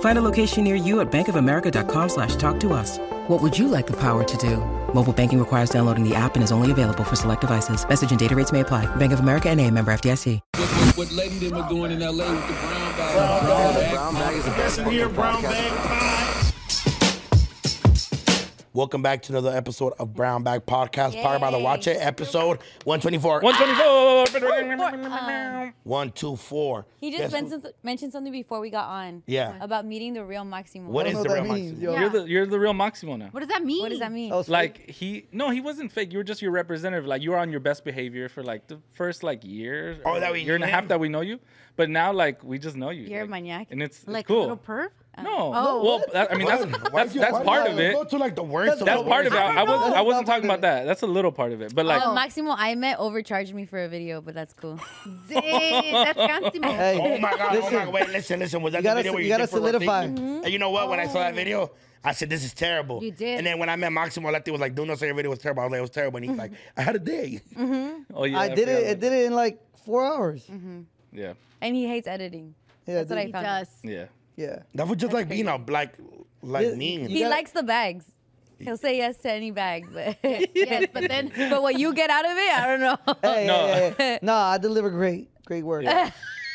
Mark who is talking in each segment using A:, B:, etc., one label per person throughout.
A: Find a location near you at bankofamerica.com slash talk to us. What would you like the power to do? Mobile banking requires downloading the app and is only available for select devices. Message and data rates may apply. Bank of America and a member FDIC.
B: What, what, what Lady Them are doing in LA with the brown bag. Brown bag.
C: Brown bag is the best
D: Listen here,
C: fucking
D: brown
C: podcast.
D: bag pie.
C: Welcome back to another episode of Brown Bag Podcast, powered by the Watch It, episode 124.
E: Um,
D: 124.
C: 124.
F: Um, He
C: Guess
F: just mentioned, mentioned something before we got on.
C: Yeah.
F: About meeting the real Maximo.
C: What is the real Maximo?
F: Yeah.
D: You're the you're the real Maximo now.
E: What does that mean?
F: What does that mean?
C: Oh,
D: Like he no, he wasn't fake. You were just your representative. Like you were on your best behavior for like the first like year,
C: Oh,
D: or
C: that we
D: year and a
C: knew
D: half
C: him?
D: that we know you. But now like we just know you.
F: You're a
D: like,
F: maniac.
D: and it's, it's
E: Like
D: cool.
E: a little perv?
D: No,
E: Oh.
D: well, that, I mean that's that's, that's part of it.
C: Go to like the worst of
D: That's
C: the
D: part of
C: worst.
D: it. I wasn't I wasn't talking about that. That's a little part of it. But like
E: Oh.
F: The Maximo Oh. I met overcharged me for a video, but that's cool.
E: Dang, that's Cansimo.
C: Oh my god! oh my god! Wait, listen, listen. Was that the
G: gotta
C: video
G: s-
C: where you,
G: you gotta
C: did for Rothie?
G: solidify.
F: Mm-hmm.
C: And you know what? When I saw
F: Oh.
C: that video, I said, "This is terrible."
E: You did.
C: And then when I met Maximo, Leti was like, "Do not say your video was terrible." I was like, "It was terrible." And he's like, "I had a day."
F: Mm-hmm.
D: oh yeah,
G: I did
D: forgot
G: it. I
D: about
G: did it in like four hours.
D: that. Yeah,
F: And he hates editing.
G: Yeah,
F: That's what
G: dude.
F: I
E: He
F: found.
E: does.
F: out.
D: yeah.
G: Yeah.
C: That was just like being a black, like
G: Yeah,
C: mean.
F: He likes the bags. He'll say yes to any bag, but
E: Yes, but then
F: but what you get out of it, I don't know.
G: Hey,
D: No.
G: no. no, I deliver great. Great work.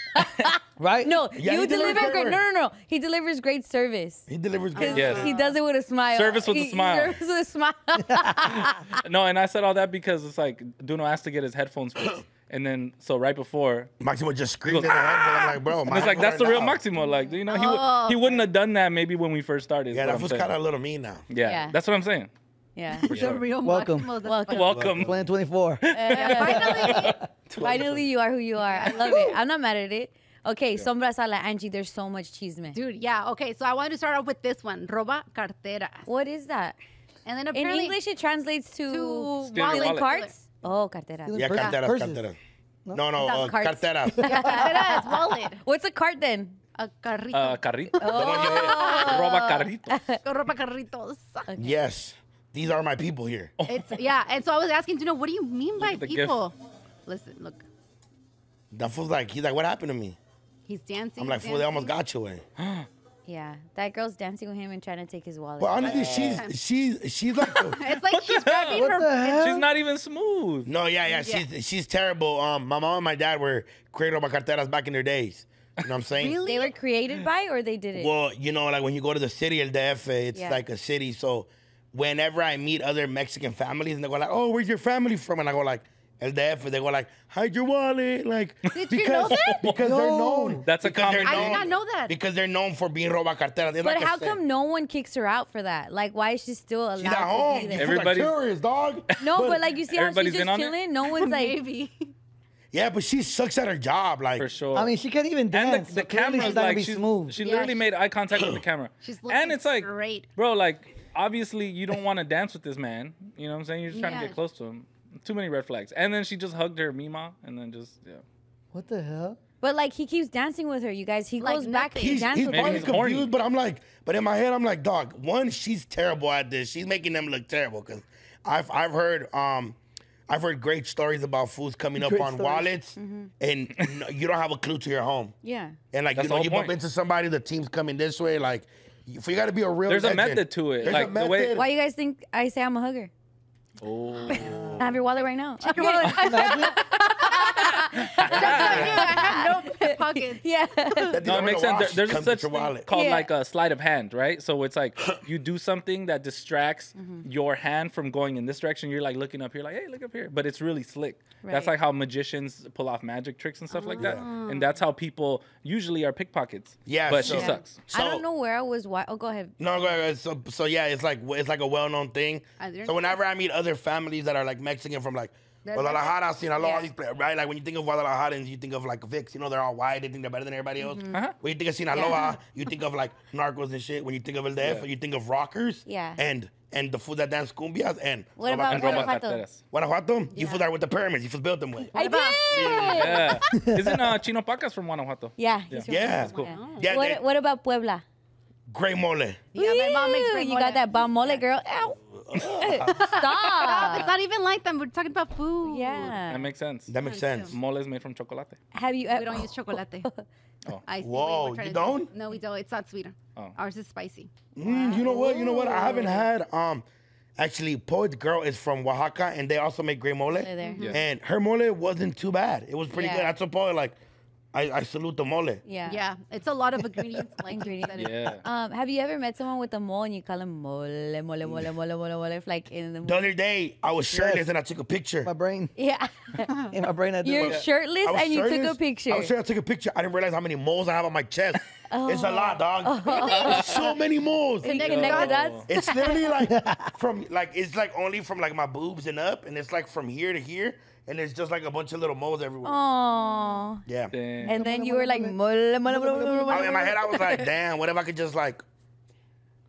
G: right?
F: no,
C: Yeah, he
F: you
C: delivers
F: deliver great.
C: great
F: No, no, no. He delivers great service.
C: He delivers great.
D: Yes.
F: He does it with a smile.
D: Service with a
F: He- he
D: smile.
F: Service with a smile.
D: No, and I said all that because it's like Duno asked to get his headphones fixed, and then so right before,
C: Maximo just screamed
D: goes,
C: in the headphone. I'm like, bro,
D: and it's like
C: Maximo
D: that's the
C: right
D: real
C: now."
D: Maximo. Like you know, he
E: Oh,
D: would he wouldn't have done that maybe when we first started. is
C: Yeah,
D: what I'm
C: that was
D: saying.
C: kind of a little mean now.
D: yeah,
F: Yeah.
D: That's what I'm saying.
F: yeah.
E: the real
G: Welcome.
E: Maximo. That's
F: Welcome.
E: funny.
D: Welcome.
G: Plan 24.
F: Finally, you are who you are. I love it. I'm not mad at it. Okay, sombra sala, Angie. There's so much cheese, man.
E: Dude, yeah. Okay, so I wanted to start off with this one. Roba cartera.
F: What is that?
E: And then
F: In
E: apparently
F: English, it translates to,
E: to
D: Stealing
E: wallet.
D: wallet.
F: carts. Oh, cartera.
C: Yeah,
G: Purse-
C: carteras,
G: purses.
C: carteras. No, no,
F: Not
C: uh,
F: carts.
C: carteras.
E: Cartera is wallet.
F: What's a cart then?
E: A carrito.
D: Uh, carrito.
F: Oh.
C: The one you hit.
D: Roba carrito.
E: Ropa carritos.
C: Yes, these are my people here.
E: It's yeah. And so I was asking to know what do you mean by
D: at the gif.
E: people? Listen, look.
C: That fool's like, he's like, what happened to me?
E: He's dancing.
C: I'm like,
E: he's
C: fool, they almost
E: dancing.
C: got you eh. in.
E: Oh,
F: Yeah, that girl's dancing with him and trying to take his wallet.
C: But honestly, she's she's she's like, the-
E: It's like she's grabbing
G: What the
E: her.
G: hell?
D: She's not even smooth.
C: no, yeah, yeah, she's she's terrible. Um, my mom and my dad were creator my carteras back in their days. You know what I'm saying?
F: They were created by or they did it?
C: Well, you know, like when you go to the city, El DF, it's
F: Yeah.
C: like a city. So whenever I meet other Mexican families and they go like, oh, where's your family from? And I go like, El DF, and they go like, hide your wallet. Like,
E: Did you know that?
C: Because they're known.
D: That's a
C: Because they're
D: common.
E: I did
C: known-
E: not know that.
C: Because they're known for being roba carteras. It's
F: but
C: like a
F: how
C: sin.
F: come no one kicks her out for that? Like, why is she still allowed
C: She's at
F: to
C: home.
F: be
C: These
F: there?
C: fools are
D: Everybody-
C: curious, dog.
F: no, but like you see how
D: Everybody's
F: she's
D: been
F: just
D: on it?
F: chilling. No one's like,
E: Maybe.
C: Yeah, but she sucks at her job. Like,
D: For sure.
G: I mean, she can't even
D: and
G: dance.
D: the, the
G: so clearly
D: camera's
G: she's not gonna
D: like
G: be
D: she's-
G: smooth.
D: she literally made eye contact with the camera.
E: She's
D: and
E: looking
D: it's like,
E: great.
D: bro, like obviously you don't want to dance with this man. You know what I'm saying? You're just trying to
E: Yeah.
D: get close to him. Too many red flags. And then she just hugged her Mima, and then just yeah.
G: What the hell?
F: but like he keeps dancing with her. You guys, he
E: Like
F: goes back
E: nothing.
F: and
C: he's,
F: dances
C: he's
F: with
D: Maybe
C: probably
F: her.
D: he's
C: confused,
D: horny.
C: but I'm like, but in my head, I'm like, dog, one, she's terrible at this. She's making them look terrible because I've, I've heard, um, I've heard great stories about fools coming up
G: Great
C: on
G: stories.
C: wallets and n- you don't have a clue to your home.
F: Yeah.
C: And like,
D: That's
C: you
D: the
C: know,
D: whole
C: you bump
D: point.
C: into somebody, the team's coming this way. Like, you, you got to be a real
D: There's a
C: legend.
D: method to it,
C: There's
D: like,
C: a
D: the way-
C: method.
F: Why you guys think I say I'm a hugger?
D: Oh.
F: I have your wallet right now.
E: your wallet.
F: Okay.
E: I have no pockets.
F: Yeah.
C: That
D: No, it makes sense. There- there's a such
C: your
D: thing
C: wallet.
D: called
F: Yeah.
D: like a sleight of hand, right? So it's like you do something that distracts
E: Mm-hmm.
D: your hand from going in this direction. You're like looking up here, like, hey, look up here. But it's really slick. That's
F: Right.
D: like how magicians pull off magic tricks and stuff like that.
E: Oh.
D: And that's how people usually are pickpockets.
C: Yeah,
D: But
C: so-
D: she sucks.
F: I don't know where I was. Why? Oh, go ahead.
C: No, go ahead. so so yeah, it's like it's like a well-known thing.
F: Ah,
E: I didn't
C: So whenever I meet other families that are like Mexican from like
E: They're
C: Guadalajara, Sinaloa,
E: Yeah.
C: all these pla- right? Like when you think of Guadalajarans, you think of like Vicks. You know, they're all white. They think they're better than everybody else.
F: Mm-hmm.
D: Uh-huh.
C: When you think of Sinaloa, you think of like narcos and shit. When you think of El DF, you think of rockers.
F: Yeah.
C: And and the food that dance cumbias and
F: What
D: And
F: about
C: Guadalajara.
D: Roman
F: Guanajuato?
D: Carteras.
C: Guanajuato? You feel that with the pyramids? You feel built them with?
F: I did. Yeah.
E: Oh.
D: Yeah. Isn't uh, Chino Pacas from Guanajuato?
F: he's
C: Yeah.
F: from-
C: That's cool.
F: yeah.
C: Yeah,
F: what,
C: they-
F: what about Puebla?
C: Great mole.
E: Yeah, my mom makes
F: Ew,
E: great
F: You got
E: mole.
F: that bomb mole, girl. Ow.
E: It's
F: Stop.
E: not even like them. We're talking about food.
D: That
F: Uh, Yeah.
D: makes sense.
C: That makes sense.
D: Mole is made from chocolate.
F: Have you?
E: We don't use chocolate.
D: Oh.
E: I see what
C: Whoa,
E: were trying
C: you
E: to do.
C: don't?
E: No, we don't. It's not sweeter.
D: Oh.
E: Ours is spicy.
C: Mm, you know what? You know what? I haven't had um actually Poet Girl is from Oaxaca and they also make great mole.
F: there.
D: Yeah.
C: And her mole wasn't too bad. It was pretty
F: Yeah.
C: good. That's a point like I, I salute the mole.
F: Yeah.
E: Yeah. It's a lot of ingredients. Like
F: Ingredients.
E: that is-
D: Yeah.
F: Um, have you ever met someone with a mole and you call him mole, mole, mole, mole,
C: Mm.
F: mole, mole, mole, like in the
C: The other day I was shirtless
G: Yes.
C: and I took a picture.
G: My brain.
F: yeah?
G: In my brain, I do.
F: You're
G: it.
F: shirtless
C: I was
F: and you took a
C: shirtless.
F: picture.
C: I was sure I took a picture. I didn't realize how many moles I have on my chest. It's
F: Oh.
C: a lot, dog. There's so many moles.
F: You
E: Connect
F: connect the
E: dots.
F: dots?
C: It's literally like from like it's like only from like my boobs and up, and it's like from here to here, and it's just like a bunch of little moles everywhere.
F: Aw.
C: Yeah.
D: Damn.
F: Oh. And then you were like mole, mole, mole, mole, mole.
C: I, in my head, I was like, damn, what if I could just like,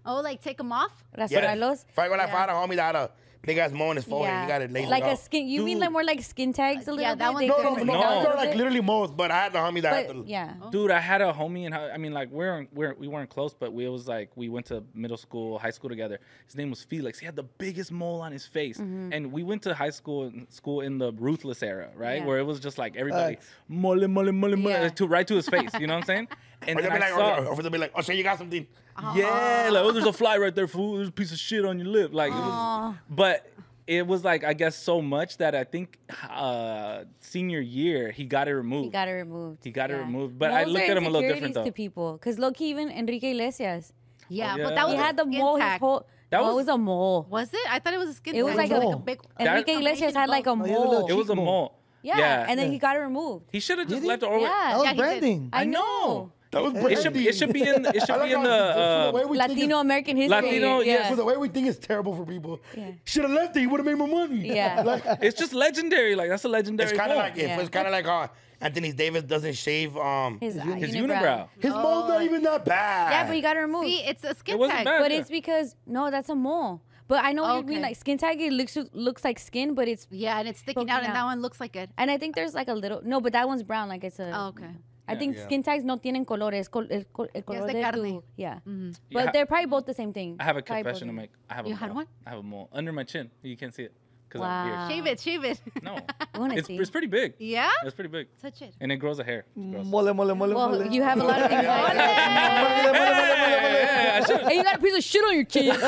E: Oh, like take them off?
C: yeah.
F: Rasurarlos.
C: If I, when I find a homie that had a big ass mole in his forehead, you got it lazy.
F: Like a
C: dog.
F: skin. You mean
C: Dude.
F: like more like skin tags a little
E: Yeah, that
F: bit?
E: one-
F: They
C: No,
F: cut
C: no,
F: it
C: no,
F: down a
C: no.
F: little
C: They're like
F: bit?
C: literally moles, but I had the homie that had the.
F: But yeah.
D: Dude, I had a homie and I mean, like, we weren't, we're, we weren't close, but we it was like we went to middle school, high school together. His name was Felix. He had the biggest mole on his face,
F: Mm-hmm.
D: and we went to high school and school in the ruthless era, right,
F: Yeah.
D: where it was just like everybody mole, mole, mole, mole,
F: Yeah.
D: to right to his face. You know what I'm saying? And
C: Or they'll
D: then
C: be
D: I
C: like,
D: saw,
C: or, or they'll be like, oh, so you got something.
F: Uh-huh.
D: yeah, like oh, there's a fly right there, fool. There's a piece of shit on your lip, like. It was, but it was like I guess so much that I think uh, senior year he got it removed.
F: He got it removed.
D: He got it removed, but I
F: Moles
D: looked
F: are
D: at him a little different,
F: insecurities to
D: though. Oh,
F: people, because look, even Enrique Iglesias,
E: Yeah,
D: yeah.
E: but that was
F: he
E: a
F: had the
E: skin
F: mole. His
E: tag.
F: whole
D: That
F: that was,
D: was-
F: a mole.
E: Was it? I thought it was a skin
F: It was
E: tag,
F: like
E: like
G: a-
E: big
F: Enrique
E: Combination
F: Iglesias had like a
E: bone.
G: he had a little
F: mole.
D: It was a
G: Cheekbone.
D: mole.
F: Yeah, and then he got it removed.
D: He should have just
G: he?
D: left it. Or
G: That
F: Yeah.
G: was
E: Yeah, he did.
G: branding.
F: I know.
D: know.
C: That was
D: It should,
C: brandy.
D: it should be in. It
C: I
D: should
C: like
D: be in
C: how
D: the.
C: just for
D: Uh,
C: way we think it's-
F: Latino American history.
D: Latino, yes.
F: yeah.
C: For the way we think it's terrible for people, should have left it. He would have made more money.
F: Yeah.
C: Like, uh,
D: it's just legendary. Like that's a legendary.
C: it's kind of
D: mole.
C: like
F: Yeah.
C: it's kind of like how Anthony Davis doesn't shave. Um, his,
F: His, uh,
D: his
F: unibrow.
D: unibrow.
C: mole's not even that bad.
F: Yeah, but he got it removed.
E: See, it's a skin
D: It wasn't
E: tag.
D: bad.
F: but
D: Yeah.
F: it's because no, that's a mole. But I know what you mean.
E: Okay.
F: Like skin tag, it looks looks like skin, but it's
E: Yeah, and it's sticking
F: Poking
E: out, and that
F: out.
E: one looks like it.
F: and I think there's like a little no, but that one's brown. Like it's a
E: Oh, okay.
F: I think skin tags no tienen colores. Col, el, col, el color
E: de
F: de
E: carne. Mm-hmm.
F: tu- yeah.
D: Yeah,
F: But
D: I-
F: they're probably both the same thing.
D: I have a
F: Probably both
D: confession to
F: the-
D: make. I have a.
E: You
D: mole.
E: had one?
D: I have a mole under my chin. You can't see it because I'm
F: Wow.
D: here.
E: Shave it, shave it.
D: No,
F: I wanna
D: it's
F: see.
D: it's pretty big.
E: Yeah?
D: it's pretty big,
E: Touch it.
D: and it grows a hair. It's gross.
G: Mole, mole, mole, mole.
F: Well, you have a lot of things.
G: Mole,
F: like-
G: mole, mole, mole, mole, mole.
D: Yeah, I, should-
F: and you got a piece of shit on your chin.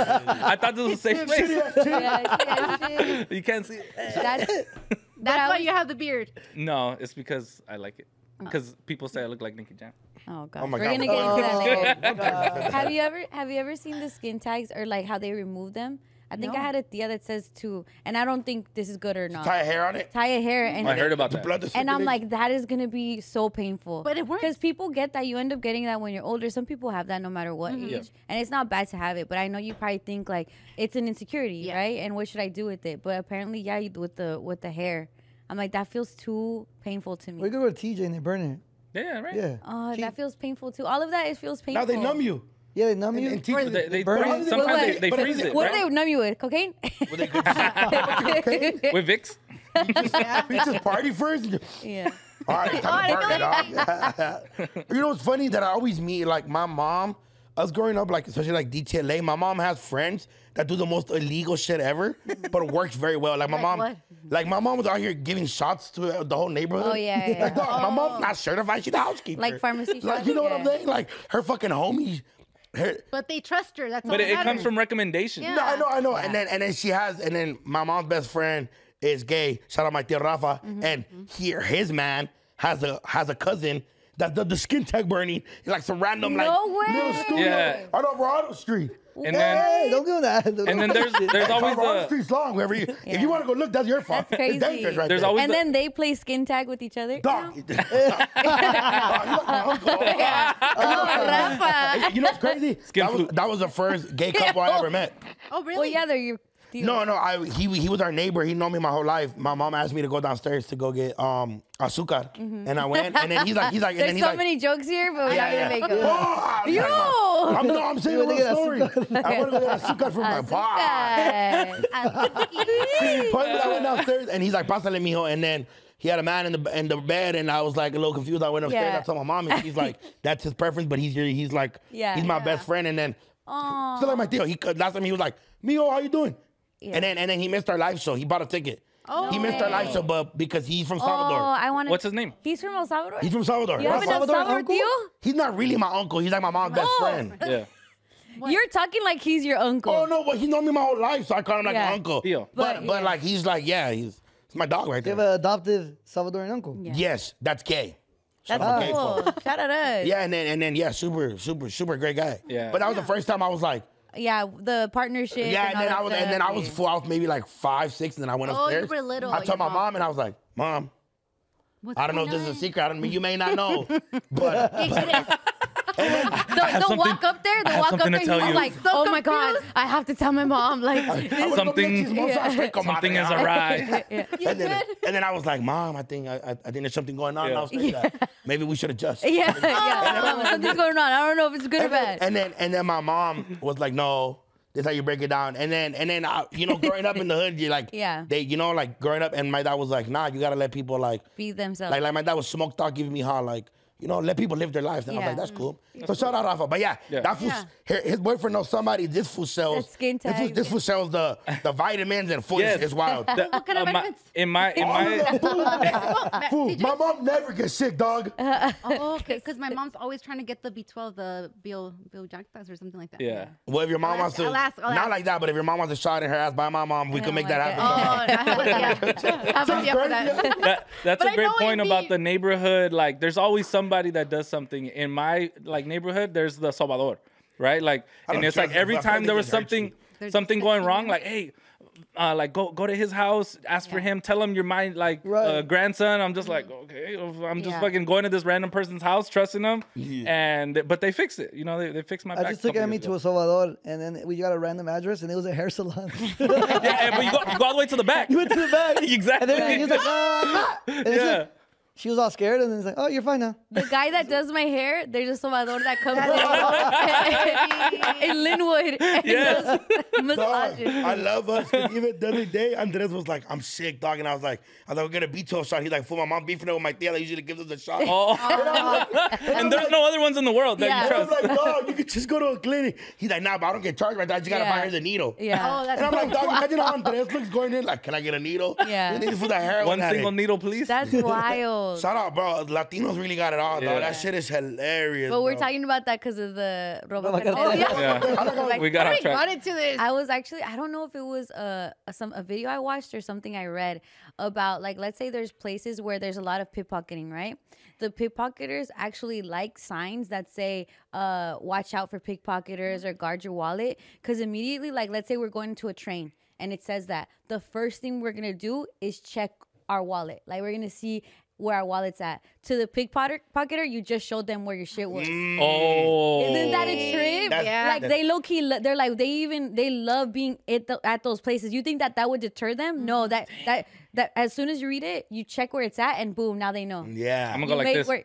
D: I thought this was a safe place.
F: Yeah, I see that shit.
D: you can't see. It.
F: That's
E: That's
F: I
E: why
F: was-
E: you have the beard.
D: No, it's because I like it. Because people say I look like Nicki Jam.
F: oh god.
C: Oh my
F: We're
C: God.
F: gonna get into that later.
C: Oh, God.
F: Have you ever have you ever seen the skin tags or like how they remove them? I think I had a tia that says two, and I don't think this is good or not.
C: Tie a hair on it.
F: Tie a hair and
D: I heard about
C: The
D: that.
C: blood to
F: and I'm
C: circulate.
F: like, that is gonna be so painful.
E: But it works.
F: because people get that. You end up getting that when you're older. Some people have that no matter what
E: Mm-hmm.
F: age, and it's not bad to have it. But I know you probably think like it's an insecurity, right? And what should I do with it? But apparently, yeah, you- with the with the hair, I'm like that feels too painful to me.
G: We could go to TJ and they burn it.
D: Yeah, right.
G: Yeah.
F: Oh, that feels painful too. All of that it feels painful.
C: now they numb you.
G: Yeah, they numb you.
C: And teach you-
D: They, they
G: Burn
D: freeze-
G: it.
D: sometimes
F: But-
D: they, they
C: but-
D: freeze it.
F: What
D: right?
F: do they numb you with? Cocaine?
C: Well, they could just-
D: With Vicks?
C: we just party first.
F: yeah.
C: All right, time to burn it, dog. you know what's funny that I always meet like my mom. Us growing up, like especially like DTLA, my mom has friends that do the most illegal shit ever, but it works very well. Like my
E: Like
C: mom,
E: what?
C: like my mom was out here giving shots to the whole neighborhood.
F: Oh, yeah, yeah,
C: Like,
F: yeah. Oh.
C: dog, my mom's not certified; she's a housekeeper.
F: Like pharmacy
C: Like you
F: shots,
C: know what I'm
F: yeah.
C: saying? Like her fucking homies. Her,
E: But they trust her. That's all
D: But it,
E: that
D: it comes
E: matters.
D: from recommendation.
E: Yeah.
C: no, I know, I know. And then and then she has and then my mom's best friend is gay. Shout out my tío Rafa.
F: Mm-hmm,
C: And here, his man has a has a cousin that does the skin tag burning like some random
F: No
C: like little
F: way.
C: studio
D: Yeah.
C: right over Auto Street.
D: And then
G: Hey, don't do that. Don't
D: and
G: do
D: then
G: that
D: there's
G: shit.
D: there's
C: Over
D: always
C: Auto
D: the
C: Street's long. Wherever you, if you want to go look, that's your fault.
F: That's crazy.
C: It's dangerous right
D: There's
C: there.
D: always
F: and
D: the-
F: then they play skin tag with each other.
C: Dog. Dog, you look my uncle.
F: Oh, Rafa.
C: Hey, You know what's crazy?
D: Skin
C: That was,
D: flute.
C: that was the first gay couple I ever met.
E: Oh, really?
F: Well, yeah, they're your.
C: No, no, I he he was our neighbor. He known me my whole life. My mom asked me to go downstairs to go get um azúcar, and I went. And then he's like, he's like,
F: Mm-hmm. There's
C: and then he's
F: so
C: like,
F: many jokes here, but we're
C: yeah,
F: not
C: yeah.
F: gonna make them.
C: Oh, I'm
F: Yo!
C: like, I'm, no, I'm saying
G: You
C: a
G: wanna
C: real story.
G: get
C: I want to go get azúcar from my pa.
F: Azúcar.
C: Point when I went downstairs, and he's like, pásale, mijo. And then he had a man in the in the bed, and I was like a little confused. I went upstairs.
F: Yeah.
C: I told my mom, and she's like, that's his preference, but he's your, he's like,
F: Yeah.
C: he's my
F: Yeah.
C: best friend. And then
F: Aw.
C: Still like my deal. He could- last time he was like, "Mio, how you doing?"
F: Yeah.
C: And then and then he missed our live show. He bought a ticket.
E: Oh,
C: he missed our live show, but because he's from
F: Oh,
C: Salvador.
F: I want to.
D: What's his name?
F: He's from El Salvador.
C: he's from Salvador.
F: You have an El
G: Salvador
F: Salvador
G: uncle?
F: tío?
C: he's not really my uncle. He's like my mom's best friend.
D: yeah.
F: You're talking like he's your uncle.
C: Oh no, but he known me my whole life, so I call him like
F: Yeah.
C: an uncle.
D: Tío.
C: But
F: But,
C: but,
F: yeah.
C: like he's like yeah, he's, he's my dog right
G: You
C: there.
G: have an adoptive Salvadoran uncle.
F: Yeah.
C: Yes, that's gay.
F: That's
C: Shout out to gay
F: cool.
C: folk.
F: Shout out us.
C: Yeah, and then and then yeah, super super super great guy.
D: Yeah.
C: But that was the first time I was like.
F: Yeah, the partnership.
C: Yeah, and
F: all
C: then
F: that
C: I was, and then I
F: stuff.
C: was full. I was maybe like five, six, and then I went
E: Oh, you
C: upstairs.
E: were little,
C: I told
E: your
C: my
E: mom-
C: mom, and I was like, "Mom, I don't know if this is a secret. I don't mean you may not know, but
F: They'll, they'll
D: something-
F: walk up there.
D: I
F: They'll
D: have
F: walk up
D: something
F: there.
D: to
F: He's
D: tell you.
F: like,
E: So
F: "Oh my god,
E: confused.
F: I have to tell my mom." Like,
D: Something- Something
C: something
D: is awry.
F: yeah.
C: And then, and then I was like, Mom, I think I, I, I think there's something going on. And I
D: Yeah.
C: was like, "Yeah, maybe we should adjust.
F: Yeah, yeah. Mom, something's going on. I don't know if it's good or
C: And then,
F: bad.
C: and then and then my mom was like, No, this how you break it down. And then and then I, you know, growing up in the hood, you like,
F: Yeah.
C: they you know like growing up, and my dad was like, Nah, you gotta let people like
F: Be themselves.
C: Like, like my dad was smoke talk giving me how like you know let people live their life. And I
F: Yeah.
C: was like, that's cool.
E: Mm.
C: So shout out Rafa. But yeah,
D: Yeah.
C: that fool, her- his boyfriend knows somebody. This fool sells
F: The skin
C: This fool,
F: tag.
C: this fool sells the the vitamins and food.
D: Yes.
C: It's wild.
D: The-
E: What kind of
D: uh, my-
E: reference?
D: in my in
C: All of
D: my
C: the food-
E: Ma-
C: food.
E: did you-
C: My mom never gets sick, dog.
E: oh, okay, because my mom's always trying to get the B12, the Bill Bill Jackass or something like that.
D: yeah.
C: Well, if your mom
E: I'll
C: wants
E: ask-
C: to,
E: I'll ask- I'll
C: not
E: ask.
C: like that, but if your mom wants to shot in her ass by my mom, we
F: Oh
C: can make
F: my
C: that
E: Oh,
F: God.
C: happen.
E: I have, yeah. I have a for that.
D: That, that's
E: But
D: a
E: I
D: great
E: know what you
D: point about
E: mean.
D: the neighborhood. Like, there's always somebody that does something in my like neighborhood. There's the Salvador, right? Like,
C: I
D: and
C: don't
D: it's like
C: judge
D: every
C: them. I feel
D: time
C: they
D: there was
C: just hurt
D: something
C: you.
E: They're
D: something
E: just
D: going
E: like
D: wrong,
E: you.
D: like, hey, uh, like go go to his house, ask for him, tell him you're my like uh,
G: Right.
D: grandson. I'm just like, oh, okay, I'm just
F: Yeah.
D: fucking going to this random person's house, trusting them, and but they fixed it. You know, they, they fixed my.
G: I
D: back
G: just
D: a
G: took
D: couple
G: Emmy
D: years
G: to
D: ago.
G: El Salvador, and then we got a random address, and it was a hair salon.
D: yeah, yeah, but you go, you go all the way to the back.
G: you went to the back.
D: Exactly.
G: And then he was like, "Ah, I'm not." And it's
D: Yeah.
G: like, she was all scared, and then it's like, oh, you're fine now.
F: The guy that does my hair, there's a Salvador that comes in, in Linwood and
D: Yes.
F: does
C: Dog,
F: massages.
C: I love us. Even the other day, Andres was like, "I'm sick, dog," and I was like, "I thought we we're gonna beat to a shot." He's like, "Fool, my mom beefing it with my tia. They usually gives us a shot."
D: Oh. and there's no other ones in the world that
F: Yeah.
D: you
C: I'm
D: trust.
C: like, dog, you could just go to a clinic. He's like, nah, but I don't get charged right now. I just gotta
F: Yeah.
C: buy her the needle.
F: Yeah.
E: Oh, that's
C: And I'm like, dog, imagine how Andres looks going in, like, can I get a needle?
F: Yeah.
C: And he's for the heroin
D: One
C: addict.
D: single needle, please.
F: That's wild.
C: Shout out, bro. Latinos really got it all,
D: Yeah.
C: dog. That shit is hilarious.
F: But we're
C: bro.
F: talking about that because of the Robo
G: Robo
F: Cartera.
G: Cartera.
D: yeah. we got off
E: got
D: track.
E: into this.
F: "Oh, I was actually I don't know if it was a, a some a video I watched or something I read about like let's say there's places where there's a lot of pickpocketing, right? The pickpocketers actually like signs that say uh watch out for pickpocketers or guard your wallet cuz immediately like let's say we're going to a train and it says that the first thing we're going to do is check our wallet. Like we're going to see where our wallet's at. To the pickpocket- pocketer, you just showed them where your shit was.
D: Oh.
F: Isn't that a trip?
C: Mm. That's- Yeah.
F: Like they low key, lo- they're like they even they love being at, the, at those places. You think that that would deter them? No,
E: Mm-hmm.
F: that that that as soon as you read it, you check where it's at, and boom, now they know.
C: Yeah.
D: I'm
F: You
D: gonna go like
F: make
D: this.
F: where-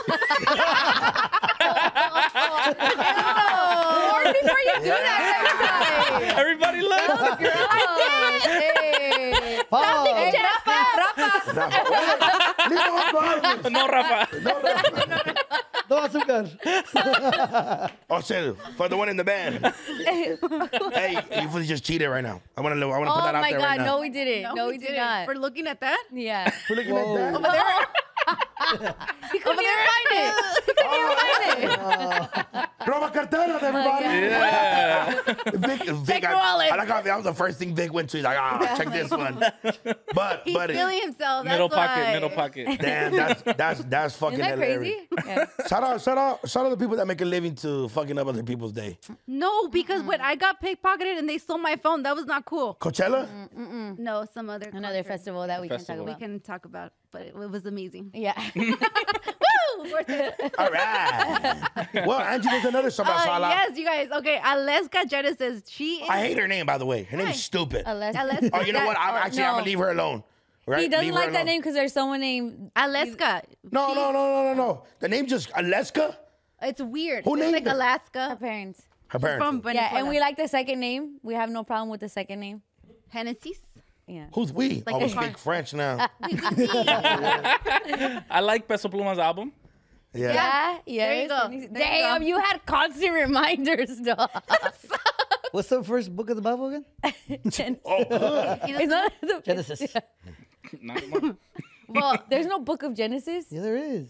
F: Oh, or before you do that,
D: Everybody look.
F: next time. I did.
E: Ah.
G: Pause.
C: Rafa. Oye, leave those garbage.
D: No, Rafa.
C: No, no, no.
G: No azúcar.
C: Oh, so, for the one in the band. hey, you fully just cheated right now. I want to. I want to put
F: Oh
C: that out
F: my
C: there
F: God!
C: right now.
F: no, we didn't. No, we, did
E: didn't.
F: not.
E: We're looking at that.
F: yeah.
C: We're looking at that.
E: Over there.
F: He couldn't even find it.
C: Roba
F: Oh
C: carteras, everybody.
D: Yeah.
C: Vic, Vic,
F: your
C: I,
F: wallet.
C: I like how that was the first thing Vic went to. He's like, ah, check this one. But,
E: He's
C: but,
E: feeling
F: oh,
E: himself. That's
D: middle pocket,
E: why.
D: middle pocket.
C: damn, that's that's that's fucking
F: Isn't that
C: hilarious.
F: crazy? Yeah.
C: Shout out, shout out, shout out to people that make a living to fucking up other people's day.
E: No, because when I got pickpocketed and they stole my phone, that was not cool.
C: Coachella,
E: No, some other
F: Another
E: concert
F: festival that we
D: festival.
F: can
E: we can talk
F: talk about.
E: about, but it, it was amazing.
F: Yeah.
E: Woo! Worth it.
C: all right. well, Angie, there's another song I
E: Uh,
C: saw.
E: yes, you guys. Okay, Aleska Jetta says she is.
C: I hate her name, by the way. Her name's stupid.
F: Unless.
C: Oh, you know what? I'm actually I'm
F: No.
C: gonna leave her alone. Right?
F: He doesn't
C: Leave her
F: like that
C: alone.
F: name because there's someone named.
E: Aleska.
C: No, no, no, no, no, no. The name just Aleska.
E: It's weird.
C: Who
E: it's
C: named
E: like
C: her?
F: Her
E: Alaska
F: parents.
C: Her parents.
E: from Venezuela.
F: Yeah, and we like the second name. We have no problem with the second name.
E: Hennessy's.
F: Yeah.
C: Who's we?
E: Like
C: oh, we
E: the car.
C: speak French now.
D: I like Peso Pluma's album.
C: Yeah.
F: Yeah,
E: There you
F: Ah, yes.
E: go.
F: And he's-
E: There you
F: Damn,
E: go.
F: you had constant reminders, dog.
G: What's the first book of the Bible again?
C: Oh,
F: It's not the-
G: Genesis.
D: Not one.
E: Well,
F: there's no book of Genesis.
G: Yeah, there is.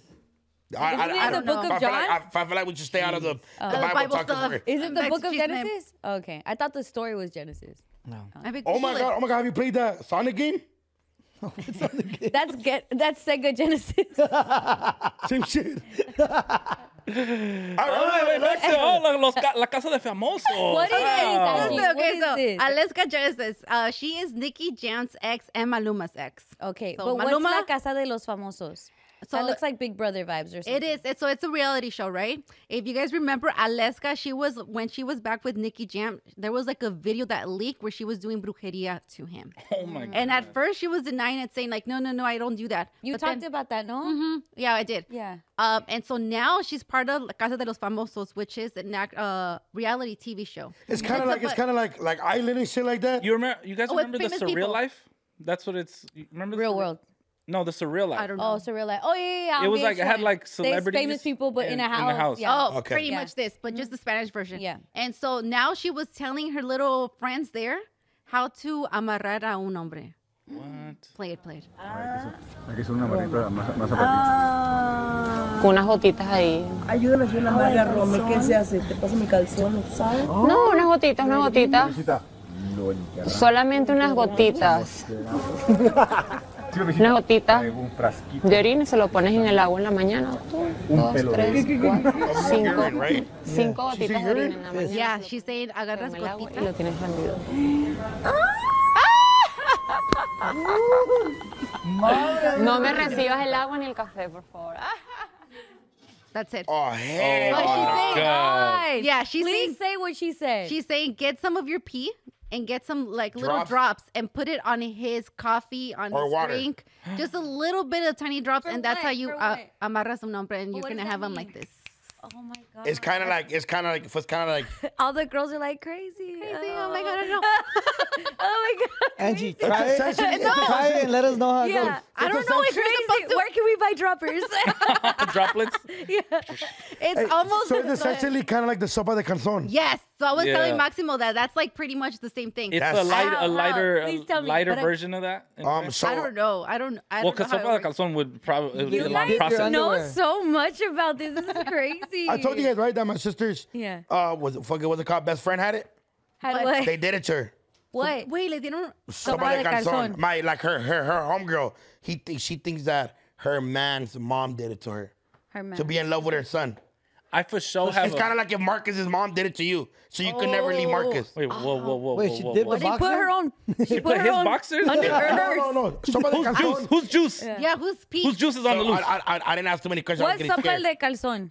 C: I, I,
F: Isn't
C: I
F: it
C: don't
F: the
C: know.
F: Book of
C: I feel like-
F: John?
C: I, I feel like we should stay out of the, the
F: Uh,
C: Bible,
E: Bible
C: talk 'cause
E: stuff.
C: we're-
F: Is it the
E: Back
F: book
E: to
F: of
E: Jesus' name.
F: Genesis? Okay, I thought the story was Genesis.
E: I think
C: Oh my god! Oh my god! Have you played that Sonic game?
F: That's get that's Sega Genesis.
C: Same shit. All
D: Oh,
C: right,
D: wait, back to oh, la, los, ca- la Casa de Famosos.
F: What is it
D: Wow.
F: exactly? What
E: Okay,
F: is
E: so
F: this?
E: Aleska Genesis. Uh, she is Nikki Jan's ex and Maluma's ex.
F: Okay,
E: So
F: but what's
E: Maluma-
F: La Casa de los Famosos?
E: So-
F: that looks like Big Brother vibes or something.
E: It is. It's, so it's a reality show, right? If you guys remember, Aleska, she was when she was back with Nikki Jam. There was like a video that leaked where she was doing brujeria to him.
D: Oh my god.
E: And at first, she was denying it, saying like, "No, no, no, I don't do that."
F: You
E: But
F: talked
E: then-
F: about that, no?
E: Mhm. Yeah, I did.
F: Yeah.
E: Um, and so now she's part of La Casa de los Famosos, which is an act, uh reality TV show.
C: It's
E: It's
C: kind of like it's
E: about-
C: kind of like like island and shit like that.
D: You remember? You guys
E: Oh, with
D: remember the
E: famous
D: surreal
E: people.
D: life? That's what it's. you Remember the
F: Real
D: Surreal-
F: world.
D: No, the surreal life.
E: I don't know.
F: Oh, surreal life. Oh yeah, yeah. yeah,
D: It
F: on
D: was like- it had,
F: VH1.
D: like,
F: There's
D: celebrities
F: famous people, but in
D: in-
F: a
D: in a
F: house.
D: house.
F: Yeah.
E: Oh,
C: Okay.
E: pretty
F: Yeah.
E: much this, but just the Spanish version.
F: Yeah.
E: And so now she was telling her little friends there how to amarrar a un hombre.
D: What?
E: Play it, play it.
C: Ah.
H: con unas gotitas ahí. No, unas gotitas, unas gotitas. Solamente unas gotitas. Unas gotitas de orina y se lo pones en el agua en la mañana. Tú, dos, tres, cuatro, cinco.
C: Urine, right?
H: Cinco gotitas de orina en la mañana.
E: Yeah, she's saying agarras
H: En el agua y
E: gotitas.
H: lo tienes rendido. No me recibas el agua ni el café, por favor.
E: That's it.
C: Oh hell!
E: But she's saying,
D: God.
E: yeah, she's saying,
F: Please say what she said.
E: she's saying, get some of your pee and get some like little
C: Drops?
E: drops and put it on his coffee, on
C: Or
E: his
C: water.
E: drink, just a little bit of tiny drops,
F: For
E: and that's
F: what?
E: how you
F: For
E: uh,
F: what?
E: amarras un hombre, and you're
F: what
E: gonna
F: does that
E: have him
F: mean?
E: like this.
F: oh my god.
C: It's kind of like it's kind of like it's kind of like
F: all the girls are like crazy. Crazy.
E: oh my God, I don't
F: oh my god.
G: Angie, try it.
C: It's essentially- it's
G: Try it and let us know how it
F: Yeah.
G: goes.
E: I don't know if you're supposed to.
F: Where can we buy droppers?
D: Droplets.
E: It's almost
C: so it's
E: as good.
C: essentially kind of like the sopa de calzon.
E: Yes. So I was telling
D: Yeah.
E: Maximo that that's like pretty much the same thing.
D: It's
C: That's-
D: a light,
F: Wow,
D: a
F: wow.
D: lighter,
F: Please
D: a
F: tell me,
D: lighter
F: but I-
D: version of that. in a way?
C: Um, so
E: I don't know. I don't. I
D: well,
E: don't
D: because
E: know. How
D: sopa
E: it
D: de
E: works.
D: calzon would probably it would be a
F: you
D: long
G: Dip your
D: process.
G: under-
F: know
G: underwear.
F: so much about this. This is crazy.
C: I told you guys right that my sister's
F: Yeah.
C: uh was it fucking was it called best friend had it.
F: Had what?
C: They did it to her.
F: what?
E: Wait, le dieron.
C: Sopa de
F: de
C: calzon.
F: calzón.
C: My like her her her homegirl. He thinks she thinks that her man's mom did it to her
F: Her man.
C: to be in love with her son.
D: I for sure have.
C: It's
D: a-
C: kind of like if Marcus's mom did it to you, so you could never leave Marcus.
D: Wait, whoa, whoa, whoa,
G: Wait,
D: whoa,
G: she
D: whoa,
G: did
D: whoa.
G: the
F: she put her own. She put
D: But
F: her
D: his
F: own
D: boxers?
F: under her
C: No, no,
F: purse.
C: no. Sopa de
D: Juice.
C: calzon.
D: Who's juice?
E: Yeah, who's Pete?
D: Whose juice is on the
C: So
D: loose?
C: I, I, I- I didn't ask too many questions. I was
F: What's
C: getting
F: sopa
C: scared.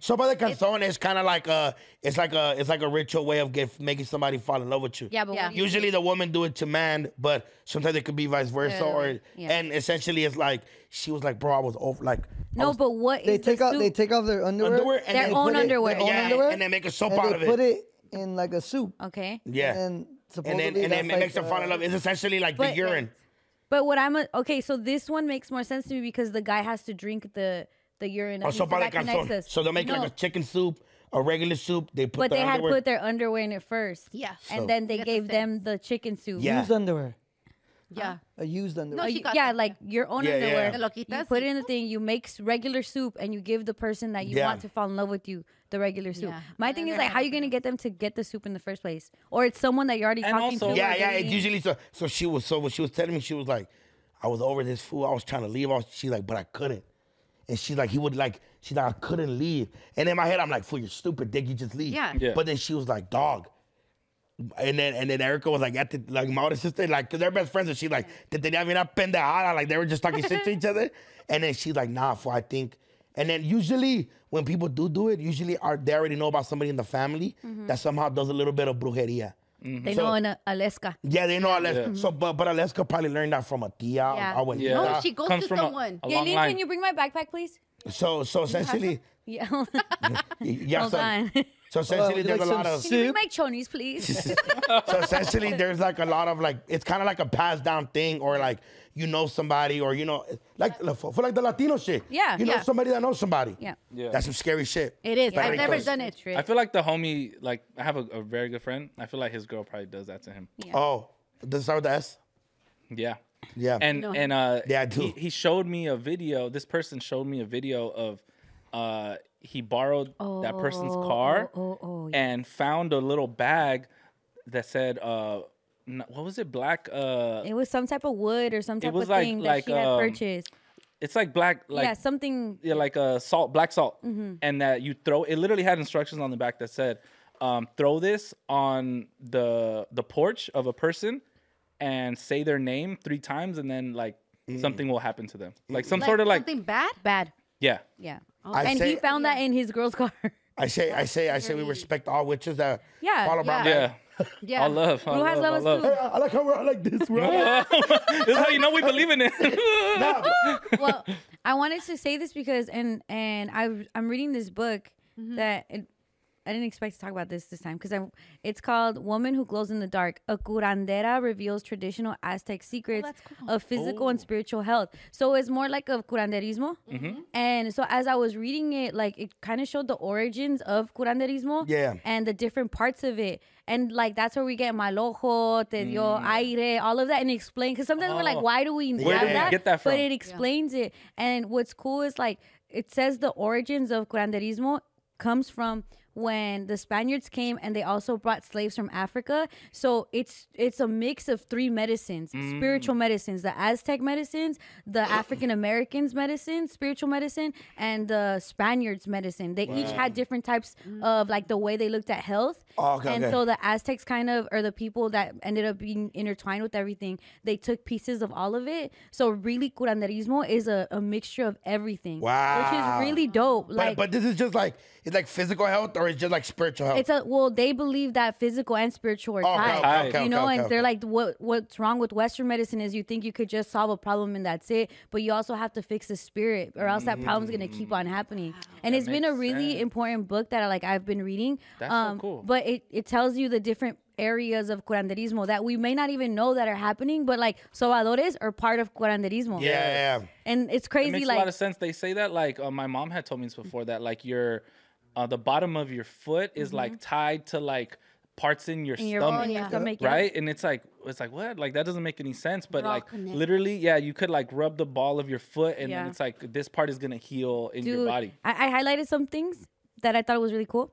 F: de calzon?
C: Sopa de calzon is kind of like a, it's like a, it's like a ritual way of get, making somebody fall in love with you.
F: Yeah, but
E: Yeah.
F: what do you-
C: Usually the woman do it to man, but sometimes it could be vice versa. Or
F: yeah.
C: and essentially it's like she was like, bro, I was over like
F: no, but what is
G: They take
F: the
G: out they
F: soup?
G: take off their underwear.
C: underwear and
F: Their
C: they
F: own
C: put it-
F: underwear.
C: yeah,
G: Their own underwear,
C: and they make a soap
G: and
C: out
G: they
C: of it.
G: put it in like a soup.
F: okay.
C: yeah,
G: And
C: and
G: supposedly
C: then and then
G: that's
C: it
G: like,
C: makes them fall in
G: uh,
C: love. It's essentially like the
F: But-
C: urine.
F: But what I'm a, okay, so this one makes more sense to me because the guy has to drink the the urine.
C: Or
F: of his-
C: sopa Oh, de
F: that connects
C: calzón.
F: us.
C: So they'll make
F: No,
C: like a chicken soup, a regular soup. They put
F: but
C: the
F: they had
C: underwear.
F: put their underwear in it first.
E: Yeah.
F: And
C: So-
F: then they gave them the chicken soup.
C: Yeah.
G: Used underwear.
E: Yeah.
G: A used
F: Uh,
G: underwear.
F: you- yeah, like your own
C: Yeah, yeah.
F: underwear.
C: Te
E: lo quitas
F: You put it in the thing. You make s- regular soup and you give the person that you
C: Yeah.
F: want to fall in love with you the regular soup.
E: Yeah.
F: My thing is like, how you gonna get them to get the soup in the first place? Or it's someone that you're already
D: And
F: talking
D: also-
F: to.
C: Yeah,
F: or
C: yeah. It's
F: dating.
C: usually so. So she was so when she was telling me she was like, I was over this fool. I was trying to leave. I was, she's like, but I couldn't. And she's like, he would like. She's like, I couldn't leave. And in my head, I'm like, fool, you're stupid, dick. You just leave.
E: Yeah.
D: Yeah.
C: But then she was like, dog. And then and then Erica was like at the like my older sister like they they're best friends and she like did they have enough pendejada like they were just talking shit to each other and then she's like nah for I think and then usually when people do do it usually are they already know about somebody in the family
F: Mm-hmm.
C: that somehow does a little bit of brujeria
F: They
C: Mm-hmm. So-
F: know in a, Alaska.
C: yeah, they know Aleska. So, but but Aleska probably learned that from a tia, a-
E: Yeah.
C: a abuelita.
D: Yeah.
E: No, she goes
D: Comes
E: to
D: from a-
E: someone.
D: a
F: Yeah,
D: long
F: Lynn,
D: line.
F: can you bring my backpack, please?
C: So Oh, so essentially, oh.
F: Yeah.
C: yeah.
F: Hold
C: so,
F: on.
C: so essentially,
G: would you
C: there's
G: like
C: a lot
G: some
C: of
F: Can you bring my chonies, please?
C: so essentially there's like a lot of like it's kind of like a passed down thing or like you know somebody or you know like for for like the Latino shit.
F: Yeah.
C: You know
E: Yeah.
C: somebody that knows somebody.
F: Yeah.
D: Yeah.
C: That's some scary shit.
E: It is.
C: Like,
E: I've never
C: because-
E: done it.
D: I feel like the homie, like I have a, a very good friend. I feel like his girl probably does that to him.
C: Oh, does it start with the S?
D: Yeah.
C: Yeah.
D: And and uh
C: Yeah, I
D: he,
C: do.
D: he showed me a video. This person showed me a video of uh he borrowed that person's car
F: oh, oh,
D: and found a little bag that said uh n- what was it? Black uh
F: it was some type of wood or some type
D: was
F: of
D: like-
F: thing
D: like,
F: that she had
D: um,
F: purchased.
D: it's like black like
F: yeah, something.
D: yeah, like a salt, black salt, and that you throw. It literally had instructions on the back that said, um, "Throw this on the the porch of a person, and say their name three times, and then like
C: Mm.
D: something will happen to them, like some sort of like
E: something bad.
F: Bad.
D: yeah,
F: Yeah.
C: I
F: and
C: say-
F: he found that in his girl's car.
C: I say I say I say we respect all witches that
F: Yeah,
C: follow Brown
E: yeah.
C: Bag.
D: yeah.
E: Yeah.
D: I love. I
F: Who has
D: love. I
F: love us
D: love.
C: Hey, I, I like how we're I like this. We're all-
D: this is how you know we believe in it.
F: well, I wanted to say this because and and I I'm reading this book that it, I didn't expect to talk about this this time because I it's called Woman Who Glows in the Dark. A curandera reveals traditional Aztec secrets of physical
D: Oh.
F: and spiritual health. So it's more like a curanderismo.
D: Mm-hmm.
F: And so as I was reading it, like it kind of showed the origins of curanderismo.
C: Yeah.
F: And the different parts of it. And like that's where we get malojo, te dio aire, all of that, and explain. Because sometimes we're like, why do we
D: Mm. Oh. Where
F: have
D: did we get that
F: But
D: from?
F: it explains it. And what's cool is like it says the origins of curanderismo comes from when the Spaniards came and they also brought slaves from Africa. So it's it's a mix of three medicines, spiritual medicines, the Aztec medicines, the African Americans medicine, spiritual medicine, and the Spaniards medicine. They each had different types of like the way they looked at health.
C: Oh, okay,
F: and
C: okay.
F: so the Aztecs kind of or the people that ended up being intertwined with everything, they took pieces of all of it. So really curanderismo is a, a mixture of everything.
C: Wow.
F: Which is really dope. Like
C: but, but this is just like it's like physical health or it's just like spiritual health.
F: it's a well, they believe that physical and spiritual are
C: Oh, okay,
F: tied.
C: okay, okay,
F: you know,
C: okay,
F: and
C: okay,
F: they're
C: okay.
F: like, what what's wrong with Western medicine is you think you could just solve a problem and that's it, but you also have to fix the spirit, or else that problem's gonna keep on happening. And it's been a
D: Mm. makes
F: really
D: sense.
F: important book that I like I've been reading. um,
D: That's so cool.
F: But it it tells you the different areas of curanderismo that we may not even know that are happening, but like sobadores are part of curanderismo.
C: yeah, yeah, yeah.
F: And it's
D: It
F: crazy,
D: makes
F: like
D: a lot of sense. They say that like uh, my mom had told me this before that like your uh, the bottom of your foot is like tied to like parts in your
F: Mm-hmm. in your
D: stomach.
F: in your stomach, yeah.
D: right? And it's like it's like what? Like that doesn't make any sense. But
E: all
D: like
E: connected.
D: literally, yeah, you could like rub the ball of your foot, and
F: Yeah.
D: then it's like this part is gonna heal in your
F: Dude,
D: body.
F: I, I highlighted some things that I thought was really cool.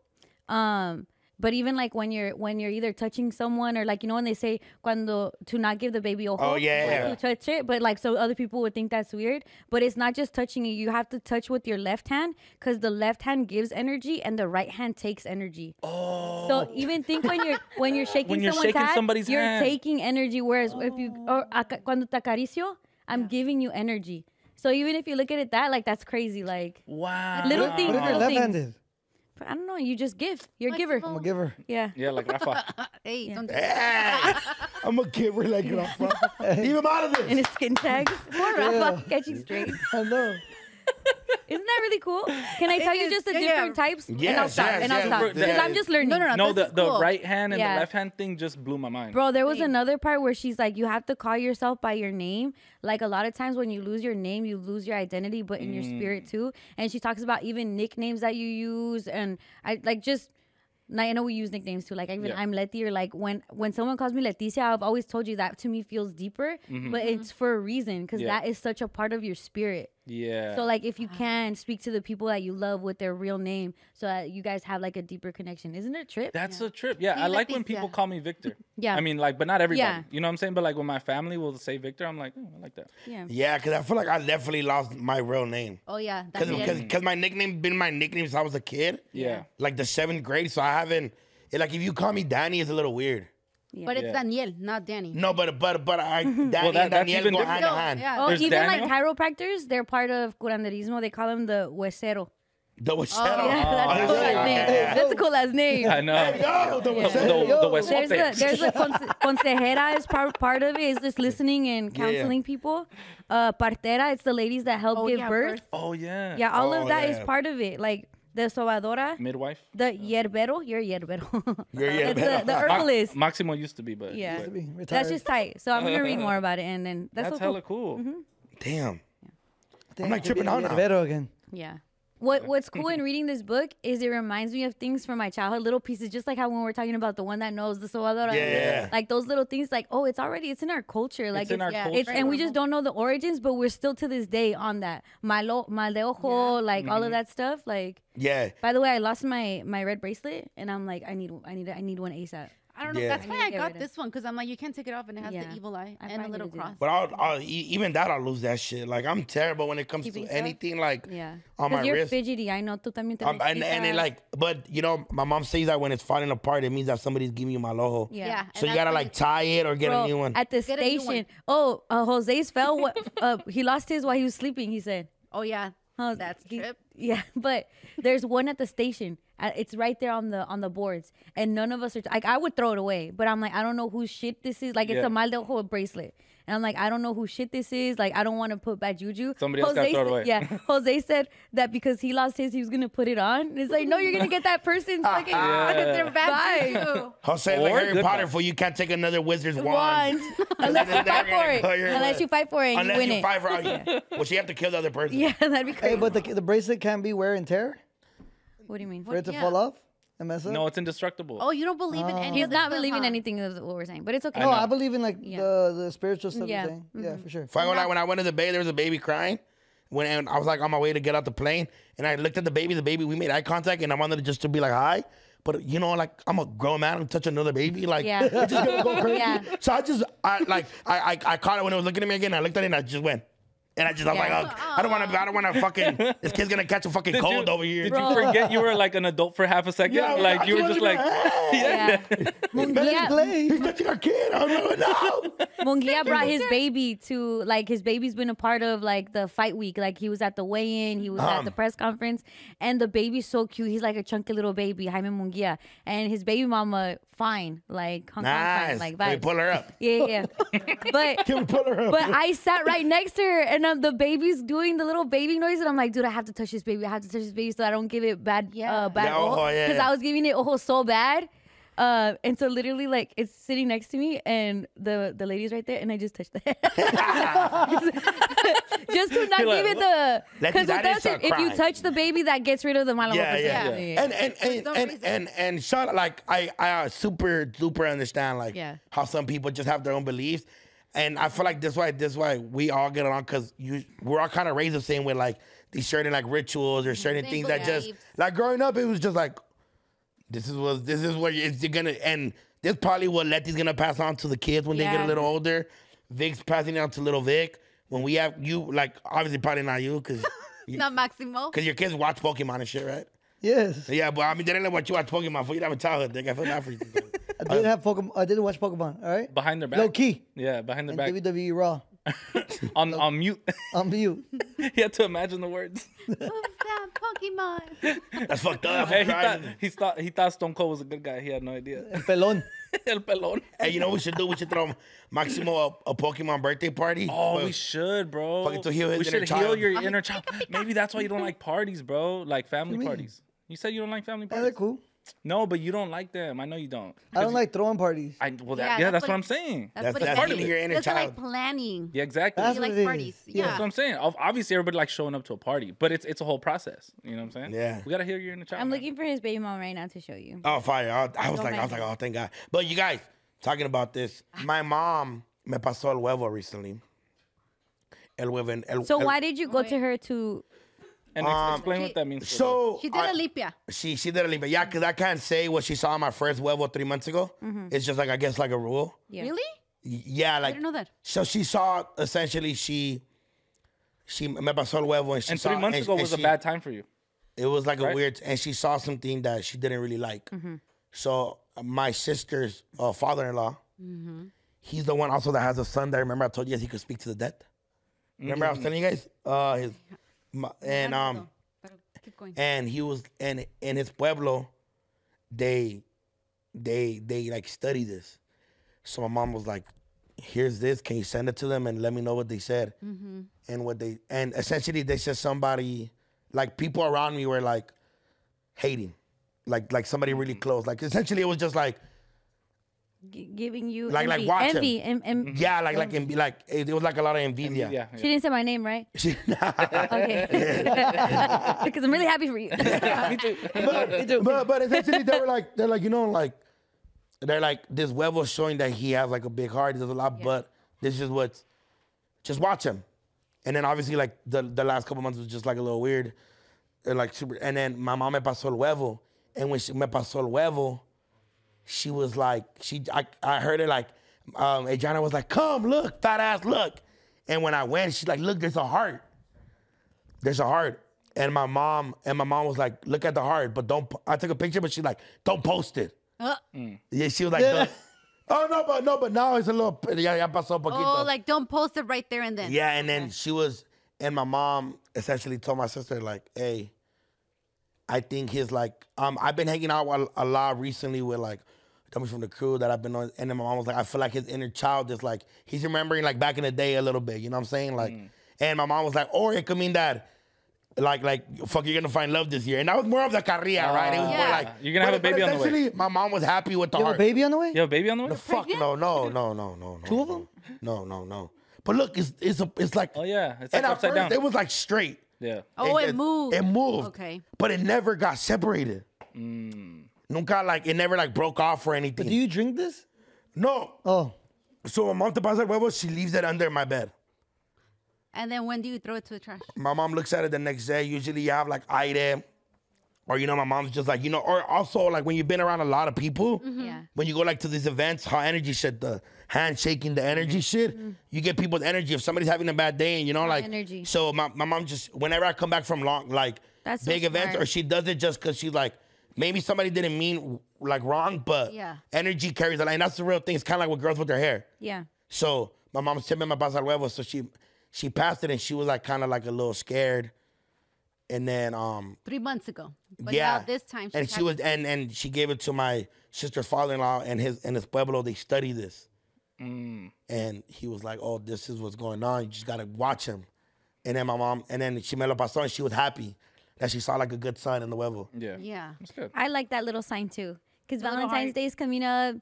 F: Um, but even like when you're when you're either touching someone or like you know when they say cuando to not give the baby ojo,
C: Oh, yeah.
F: to touch it, but like so other people would think that's weird. But it's not just touching it; you have to touch with your left hand because the left hand gives energy and the right hand takes energy. Oh, so even think when you're when you're shaking
D: When you're
F: someone's
D: shaking
F: hand,
D: somebody's
F: you're
D: hand.
F: taking energy. Whereas if you
C: Oh.
F: or aca- cuando te acaricio, I'm giving you energy. So even if you look at it that like that's crazy, like
D: Wow.
F: Little
G: What
F: things,
G: if you're
F: little things.
G: left-handed?
F: But I don't know. You just give. You're a giver.
G: I'm a giver.
F: Yeah.
D: Yeah, like Rafa.
E: Hey, don't do
C: Eh. I'm gonna get rid of that. Leave him out of this.
F: In his skin tags. Poor Rafa. Catching straight.
G: I know.
F: Isn't that really cool? Can I
E: It
F: tell you
E: is-
F: just the
E: yeah, yeah.
F: different types? and I'll
D: Yes,
F: stop.
D: yes,
F: and I'll
D: yes,
F: stop.
D: super-
F: Because I'm just learning.
D: no, the, the right hand and the left hand thing just blew my mind.
F: Bro, there was another part where she's like, you have to call yourself by your name. Like a lot of times when you lose your name, you lose your identity, but in your
D: Mm.
F: spirit too. And she talks about even nicknames that you use, and I like just. and I know we use nicknames too. Like even
I: Yeah.
F: I'm Letty, or like when when someone calls me Leticia, I've always told you that to me feels deeper,
D: Mhm.
F: but it's for a reason because
D: Yeah.
F: that is such a part of your spirit.
D: Yeah.
F: So like if you can speak to the people that you love with their real name, so that you guys have like a deeper connection. Isn't it a trip?
D: That's a trip. Yeah, I like when people call me Victor.
F: Yeah.
D: I mean, like, but not everybody.
F: Yeah.
D: You know what I'm saying? But like when my family will say Victor, I'm like, oh, I like that.
F: Yeah.
C: Yeah, because I feel like I definitely lost my real name.
E: Oh yeah, that's
C: Because because my nickname been my nickname since I was a kid.
D: Yeah.
C: Like the seventh grade, so I haven't. it- like if you call me Danny, it's a little weird.
E: But it's Daniel, not Danny.
C: No, but but but I Danny
D: that-
C: and
D: that's
C: Daniel
D: even
C: go hand in
D: different.
C: hand.
F: Oh, even like chiropractors, they're part of curanderismo. They call them the huesero.
C: The was
F: Oh, yeah, that's a cool last name. That's a cool last name.
D: Oh, I know. Hey, yo, the
F: Yeah.
D: huesero. The- the huesote.
F: There's a, there's a conse- consejera is part, part of it. Is just listening and
D: Yeah, yeah.
F: counseling people. Uh, partera, it's the ladies that help give birth.
D: Oh yeah.
F: Yeah, all of that is
D: yeah.
F: part of it. Like the sobadora,
D: Midwife.
F: the yerbero. You're yerbero.
D: Yeah,
F: yeah, It's better. the- the herbalist.
D: Maximo used to be, but
F: yeah,
D: but-
F: that's just tight. So I'm gonna read more about it, and then that's,
D: That's
F: so
D: hella cool.
F: Mm-hmm.
C: Damn.
G: Damn,
C: I'm like
G: could be
C: tripping out
G: the
C: now.
G: Vero again.
F: Yeah. What What's cool in reading this book is it reminds me of things from my childhood, little pieces, just like how when we're talking about the one that knows the sobadora,
I: Yeah.
F: like those little things, like oh, it's already it's in our culture, like
I: It's in our
F: yeah,
I: culture.
F: and we just don't know the origins, but we're still to this day on that malo, mal de ojo, like
I: Mhm.
F: all
C: Mm-hmm.
F: of that stuff. Like,
C: Yeah.
F: by the way, I lost my my red bracelet, and I'm like, I need I need I need one asap.
E: I don't know.
C: Yeah.
E: That's
F: I need
E: why I
F: to get
E: got
F: rid of-
E: this one because I'm like, you can't take it off, and it has the evil eye and a little cross.
C: But I'll, I'll, e- even that I'll lose that shit. Like I'm terrible when it comes
F: Keeping
C: to
F: stuff?
C: anything like
F: Yeah,
C: on
F: 'Cause
C: my
F: you're
C: wrist.
F: fidgety. I know. Tú también te
C: Um, and, and it
F: despisas.
C: like, but you know, my mom says that when it's falling apart, it means that somebody's giving you malojo.
F: Yeah. Yeah,
C: So
F: and
C: you
F: that's
C: gotta
F: when
C: like tie it or get
F: Bro,
C: a new one.
F: At the
E: Get a new one.
F: station. Oh, uh, Jose's fell. What, uh, he lost his while he was sleeping, he said.
E: Oh, yeah.
F: That's trip. Yeah, but there's one at the station. Uh, It's right there on the on the boards, and none of us are like I would throw it away, but I'm like I don't know whose shit this is. Like it's
D: Yeah.
F: a mal de ojo bracelet, and I'm like I don't know whose shit this is. Like I don't want to put bad juju.
D: Somebody else gotta
F: Jose
D: throw
F: said-
D: it away.
F: Yeah, Jose said that because he lost his, he was gonna put it on. It's like no, you're gonna get that person's
D: Ah,
F: fucking
C: Yeah.
F: bad
E: juju.
C: Jose, like
D: Or
C: Harry
D: good
C: Potter, for you can't take another wizard's wand.
F: Wand. Unless you fight for it.
C: Put your-
F: Unless you fight for it, and
C: Unless
F: you win
C: you
F: it.
C: fight for it. Well, she have to kill the other person.
F: Yeah, that'd be crazy.
G: Hey, but the, the bracelet can be wear and tear
F: What do you mean?
G: for it to fall off and mess up.
D: No, it's indestructible.
F: Oh, you don't believe in
G: Oh.
F: any. He's not believing anything of what we're saying, but it's okay.
G: No, I believe in like the, the spiritual stuff.
F: Yeah. Mm-hmm.
G: Yeah, thing. yeah, for sure.
C: If I go like when I went to the bay, there was a baby crying. When and I was like on my way to get out the plane, and I looked at the baby. The baby, we made eye contact, and I wanted just to be like hi. But you know, like I'm a grown man, I'm touching another baby, like
I: Yeah.
C: it's just gonna go crazy.
I: Yeah.
C: So I just, I like, I, I, I caught it when it was looking at me again. I looked at it, and I just went, and I just, I was
D: Yeah.
C: like, oh, I don't want to, I don't want to fucking. this kid's gonna catch a fucking
D: Did
C: cold
D: you,
C: over here.
D: Did you forget you were like an adult for half a second?
C: Yeah, I was
D: like
C: like,
D: you
C: I
D: were just like, yeah.
F: Yeah.
C: He's touching our kid. I don't know.
F: Mungia brought his baby to like his baby's been a part of like the fight week. Like he was at the weigh-in, he was at
I: Um.
F: the press conference, and the baby's so cute. He's like a chunky little baby, Jaime Mungia, and his baby mama fine, like Hong Kong
C: Nice.
F: fine, like
C: Can we
F: vibes.
C: pull her up?
F: Yeah, yeah. yeah. but
C: Can we pull her up?
F: But I sat right next to her, and um, the baby's doing the little baby noise, and I'm like, dude, I have to touch this baby. I have to touch this baby so I don't give it bad, uh, bad
I: Yeah,
C: oh,
I: ojo, yeah,
F: because
I: yeah.
F: I was giving it ojo so bad. Uh, and so literally, like, it's sitting next to me, and the the lady's right there, and I just touched that. just to not
C: You're like,
F: give it the
C: Let
F: because
C: the daddy
F: that's
C: start
F: it. If you
C: crying.
F: touch the baby, that gets rid of the malo.
C: yeah, yeah, yeah, And and and and, and and Sean, like I I super duper understand like
F: Yeah.
C: how some people just have their own beliefs, and I feel like this why this why we all get along because you we're all kind of raised the same way like these certain like rituals or certain
I: Same
C: things that just
I: Mm-hmm. beliefs.
C: like growing up it was just like this is what this is what it's gonna and this probably what Letty's gonna pass on to the kids when they get
I: Yeah.
C: a little older. Vic's passing it on to little Vic when we have you like obviously probably not you because.
E: Not Maximo.
C: Because your kids watch Pokemon and shit, right?
G: Yes.
C: Yeah, but I mean, they didn't watch you watch Pokemon for you to have a childhood, dick. I feel bad for you.
G: I
C: Uh,
G: did have Pokemon. I did watch Pokemon. All right.
D: Behind their back.
G: Low key.
D: Yeah, behind their
G: And
D: back.
G: WWE E Raw.
D: On on mute.
G: On mute.
D: you had to imagine the words.
E: Pokemon.
C: That's fucked up.
D: Hey, he, thought,
C: Right.
D: he thought he thought Stone Cold was a good guy. He had no idea.
G: Pelon.
D: El pelón.
C: Hey, you know what we should do? We should throw Maximo a, a Pokemon birthday party.
D: Oh, we should, bro.
C: Fucking to heal his
D: we
C: inner
D: should heal
C: child.
D: your inner child. Maybe that's why you don't like parties, bro. Like family parties. You said you don't like family parties.
G: they're cool.
D: No, but you don't like them. I know you don't.
G: I don't like throwing parties.
D: I well, that, yeah, that's what, I'm saying.
E: That's, what
C: that's
E: it
C: healing
E: is.
C: your inner
E: That's like
C: child.
E: planning.
D: yeah, exactly.
G: That's
E: He
G: what
E: likes
G: it is.
E: parties.
G: Yeah.
D: That's what
E: Yeah.
D: I'm saying. Ob- Obviously, everybody likes showing up to a party, but it's it's a whole process. You know what I'm saying?
C: Yeah.
D: We gotta heal your inner child.
F: I'm
D: man.
F: looking for his baby mom right now to show you.
C: Oh, fire. I, I was
F: Don't
C: like, I was like,
F: mind.
C: oh, thank God. But you guys, talking about this, my mom me pasó el huevo recently. El huevo. en- El,
F: So
C: el-
F: why did you go to her to?
D: And ex-
C: Um,
D: explain what that means. to them.
C: So
E: She did
C: I-
E: a limpia.
C: She she did a limpia. Yeah, because I can't say what she saw on my first huevo three months ago.
F: Mm-hmm.
C: It's just like I guess like a rule.
F: Yeah.
E: Really?
C: Y- Yeah, like
E: didn't know that.
C: So she saw essentially she she me pasó el huevo and she
D: and
C: saw
D: three months
C: and-
D: ago
C: and
D: was a
C: she-
D: bad time for you.
C: It was like a
D: Right?
C: weird, and she saw something that she didn't really like.
D: Mm-hmm.
E: Mm-hmm.
C: So uh, my sister's uh, father-in-law,
F: Mm-hmm.
C: he's the one also that has a son that remember I told you guys he could speak to the dead. Remember I was telling you guys, uh, his, my, and um,
E: Pero keep going.
C: and he was and in his pueblo, they, they they like study this. So my mom was like, "Here's this. Can you send it to them and let me know what they said?"
E: Mm.
F: Mm-hmm.
C: and what they and essentially they said somebody like people around me were like hating like like somebody really
E: Mm.
C: close like essentially it was just like
F: G- giving you
C: Like- like
F: envy,
C: watch him.
F: envy, em- em-
C: Mm-hmm. yeah like like and be like it, it was like a lot of envidia,
D: Yeah.
F: She didn't say my name, right?
C: She-
F: Okay. because I'm really happy for you.
C: but, but but essentially they were like they're like you know like they're like this Wevo showing that he has like a big heart. He does a lot, but this is what. Just watch him, and then obviously like the the last couple months was just like a little weird, and like super. And then my mom me pasó el huevo, and when she me pasó el huevo, she was like she I I heard it like um Adriana was like come look fat ass look, and when I went she's like look there's a heart, there's a heart. And my mom and my mom was like, "Look at the heart, but don't." po-" I took a picture, but she's like, "Don't post it."
E: Uh,
C: Mm. Yeah, she was like, "Duh." oh no, but no, but now it's a little. Ya, ya pasó poquito.
E: oh, like don't post it right there and then.
C: yeah, and then she was, and my mom essentially told my sister like, "Hey, I think he's like, um, I've been hanging out a, a lot recently with like." Coming from the crew that I've been on, and then my mom was like, I feel like his inner child is like he's remembering like back in the day a little bit, you know what I'm saying? Like,
E: Mm.
C: and my mom was like, "Oh, or it could mean that, like, like fuck, you're gonna find love this year, and that was more of the carrilla, right? It was more
E: Yeah.
C: like
D: You're gonna have
C: but-
D: a baby
C: but
D: on the way.
C: essentially, My mom was happy with the
G: You have
C: heart.
G: a baby on the way?
D: You have a baby on the way?
C: The fuck no, no, no, no, no, no. Two
G: of them?
C: No, no, no. But look, it's it's a, it's like
D: Oh, yeah. It's like
C: and at
D: upside
C: first
D: down.
C: it was like straight.
D: yeah.
E: Oh, it, moved.
C: It moved.
E: Okay.
C: But it never got separated.
D: Mm.
C: Nunca like it never like broke off or anything.
G: Do you drink this?
C: no.
G: Oh,
C: So my mom te pasa el huevo, she leaves it under my bed.
E: And then when do you throw it to the trash?
C: My mom looks at it the next day. Usually you have like item. Or you know, my mom's just like, you know, or also like when you've been around a lot of people,
F: Yeah.
C: when you go like to these events, how energy shit, the handshaking, the energy shit, you get people's energy. If somebody's having a bad day, and you know, like
F: energy.
C: So my, my mom just whenever I come back from long like
F: That's so
C: big events,
F: smart.
C: or she does it just because she's like maybe somebody didn't mean like wrong, but
E: Yeah.
C: energy carries a lot, and that's the real thing. It's kind of like with girls with their hair.
F: Yeah.
C: So my mom said, "Me pasa huevo." So she she passed it, and she was like kind of like a little scared, and then um
E: Three months ago. But
C: yeah.
E: now this time she's
C: and she
E: happy.
C: was and and she gave it to my sister's father-in-law and his and his pueblo. They study this, and he was like, "Oh, this is what's going on. You just gotta watch him." And then my mom, and then she met up my son. and She was happy that she saw like a good son in the huevo.
D: Yeah.
E: Yeah.
D: That's good.
F: I like that little sign too, because
E: little
F: Valentine's
E: heart.
F: Day is coming up,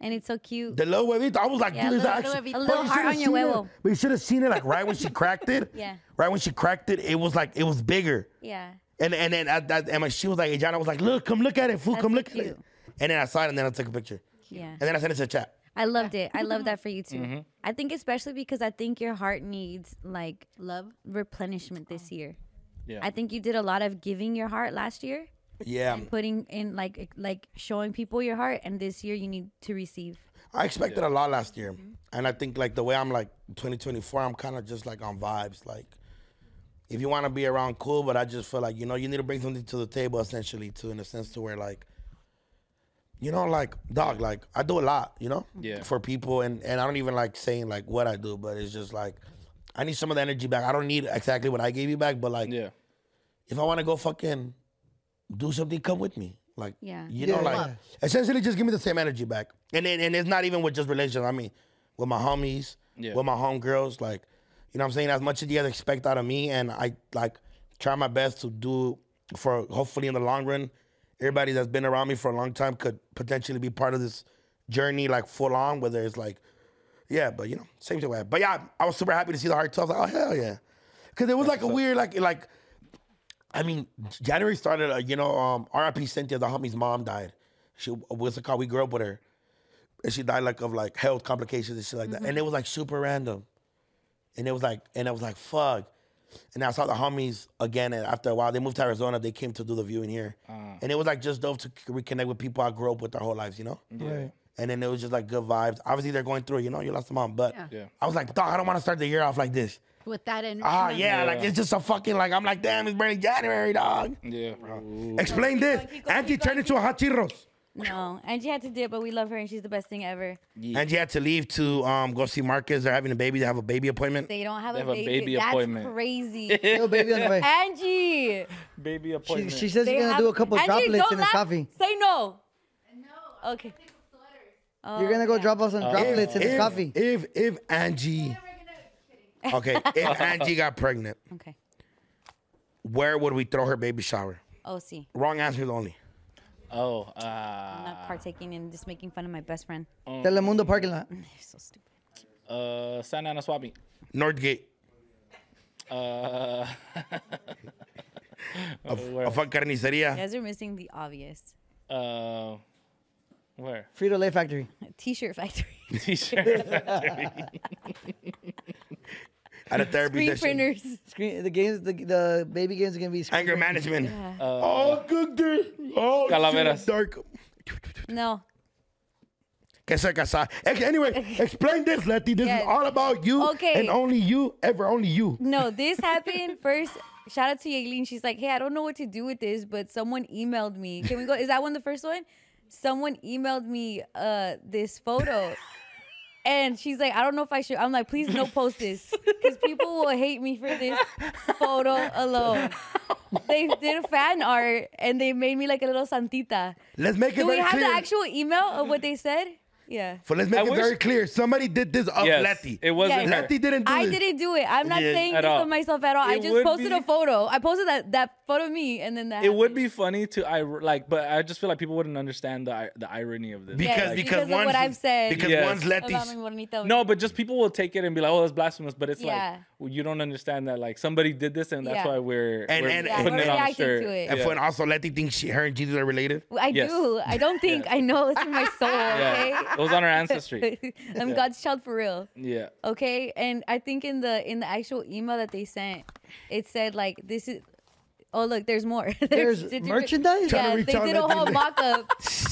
F: and it's so cute.
C: The little huevito, I was like,
F: Yeah,
C: dude, is
F: little
C: that
E: huevito. A
C: actually? but
F: little
C: you
F: heart
C: should've
F: on your
C: seen it-
F: huevo.
C: But you should have seen it like right when she cracked it.
F: Yeah.
C: Right when she cracked it, it was like it was bigger.
F: yeah.
C: And and then at that, and my, she was like, Jana was like, look, come look at it, fool,
F: That's
C: come
F: so
C: look at it.
F: cute.
C: And then I saw it, and then I took a picture,
F: Yeah.
C: and then I sent it to the chat.
F: I loved it. I love that for you too.
D: Mm-hmm.
F: I think especially because I think your heart needs like
E: Love.
F: replenishment this year.
D: Yeah.
F: I think you did a lot of giving your heart last year,
C: Yeah,
F: putting in like ex- like showing people your heart, and this year you need to receive.
C: I expected a lot last year, and I think like the way I'm like 2024, I'm kind of just like on vibes. Like, if you want to be around, cool, but I just feel like you know you need to bring something to the table, essentially, too, in a sense to where like, you know, like dog, like I do a lot, you know,
D: Yeah.
C: for people, and and I don't even like saying like what I do, but it's just like I need some of the energy back. I don't need exactly what I gave you back, but like
D: Yeah.
C: if I want to go fucking do something, come with me. Like,
F: Yeah.
C: you know,
F: Yeah,
C: like
F: yeah.
C: essentially just give me the same energy back. And it, and it's not even with just relations. I mean, with my homies,
D: Yeah.
C: with my homegirls, like, you know what I'm saying? As much as you guys expect out of me, and I like try my best to do for hopefully in the long run, everybody that's been around me for a long time could potentially be part of this journey, like full on, whether it's like, yeah, but you know, same thing. with that. But yeah, I was super happy to see the hard tough. I was like, oh hell yeah. Cause it was like a weird, like like I mean, January started, uh, you know, um, RIP Cynthia, the homie's mom died. She was a car, we grew up with her. And she died like of like health complications and shit like that. And it was like super random. And it was like, and I was like, fuck. And I saw the homies again and after a while. They moved to Arizona. They came to do the viewing here. And it was like just dope to reconnect with people I grew up with their whole lives, you know?
G: Right.
C: And then it was just like good vibes. Obviously, they're going through, it, you know, you lost a mom. But
E: Yeah.
D: Yeah.
C: I was like, dog, I don't want to start the year off like this.
E: with that energy.
C: Ah, yeah, like
D: Yeah.
C: it's just a fucking like I'm like, damn, it's barely January, dog.
D: Yeah, bro.
C: Explain this. Auntie turned into a hot Cheetos.
F: No, and she had to do it, but we love her, and she's the best thing ever.
C: Angie had to leave to um go see Marcus. They're having a baby. They have a baby appointment.
F: They don't have,
D: They
F: a,
D: have a
F: baby.
D: baby
F: That's
D: appointment.
F: crazy.
G: Little baby on the way.
F: Angie,
D: baby
G: She,
D: appointment.
G: she says
F: They
G: you're gonna
F: have-
G: do a couple
F: Angie,
G: droplets
F: don't
G: in the
F: laugh.
G: coffee.
F: Say no. No. Okay. Oh,
G: you're gonna go drop us some droplets in the coffee.
C: If if Angie, okay, if Angie got pregnant,
F: Okay.
C: where would we throw her baby shower?
F: Oh, see,
C: Wrong answers only.
D: oh,
F: I'm
D: uh,
F: not partaking in just making fun of my best friend.
G: Telemundo parking lot.
F: You're so stupid.
D: uh, Santa Ana Swap Meet.
C: Northgate,
D: Uh,
C: a, a fun carniceria.
F: You guys are missing the obvious.
D: uh, where?
G: Frito Lay Factory.
F: T-shirt factory,
D: T-shirt.
C: At a therapy
F: screen
C: session.
F: printers.
G: Screen, the games, the, the baby games are gonna be.
C: Anger management. oh, good day. Oh,
D: Uh, Calaveras.
C: shit, dark.
F: No.
C: Que se casa. Ex- Anyway, explain this, Letty. This
F: Yes.
C: is all about you
F: Okay.
C: and only you, ever only you.
F: No, this happened first. Shout out to Yaelin. She's like, hey, I don't know what to do with this, but someone emailed me. Can we go? Is that one the first one? Someone emailed me uh this photo. And she's like, I don't know if I should. I'm like, please no post this. Because people will hate me for this photo alone. They did a fan art and they made me like a little Santita.
C: Let's make it
F: Do we
C: very
F: have
C: clear.
F: the actual email of what they said? Yeah.
C: For let's make
D: I
C: it
D: wish-
C: very clear. Somebody did this of
D: yes,
C: Letty.
D: It wasn't
F: Yes.
D: her.
C: Letty didn't do
F: I
C: this.
F: didn't do it. I'm not
C: Yeah.
F: saying
D: At
F: this
D: all.
F: of myself at all. I
D: It
F: just
D: would
F: posted
D: be-
F: a photo. I posted that, that photo of me and then that.
D: It would
F: happened.
D: be funny to I like, but I just feel like people wouldn't understand the i- the irony of this.
C: Because
F: Yes,
D: Like,
C: because,
F: because of
C: one's,
F: what I've said.
C: Because
D: Yes.
C: one's
F: about
C: Letty's.
F: mi bonita.
D: no, but just people will take it and be like, "Oh, that's blasphemous," but it's
F: Yeah.
D: like well, you don't understand that like somebody did this, and that's
F: Yeah.
D: why we're
C: And-
D: we're
C: and-
F: Yeah,
D: putting
F: we're
D: it on the
F: reacting to
D: shirt.
F: it.
C: And for- and also Letty thinks she, her and Jesus are related.
F: I
D: Yes.
F: do. I don't think I know. It's in my soul. Okay.
D: Yeah, it was on our ancestry.
F: I'm God's child for real.
D: Yeah,
F: Okay. And I think in the in the actual email that they sent, it said like this is. Oh look, there's more.
G: There's
F: did you-
G: merchandise? Trying
F: Yeah,
C: to
F: they
C: reach out
F: did a
C: and
F: whole
C: do-
F: mock-up.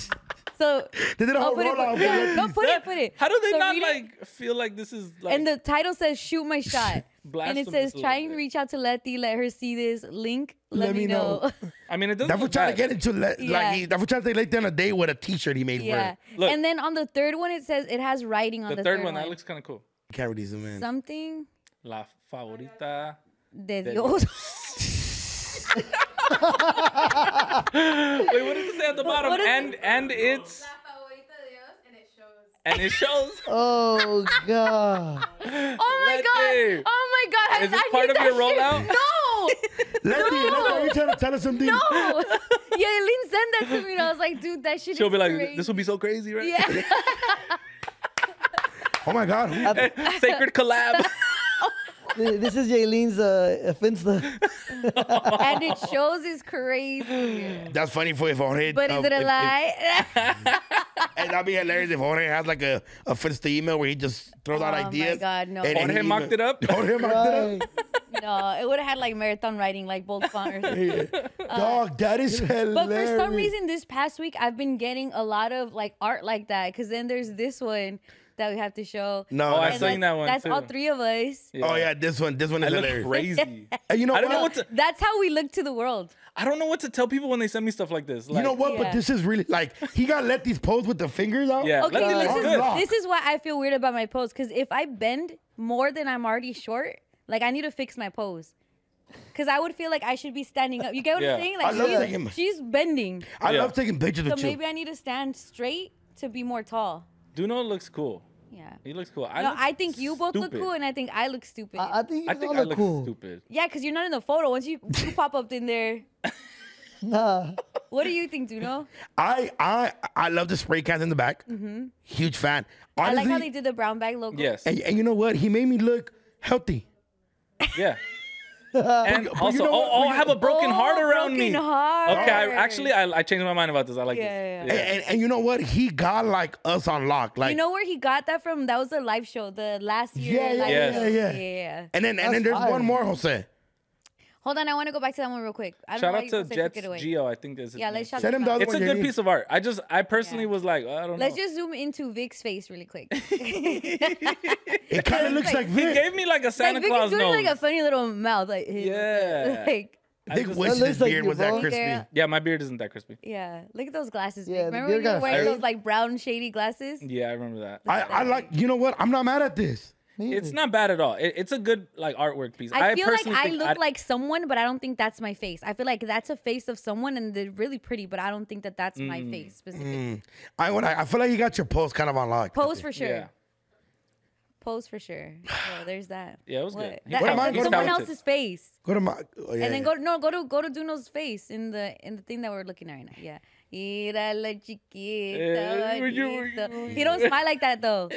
F: So
C: They did a
F: I'll
C: whole
F: put it.
C: roll out.
F: Put, yeah, no, put it. Put it.
D: How do they
F: So
D: not
F: read it.
D: like feel like this is like?
F: and the title says "Shoot My Shot," and it
D: Blasphemous
F: says
D: a little
F: "Try and
D: bit.
F: reach out to Letty. Let her see this link. Let, me know."
D: I mean, it doesn't.
C: That's what
D: look
C: trying to
D: bad.
C: get into let,
F: Yeah.
C: like he, that's what trying to let down a day with a T-shirt he made
F: yeah.
C: for
D: Look.
F: And then on the third one, it says it has writing on
D: The,
F: the,
D: third one that looks kind of cool.
C: her. Cavities, man.
F: something
D: La favorita.
F: de
D: That-
F: Dios.
D: Wait, what does it say at the bottom?
F: what is
D: And and it's and it shows.
G: Oh god.
F: oh my
D: Letty.
F: god! Oh my god! I,
D: Is this
F: I
D: part
F: hate
D: of your
F: that shit.
D: rollout?
C: Letty, Letty, are you trying to tell us something?
F: No, no. yeah, Lynn sent that to me, and I was like, dude, that shit.
D: She'll
F: is
D: be like,
F: crazy.
D: "This would be so crazy, right?"
F: Yeah.
C: Oh my God. who-
D: Sacred collab.
G: Th- this is Jaylene's uh, offense.
F: and it shows is crazy.
C: That's funny for if Jorge.
F: But
C: uh,
F: is it a
C: if- if-
F: lie?
C: And that'd be hilarious if Jorge has like a, a fence to email where he just throws out
F: Oh my
C: ideas.
F: God, no.
C: and- and
D: Jorge
C: he
D: mocked it up.
C: Jorge mocked it up.
F: no, it would have had like marathon writing, like bold font or something.
C: Dog, that is hilarious.
F: But for some reason, this past week, I've been getting a lot of like art like that. Because then there's this one that we have to show.
C: No,
D: Oh, I
C: that's-
D: saw you
F: that's,
D: that one,
F: That's all
D: too.
F: three of us.
C: Oh yeah, this one, this one
D: I
C: is
D: look
C: hilarious.
D: crazy.
C: And you know
D: I don't know
C: what?
D: what to.
F: That's how we look to the world.
D: I don't know what to tell people when they send me stuff like this.
C: you know
D: Like,
C: what?
F: Yeah.
C: But this is really like he got let these pose with the fingers out.
D: Yeah.
F: Okay,
D: Letty
F: this
D: looks
C: Oh,
F: is,
D: good.
F: this is why I feel weird about my pose. Because if I bend more than I'm already short, like I need to fix my pose. Because I would feel like I should be standing up. You get what
C: Yeah.
F: I'm saying?
C: I
F: Like
C: love
F: she's,
C: taking-
F: she's bending.
C: I love taking pictures
F: So
C: with you.
F: maybe I need to stand straight to be more tall.
D: Duno looks cool.
F: Yeah.
D: He looks cool.
F: no,
D: look
F: I think you both
D: stupid.
F: look cool, and I think I look stupid.
G: I think
D: I think I look stupid.
F: Yeah, because you're not in the photo. Once you, you pop up in there,
G: Nah.
F: what do you think, Duno?
C: I I I love the spray cans in the back.
F: Mm-hmm.
C: Huge fan.
F: I like
C: Honestly,
F: how they did the brown bag logo.
C: And, and you know what? He made me look healthy.
D: Yeah. And
C: and
D: also, oh, oh, I have a broken heart around me.
C: broken heart.
D: Okay, I, actually, I, I changed my mind about this. I like
F: Yeah,
D: this.
F: yeah, yeah.
C: And, and you know what? He got like us on lock. Like
F: you know where he got that from? That was a live show, the last year.
C: Yeah, yeah,
F: live
C: yeah,
F: show.
C: yeah, yeah.
F: yeah.
C: and then and then there's
F: That's fire.
C: one more Jose.
F: Hold on, I want to go back to that one real quick. I don't
D: Shout
F: know why
D: out
F: you
D: to
F: said took
D: Jets
F: it away.
D: Geo. I think that's his
F: Yeah,
D: name.
F: let's shout Send him them the out. other
D: It's a
F: one you
D: good
F: need.
D: piece of art. I just, I personally was like, I don't
F: Let's
D: know.
F: just zoom into Vic's face really quick.
C: It kind of looks like
D: He
C: Vic.
D: gave me like a Santa
F: like Vic
D: Claus
F: is doing
D: nose.
F: like a funny little mouth, like
D: Yeah.
F: like
D: I
C: Vic
D: just-
C: wishes That looks his like beard you, was that bro. crispy.
F: Yeah.
D: Yeah, my beard isn't that crispy.
F: yeah. Look at those glasses. Vic.
G: Yeah, the
F: Remember
G: beer
F: when you were
G: got
F: wearing
G: faded.
F: those like brown shady glasses?
D: Yeah, I remember that.
C: I, I like you know what? I'm not mad at this.
D: It's not bad at all. It, it's a good like artwork piece.
F: I feel like
D: personally
F: I
D: think
F: look
D: I'd-
F: like someone, but I don't think that's my face. I feel like that's a face of someone, and they're really pretty, but I don't think that that's my
C: Mm.
F: face. Specifically.
C: Mm. I when I, I feel like you got your pose kind of on lock.
F: Pose for sure.
C: Yeah.
F: Pose for sure. Well, there's that.
D: Yeah, it was
F: What?
D: good.
F: That,
C: What am I-
F: that's
C: what am I-
F: someone else's face.
C: Go to my. oh, yeah,
F: and then go
C: yeah.
F: no go to go to Duno's face in the in the thing that we're looking at right now. Yeah. Mira la chiquita.
D: Eh, were you- were
F: bonito.
D: you-
F: He don't smile like that though.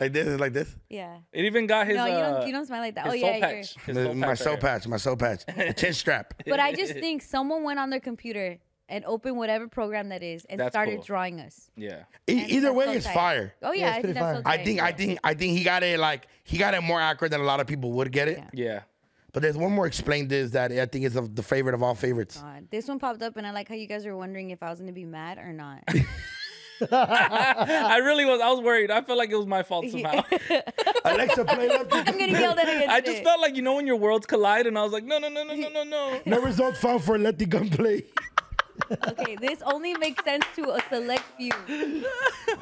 C: Like this, like this.
F: Yeah.
D: It even got his.
F: no, you don't
D: uh,
F: you don't smile like that.
D: his
F: Oh
D: soul
F: yeah. you're-
D: patch. His soul
C: my
D: patch
C: soul
D: right here.
C: patch, my soul patch, the chin strap.
F: But I just think someone went on their computer and opened whatever program that is and
C: That's
F: started
C: cool.
F: drawing us.
D: Yeah.
C: E- either way,
F: so
C: it's
F: tight.
C: fire.
F: Oh, yeah, Yeah, it's I think pretty that's fire. so
C: I
F: tight.
C: think I think I think he got it like he got it more accurate than a lot of people would get it.
D: Yeah.
C: But there's one more explained this that I think is of the favorite of all favorites.
F: God, This one popped up and I like how you guys were wondering if I was gonna be mad or not.
D: I really was. I was worried. I felt like it was my fault somehow.
C: Alexa, play left.
F: I'm getting yelled at again
D: I just
F: today.
D: felt like you know when your worlds collide, and I was like, no, no, no, no, no, no, no.
C: No results found for Let the Gun Play.
F: okay, this only makes sense to a select few.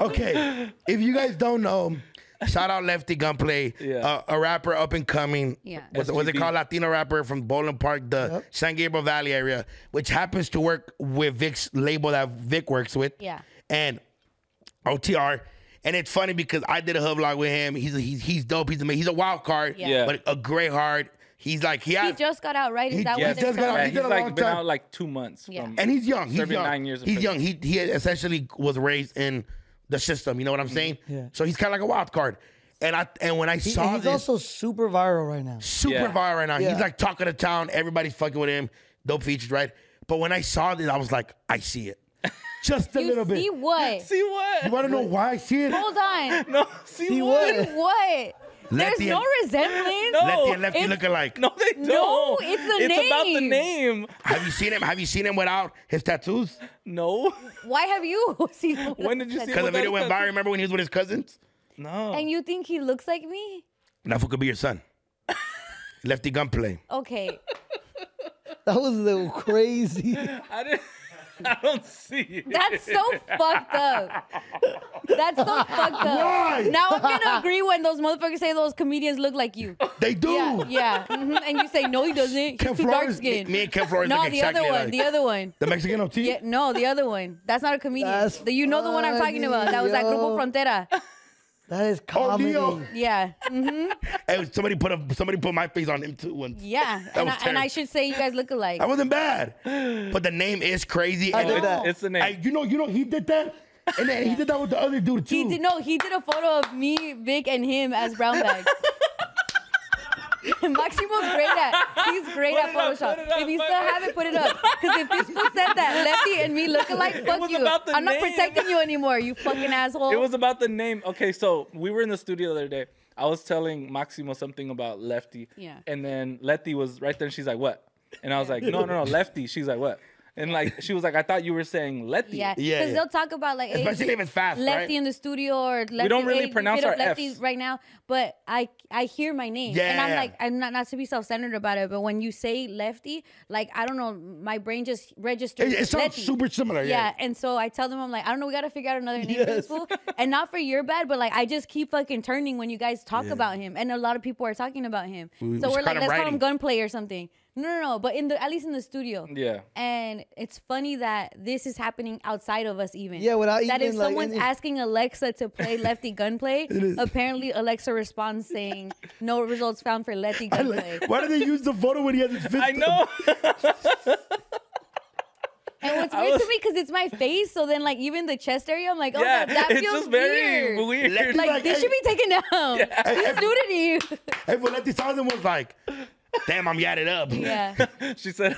C: Okay, if you guys don't know, shout out Lefty Gunplay, uh, a rapper up and coming.
F: Yeah.
C: What's, what's it
D: SGB.
C: called? Latino rapper from Boland Park, the San Gabriel Valley area, which happens to work with Vic's label that Vic works with.
F: Yeah.
C: And OTR. And it's funny because I did a hub vlog with him. He's he's, he's dope. He's amazing. He's a wild card,
F: Yeah. Yeah.
C: but a great heart. He's like he
F: He
C: has
F: just got out, right? Is
C: He
F: that
C: just
F: what they're
C: got out.
F: calling it?
D: Yeah,
C: He did
D: he's
C: a long
D: like been
C: time.
D: out like two months.
F: Yeah.
D: From
C: and he's young. He's
D: serving
C: young.
D: nine years. in
C: He's
D: prison.
C: young. He he essentially was raised in the system. You know what
D: Mm-hmm.
C: I'm saying? Yeah. So he's kind of like a wild card. And I and when I
G: He-
C: saw
G: he's
C: this,
G: also super viral right now.
C: super viral right now.
G: Yeah.
C: He's like talking to town. Everybody's fucking with him. Dope features, right? But when I saw this, I was like, I see it. Just a little bit.
F: See what?
D: See what?
C: You want to know why I see it?
F: Hold on.
D: No, see,
G: See
D: what?
G: what?
F: See what? There's
C: Lefty
F: no
C: and-
F: resemblance.
C: Lefty and lefty look alike.
D: No, they don't.
F: No, it's the
D: It's about the
F: name.
D: name.
C: Have you seen him? Have you seen him without his tattoos?
D: No.
F: Why have you seen all
D: When
F: of
D: did you oh.
F: that?
D: see
C: Because the
D: without
C: video
D: his
C: went viral.
D: tattoos?
C: Remember when he was with his cousins?
D: No.
F: And you think he looks like me?
C: That could be your son. Lefty Gunplay.
F: Okay.
G: That was a little crazy.
D: I didn't. I don't see it.
F: That's so fucked up. That's so fucked up.
C: Why?
F: Now I'm gonna agree when those motherfuckers say those comedians look like you.
C: They do.
F: Yeah, yeah. hmm And you say no, he doesn't.
C: Ken
F: He's too dark
C: Flores.
F: skinned.
C: Me and Ken Flores
F: No,
C: look
F: the
C: exactly
F: other one.
C: alike. Oh,
F: The other one.
C: The Mexican OT.
F: Yeah, no, the other one. That's not a comedian.
G: That's
F: The- you know the one I'm talking about. That was at Grupo
G: funny,
F: Frontera.
G: That is
C: Oh,
G: comedy.
C: Neo.
F: Yeah. hmm
C: Hey, somebody put a, somebody put my face on him too. Once.
F: Yeah.
C: That
F: And
C: was
F: I, and I
C: terrible.
F: should say you guys look alike.
C: That wasn't bad, but the name is crazy.
G: I
C: and
G: did
C: it's-
G: that.
D: It's the name.
C: I- you know, you know, he did that, and then he did that with the other dude too.
F: He did no. He did a photo of me, Vic, and him as brown bags. Maximo's great at. He's great
D: Put
F: at
D: it up, put
F: Photoshop.
D: it up,
F: if you
D: put
F: still
D: it up.
F: have it, put it up. Because if this fool said that, Lefty and me look alike, fuck
D: was
F: you.
D: about the
F: I'm not
D: name.
F: protecting you anymore. You fucking asshole.
D: It was about the name. Okay, so we were in the studio the other day. I was telling Maximo something about Lefty.
F: Yeah.
D: And then Letty was right there and she's like, what? And I was like, no, no, no, Lefty. She's like, what? And like she was like, I thought you were saying Letty.
F: Yeah, because they'll talk about like
D: Especially if it's fast,
F: lefty
D: right?
F: in the studio or lefty.
D: don't really
F: hey, we
D: pronounce
F: hit up
D: our
F: lefty
D: Fs.
F: right now, but I I hear my name and I'm
D: Yeah.
F: like I'm not not to be self centered about it, but when you say lefty, like I don't know, my brain just registers.
C: It- it sounds
F: lefty.
C: super similar, yeah.
F: and so I tell them I'm like I don't know, we gotta figure out another name for
C: Yes.
F: this fool, and not for your bad, but like I just keep fucking turning when you guys talk
C: Yeah.
F: about him, and a lot of people are talking about him,
D: We- we
F: so
D: should
F: we're
D: call
F: like
D: him
F: let's call
D: Righty.
F: him Gunplay or something. No, no, no, but in the at least in the studio.
D: Yeah.
F: And it's funny that this is happening outside of us, even.
G: Yeah, without
F: that if
G: even, like,
F: someone's
G: any-
F: asking Alexa to play Lefty Gunplay,
C: It is.
F: apparently Alexa responds saying, "No results found for Lefty Gunplay."
C: Why do they use the photo when he has his fist? I
D: know.
F: and what's
D: I
F: weird to
D: was-
F: me because it's my face, so then like even the chest area, I'm like, "Oh,
D: Yeah,
F: that, that
D: it's
F: feels
D: just very
F: weird."
D: weird.
F: Like,
D: Lefty's like,
F: this
D: "Hey."
F: should be taken out. This nudity.
C: Hey, well, Letty Solomon was like, damn, I'm yadded up.
F: Yeah.
D: she said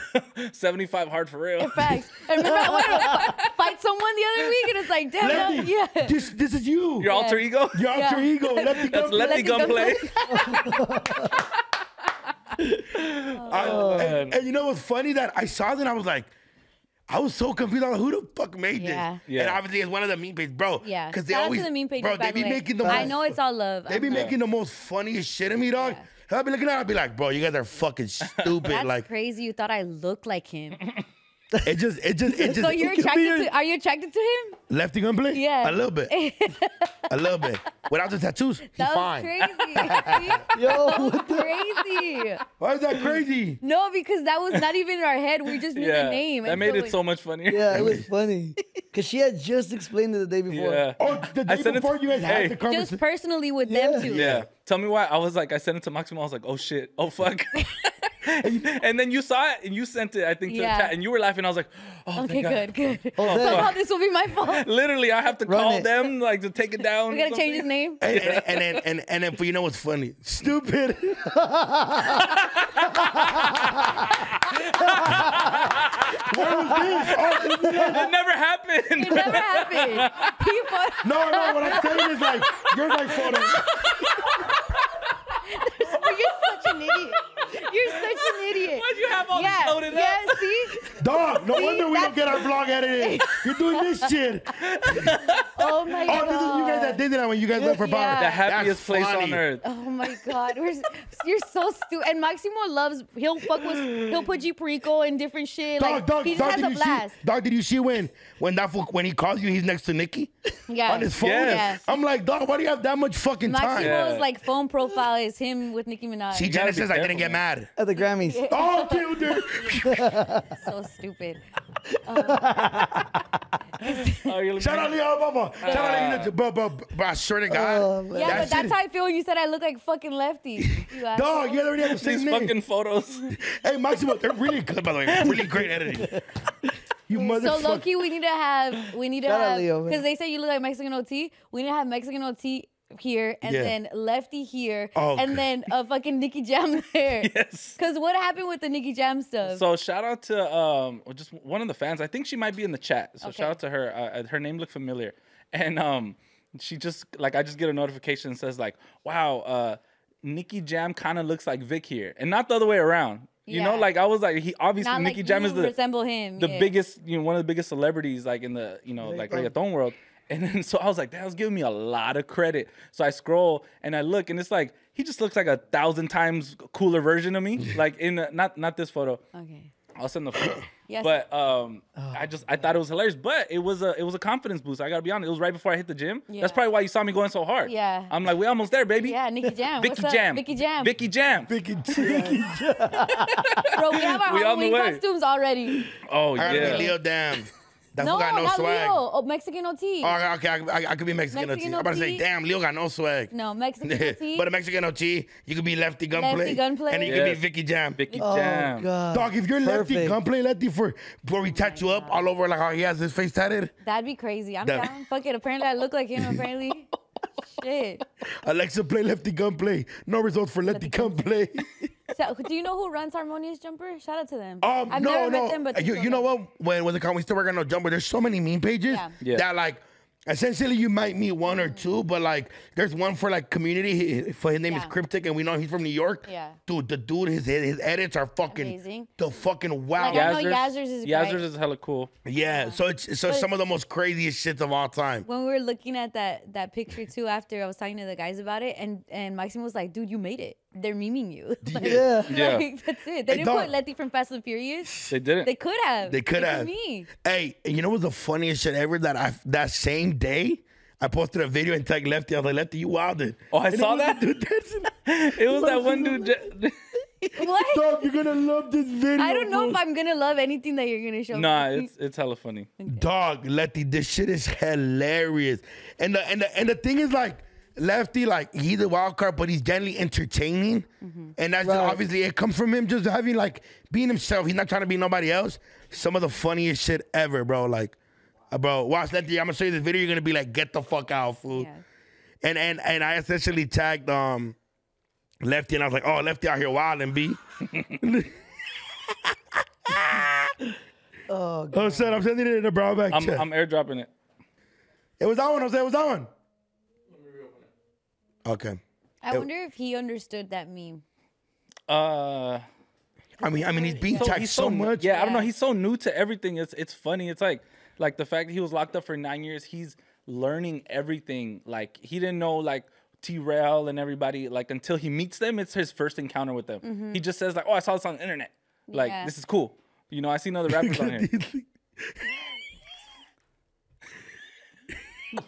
D: 75 hard for real.
F: Facts. And remember, I went to fi- fight someone the other week, and it's like, damn,
D: Lefty,
F: yeah.
C: This, this is you.
D: Your alter ego?
C: Your alter
F: Yeah.
C: ego. Letty
D: That's
C: Gunplay.
D: Letty Gunplay.
C: I- and, and you know what's funny? That I saw that and I was like, I was so confused. I was like, who the fuck made
F: Yeah.
C: this?
D: Yeah.
C: And obviously, it's one of the meme pages, bro.
F: Yeah.
C: Because they
F: Shout out
C: always,
F: to the meme pages,
C: bro,
F: by
C: they
F: the
C: be
F: way.
C: making the
F: I
C: most-
F: know it's all love.
C: They be making the most funniest shit of me, dog. And I'll be looking at, it, I'll be like, bro, you guys are fucking stupid.
F: That's
C: like,
F: crazy. You thought I looked like him.
C: it just, it just, it just.
F: so you're attracted to? Are you attracted to him?
C: Lefty Gunplay?
F: Yeah.
C: A little bit. A little bit. Without the tattoos, he's
F: That was
C: fine.
F: crazy.
G: Yo,
F: that was crazy.
C: Why is that crazy?
F: No, because that was not even in our head. We just knew the name.
D: That
F: and
D: made it
F: we-
D: so much funnier.
G: Yeah, it was funny. Cause she had just explained it the day before.
D: Yeah.
C: Oh, the
D: I
C: day
D: sent it
C: before
D: to-
C: you guys had
D: Hey.
C: the
F: Just
C: conversation.
F: personally with them two.
D: Yeah. Tell me why. I was like, I sent it to Maximo. I was like, oh shit. Oh fuck. and then you saw it and you sent it, I think, to
F: Yeah.
D: the chat. And you were laughing. I was like, oh,
F: Okay,
D: thank God.
F: good, good.
G: Oh,
D: fuck.
F: Somehow this will be my fault.
D: Literally, I have to
G: Run
D: call
G: it.
D: them like to take it down.
F: We
D: or
F: gotta change his
D: something.
F: name.
C: And, and, and, and, and, and then, but you know what's funny? Stupid. Where was this? Oh,
D: It never happened.
F: It never happened. He put
C: no, no, what I'm saying is like, you're like photo.
F: you're such an idiot. You're such an idiot.
D: Why'd you have all this
F: yeah,
D: loaded up?
F: yeah, see?
C: Dog, no
F: See,
C: wonder we
F: that's-
C: don't get our vlog edited. You're doing this shit.
F: Oh my
C: Oh,
F: god.
C: this is you guys that did that when you guys left for power.
F: Yeah.
D: The happiest place
C: funny.
D: on earth.
F: Oh my God, We're, s- you're so stupid. And Maximo loves he'll fuck with he'll put G Perico and different shit.
C: Dog,
F: like
C: dog,
F: he just
C: dog,
F: has
C: did
F: a
C: you
F: blast.
C: see? Dog, did you see when when that fool, when he calls you, he's next to Nikki
F: Yeah.
C: on his phone?
D: Yes.
C: I'm like, dog, why do you have that much fucking time?
F: Maximo's
D: Yeah.
F: like phone profile is him with Nicki Minaj.
C: See,
D: gotta
C: Jenna
D: be
C: says I
D: careful,
C: didn't get mad.
G: At the Grammys.
C: Oh, killed her.
F: so stupid.
D: Oh, you're
C: Shout out
D: looking- Uh,
C: Leon Bubba. Shout out Leon Bubba. But, but I swear to God.
F: Oh, Yeah,
C: that
F: but that's
C: shit-
F: how I feel when you said I look like fucking lefty. You asshole.
C: Dog, you already have the
D: These
C: same name.
D: fucking photos.
C: Hey, Maximo, they're really good, by the way. Really great editing. You
F: So
C: motherfucker.
F: low key, we need to have we need to
G: Shout out
F: have
G: Leo, man.
F: because they say you look like Mexican OT. We need to have Mexican OT here and
C: Yeah.
F: then Lefty here
C: Oh,
F: and
C: good.
F: then a fucking Nicki Jam there.
D: Yes.
F: Because what happened with the Nicki Jam stuff?
D: So shout out to um just one of the fans. I think she might be in the chat. So
F: Okay.
D: shout out to her. Uh, her name looked familiar, and um she just like I just get a notification that says like wow uh Nikki Jam kind of looks like Vic here, and not the other way around. You know,
F: Yeah.
D: like I was like he obviously
F: Not
D: Nikki
F: like
D: Jam
F: you
D: is the
F: resemble him.
D: the
F: yeah.
D: biggest you know one of the biggest celebrities like in the you know like reggaeton world. And then so I was like, that was giving me a lot of credit. So I scroll and I look, and it's like he just looks like a thousand times cooler version of me. Like in uh, not not this photo.
F: Okay.
D: I'll send the photo.
F: Yes.
D: But um, I just I thought it was hilarious. But it was a it was a confidence boost. I gotta be honest. It was right before I hit the gym.
F: Yeah.
D: That's probably why you saw me going so hard.
F: Yeah.
D: I'm like, we almost there, baby.
F: Yeah, Nicki Jam.
D: Vicky
F: What's up?
D: Jam.
F: Vicky Jam.
D: Vicky Jam.
F: Bro, we have our
D: We on the
F: Halloween
D: way.
F: costumes already.
D: Oh
C: I gotta
D: yeah.
C: be Leo Damn. That
F: no,
C: fool got no
F: not
C: swag.
F: Leo. Oh, Mexican OT.
C: Oh, okay, okay, I, I, I could be Mexican,
F: Mexican
C: OT. I'm about to say,
F: OT.
C: damn, Leo got no swag.
F: No, Mexican OT.
C: but a Mexican OT, you could be lefty gunplay.
F: Lefty Gunplay.
C: And you could
D: Yes.
C: be Vicky Jam.
D: Vicky
G: Oh
D: Jam.
G: God.
C: Dog, if you're lefty
G: Perfect.
C: gunplay, lefty for before we tattoo up all over like how he has his face tatted.
F: That'd be crazy. I'm
C: That-
F: down. Fuck it. Apparently, I look like him. Apparently. Shit.
C: Alexa play lefty gunplay. No results for lefty gunplay.
F: So, do you know who runs Harmonious Jumper? Shout out to them.
C: Um,
F: I've
C: no,
F: never
C: no.
F: met them, but
C: you,
F: they
C: you
F: know
C: know
F: them.
C: what? When was it called? We still working on Jumbo. There's so many meme pages
F: Yeah. Mm.
D: Yeah.
C: that like Essentially, you might meet one or two, but like, there's one for like community. He- For his name is
F: Yeah.
C: Cryptic, and we know he's from New York.
F: Yeah.
C: Dude, the dude, his his edits are fucking
F: Amazing.
C: the fucking wow.
F: Like, I know Yazzers is
D: Yazzers
F: great.
D: is hella cool.
C: Yeah, so it's so
F: But-
C: some of the most craziest shits of all time.
F: when we were looking at that that picture too after I was talking to the guys about it and and Maximo was like, dude, you made it. They're memeing you. Like,
C: Yeah.
D: Yeah.
F: like, that's it. They
C: Hey,
F: didn't
C: dog.
F: put Letty from Fast and Furious.
D: They didn't.
F: They could have.
C: They could
F: Look at
C: have.
F: Me.
C: Hey, and you know what's the funniest shit ever? That I that same day, I posted a video and tagged Lefty. I was like, Lefty, you wilded.
D: oh, I
C: And it
D: saw
C: was the
D: that.
C: dude dancing.
D: it was that one dude. Ja-
F: What?
C: Dog, you're gonna love this video.
F: I don't know
C: bro.
F: if I'm gonna love anything that you're gonna show
D: nah,
F: me.
D: it's it's hella funny.
C: Dog, Lefty, this shit is hilarious. And the and the and the thing is like Lefty, like he's a wild card, but he's generally entertaining.
F: Mm-hmm.
C: And that's just-
G: Right.
C: obviously it comes from him just having like being himself. He's not trying to be nobody else. Some of the funniest shit ever, bro. Like, uh, bro, watch Lefty. I'm gonna show you this video. You're gonna be like, get the fuck out, fool.
F: Yeah.
C: And and and I essentially tagged um Lefty and I was like, oh, Lefty out here wilding, B.
G: Oh,
C: Oh, son, I'm sending it in the brown back
D: I'm
C: chat.
D: I'm airdropping it.
C: It was that one. I was. It was that one. Okay.
F: I wonder if he understood that meme.
D: Uh,
C: I mean, I mean, he's being tagged so,
D: new-
C: much.
D: Yeah, I don't know.
F: Yeah.
D: He's so new to everything. It's it's funny. It's like like the fact that he was locked up for nine years. He's learning everything. Like he didn't know like T Rail and everybody. Like until he meets them, it's his first encounter with them. He just says like, "Oh, I saw this on the internet. Like
F: Mm-hmm. Yeah.
D: this is cool." You know, I seen other rappers on here.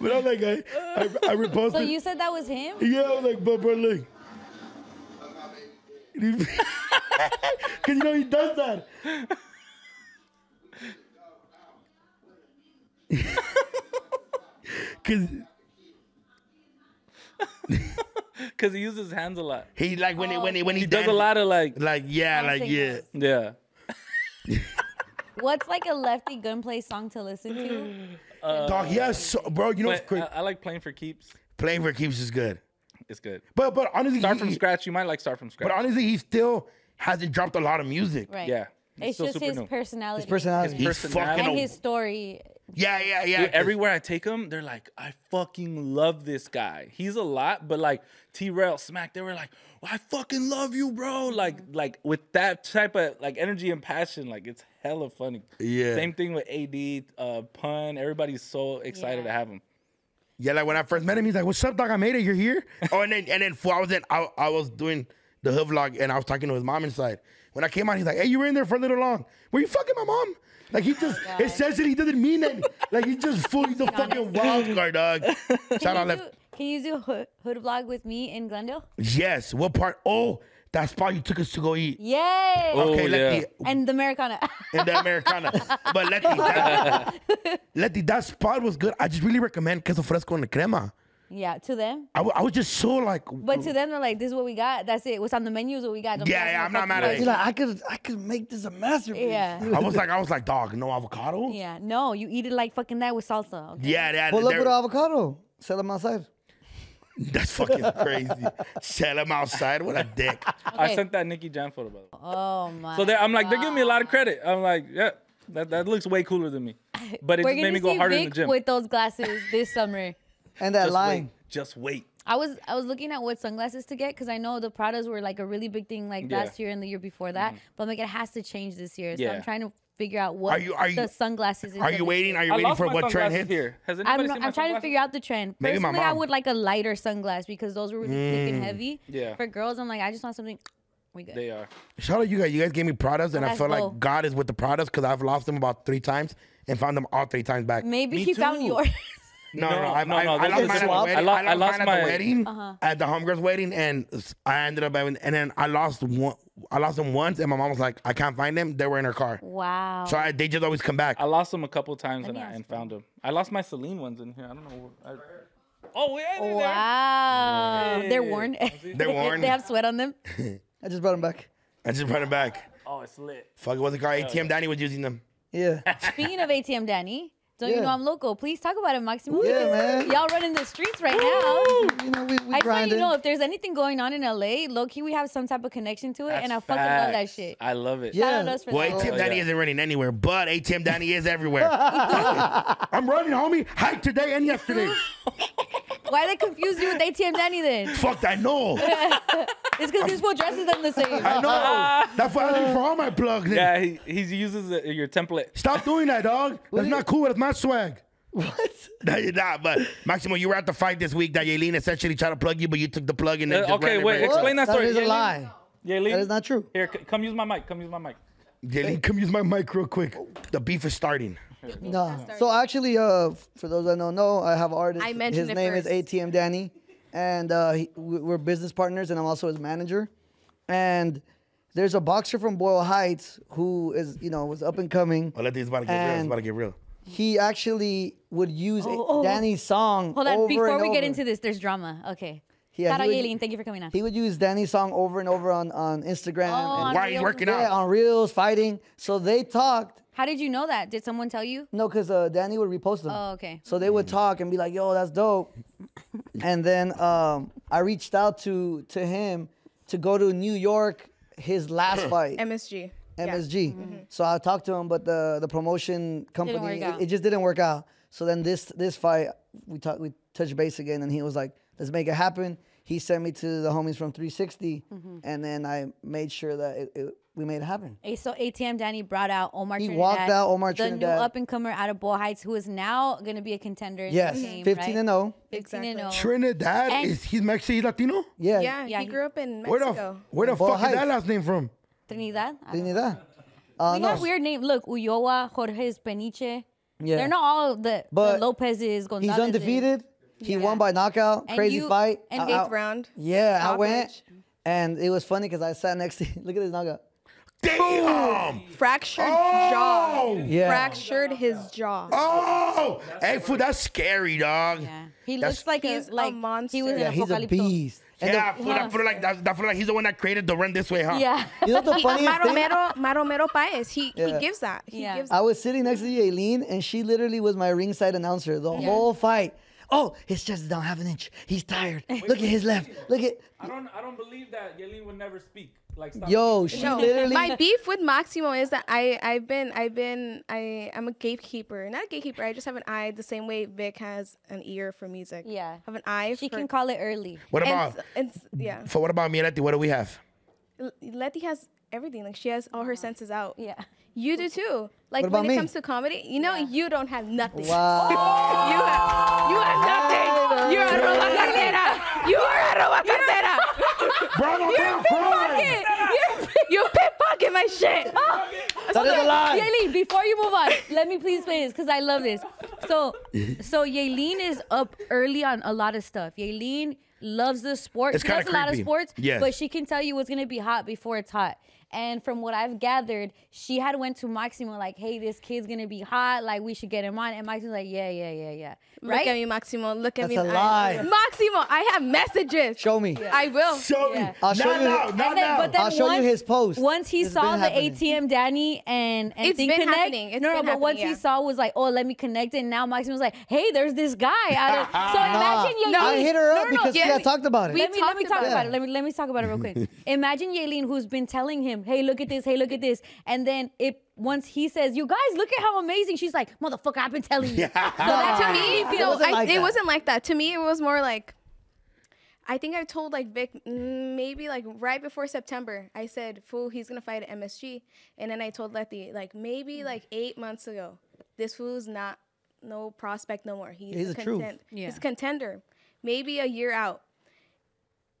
C: But I'm like, I, I, I reposted.
F: So you said that was him?
C: yeah, I was like, but bro, look. Because you know he does that. Because
D: because he uses his hands a lot.
C: he like when it when it when he,
D: He does a lot of like
C: Like yeah, like
F: Dancing
C: yeah.
F: moves.
D: yeah.
F: What's like a lefty gunplay song to listen to?
C: Dog, yes, so, bro. You know, what's
D: uh, But
C: crazy?
D: I, I like playing for keeps.
C: playing for keeps is good.
D: It's good.
C: But but honestly,
D: Start
C: he-
D: from
C: he-
D: scratch. You might like start from scratch.
C: But honestly, he still hasn't dropped a lot of music.
F: Right.
D: Yeah. He's
F: It's
D: still
F: just
D: super
F: his
D: new.
F: personality.
G: his personality.
C: He's
D: Personality.
C: fucking.
F: and
C: a-
F: his story.
C: yeah, yeah, yeah.
D: Dude, everywhere I take him, they're like, I fucking love this guy. He's a lot, but like T Rail Smack, they were like, I fucking love you, bro. Like, like with that type of like energy and passion, like it's hella funny.
C: Yeah.
D: Same thing with AD, uh, Pun. Everybody's so excited to
F: Yeah.
D: have him.
C: Yeah, like when I first met him, he's like, "What's up, dog? I made it. You're here." oh, and then and then fool, I was in, I, I was doing the hood vlog, and I was talking to his mom inside. When I came out, he's like, "Hey, you were in there for a little long. Were you fucking my mom?" Like
F: Oh
C: he just it says that he doesn't mean it. like he just fool. He's a fucking wild card, dog. Shout
F: Can
C: out,
F: you,
C: left.
F: do, can you do hood, hood vlog with me in Glendale?
C: Yes. What part? Oh, that spot you took us to go eat.
F: Yay!
C: Okay,
D: Oh,
C: let
D: yeah.
C: the
F: And the Americana.
C: in the Americana. but Letty, that, Letty, that spot was good. I just really recommend queso fresco and crema.
F: yeah, to them.
C: I, wa- I was just so like,
F: But to them, they're like, this is what we got. That's it. What's on the menu is what we got. Don't
C: Yeah,
F: pass
C: yeah,
F: no fucking
C: I'm not mad at
F: way.
G: You're like, I could, I could make this a masterpiece.
F: Yeah.
C: I was like, I was like, dog, no avocado. Yeah,
F: Yeah, no, you eat it like fucking that with salsa. Okay?
C: Oh. yeah, that,
G: Pull up
C: they're-
G: with avocado. Sell them outside.
C: that's fucking crazy. Sell them outside. What a dick.
D: I
F: Okay.
D: sent that Nicki Jam photo, by the way.
F: Oh my.
D: So they, um, I'm like, they're giving me a lot of credit. I'm like, yeah, that, that looks way cooler than me. But it
F: We're
D: just made
F: gonna
D: me go
F: see
D: harder
F: Vic
D: in the gym.
F: with those glasses this summer.
G: And that
D: just
G: line.
D: wait. Just wait.
F: I was I was looking at what sunglasses to get because I know the Pradas were like a really big thing like
D: Yeah.
F: last year and the year before that. But I'm like, it has to change this year. So
D: Yeah.
F: I'm trying to figure out what
C: Mm-hmm. Are you- are you-
F: the sunglasses.
C: Are you waiting? Are you waiting for what trend hits?
D: here. Has anybody
F: I'm,
D: seen my
F: I'm trying to
D: sunglasses?
F: figure out the trend.
C: Maybe my
F: Personally, I
C: mom. Mm.
F: would like a lighter sunglass because those were really thick and heavy.
D: Yeah.
F: For girls, I'm like, I just want something. We good.
D: They are.
C: Shout out you guys. You guys gave me products, and I
F: That's
C: felt
F: low.
C: like God is with the products because I've lost them about three times and found them all three times back.
F: Maybe
D: Me
F: he found
D: too.
F: yours.
C: No, no, I,
D: no,
C: I,
D: no,
C: I
D: those
C: lost
D: are
C: mine at the
D: swapped.
C: wedding.
D: I lo- I lost
C: mine at
D: my-
C: the wedding,
F: Uh-huh.
C: at the homegirl's wedding, and s- I ended up having, and then I lost one. I lost them once, and my mom was like, "I can't find them. They were in her car."
F: wow.
C: So I, they just always come back.
D: I lost them a couple times and,
F: me
D: I,
F: ask
D: and found them. I lost my Celine ones in here. I don't know. Where, I, oh yeah, they're there.
F: Wow. They're worn.
C: They're worn.
F: they have sweat on them.
G: I just brought them back.
C: I just brought them back.
D: Oh, it's lit.
C: Fuck, it was the car ATM. Danny was using them.
G: Yeah.
F: Speaking of ATM Danny, Don't you
G: Yeah.
F: know I'm local? Please talk about it, Maximo.
G: Yeah, man.
F: Y'all running the streets right now.
G: You know,
F: I
G: we, we
F: just want you
G: grinding.
F: to know if there's anything going on in LA, low key we have some type of connection to it, and I fucking love that
D: Facts.
F: shit.
D: I love it.
F: Shout out to us for
C: Well,
F: that.
C: ATM
D: Oh,
C: Danny
D: yeah.
C: isn't running anywhere, but ATM Danny is everywhere. I'm running, homie. Hike today and yesterday.
F: Why they confuse you with ATM Danny then?
C: Fuck, I know.
F: It's because this fool dresses them the same.
C: I know. That's why I look for all my plugs. nigga.
D: Yeah, he, he uses the, your template.
C: Stop doing that, dog. That's not cool. That's not swag.
G: What?
C: No, you're not. But Maximo, you were at the fight this week that Yaelin essentially tried to plug you, but you took the plug and then
D: Uh,
C: just
D: okay,
C: ran it
D: wait,
C: right-
D: explain that story.
G: That is a
D: Yeah,
G: lie.
D: Yeah,
G: That is not true.
D: Here, c- come use my mic. Come use my mic.
C: Yaelin, come use my mic real quick. The beef is starting.
G: No. So actually, uh, f- for those that don't know, I have an artist.
E: I mentioned
G: his
E: it
G: name is
E: first.
G: ATM Danny, and uh, he, we- we're business partners, and I'm also his manager. And there's a boxer from Boyle Heights who is, you know, was up and coming.
C: Well, let this Oh, about to get real. It's
G: And-
C: about to get real.
G: He actually would use a-
F: Oh, oh.
G: Danny's song.
F: Hold on,
G: over
F: before
G: and
F: we get
G: over.
F: into this, there's drama. Okay.
G: Yeah,
F: Shout out
G: he would-
F: Yaelin, thank you for coming on.
G: he would use Danny's song over and over on on Instagram.
F: Oh,
G: and,
F: on
C: Why he's
F: Reels.
C: working
G: yeah,
C: out.
G: on reels, fighting. So they talked.
F: How did you know that? Did someone tell you?
G: No, because uh, Danny would repost them.
F: Oh, okay.
G: So they would talk and be like, "Yo, that's dope." and then um, I reached out to to him to go to New York his last fight,
I: MSG.
G: MSG. So I talked to him, but the the promotion company
F: Mm-hmm. work
G: it,
F: out.
G: it just didn't work out. So then this this fight we talked we touched base again, and he was like, "Let's make it happen." He sent me to the homies from 360,
F: Mm-hmm.
G: and then I made sure that it, it, we made it happen.
F: A- So ATM Danny brought out Omar.
G: He
F: Trinidad,
G: walked out Omar
F: the new
G: Trinidad.
F: up and comer out of Bull Heights, who is now going to be a contender. In
G: Yes,
F: the game,
G: 15
F: right?
G: and oh. 0.
F: 15 and 0.
C: Trinidad
F: And-
C: is he's Mexican, he's Latino.
I: Yeah,
G: Yeah,
F: Yeah,
I: he,
F: he-
I: grew up in
C: Where the
I: Mexico.
C: f- where the
G: Boyle
C: fuck is that
G: Heights.
C: last name from?
F: Trinidad. I don't-
G: Trinidad. Uh,
F: We
G: no.
F: got weird name. Look, Ulloa, Jorge Peniche.
G: Yeah.
F: They're not all the, the
G: But
F: Lopez's, Gonzalez's.
G: He's undefeated. He
F: Yeah.
G: won by knockout.
F: And
G: Crazy
F: you-
G: fight.
F: and
G: I-
F: eighth
G: I-
I: Eighth round.
G: Yeah, I
I: Stoppage.
G: went, and it was funny because I sat next to. Look at this knockout.
C: Damn!
I: Fractured jaw.
C: Oh!
G: Yeah.
I: Fractured his jaw.
C: Oh! Hey, fool, that's scary, dog.
F: Yeah. He
C: That's-
F: looks like
I: He's
F: a
I: a
F: like He was
I: monster.
F: in
G: Yeah, he's a
F: Apocalipto.
G: beast. And
C: Yeah, fool, that fool like that, that fool like he's the one that created the run this way, huh?
F: Yeah.
G: the, you know the funniest thing?
I: Maromero, Maromero Paez. He
G: Yeah.
I: he gives that. He
F: Yeah.
I: gives
G: I was sitting next to Yaelin, and she literally was my ringside announcer the
F: Yeah.
G: whole fight. Oh, his chest is down half an inch. He's tired. Look at his left. Look at.
D: I don't. I don't believe that Yelene would never speak. Like stop.
G: Yo, she
I: No,
G: literally.
I: my beef with Maximo is that I I've been I've been I I'm a gatekeeper, not a gatekeeper. I just have an eye the same way Vic has an ear for music.
F: Yeah.
I: have an eye.
F: She
I: for,
F: can call it early.
C: What
I: And,
C: about
I: and yeah,
C: for what about me and Leti? What do we have?
I: L- Letty has everything. Like she has all her senses out.
F: Yeah.
I: You do too. Like
G: What about
I: when it
G: me?
I: comes to comedy, you know, you don't have nothing. Oh,
G: wow.
I: You have, you have nothing. You're a roba cartera. You are a roba cartera.
C: Bravo,
I: You pickpocket. You- You pickpocket my shit.
G: That is a lie.
F: Yaelin, before you move on, let me please play this because I love this. So, so Yaelin is up early on a lot of stuff. Yaelin loves the sport.
C: It's
F: she
C: kinda
F: loves a lot of
C: creepy.
F: sports,
C: Yes.
F: but she can tell you what's gonna be hot before it's hot. And from what I've gathered, she had went to Maximo like, "Hey, this kid's gonna be hot. Like, we should get him on." And Maximo's like, "Yeah, yeah, yeah, yeah."
I: Look at
F: Right?
I: me, Maximo. Look at
G: That's
I: me.
G: a
I: in the
G: lie.
I: eyes. Maximo, I have messages.
G: Show me.
I: I will.
C: Show me.
G: I'll show
C: not
G: you-
C: now, not
F: And then-
C: now.
F: but then
G: I'll show you
F: once-
G: his post.
F: Once he
G: It's
F: saw
G: been
F: the
G: happening.
F: ATM Danny and and
I: It's
F: Think
I: been
F: Connect.
I: happening. It's
F: no, no,
I: been
F: but once he
I: happening, yeah.
F: saw was like, oh, let me connect, and now Maxim was like, hey, there's this guy. I don't- so imagine Yaelin.
G: I hit her
F: No,
G: up
F: no, no,
G: because she
F: yeah,
G: had talked about it.
F: Let me, let me
I: talked
F: talk
I: about
F: about
G: it.
F: it. Let me let me talk about it real quick. Imagine Yaelin who's been telling him, "Hey, look at this. Hey, look at this," and then it once he says, "You guys, look at how amazing," she's like, "Motherfucker, I've been telling you." So that to me
I: It
F: feels.
G: wasn't
I: I-
G: like
I: it
G: that.
I: wasn't like that. To me, it was more like I think I told like Vic mm, maybe like right before September. I said, "Fool, he's gonna fight at MSG," and then I told Letty like maybe like eight months ago, this fool's not no prospect no more. He's,
G: He's
I: a
G: the truth.
I: contend-
F: Yeah.
I: He's a contender. Maybe a year out.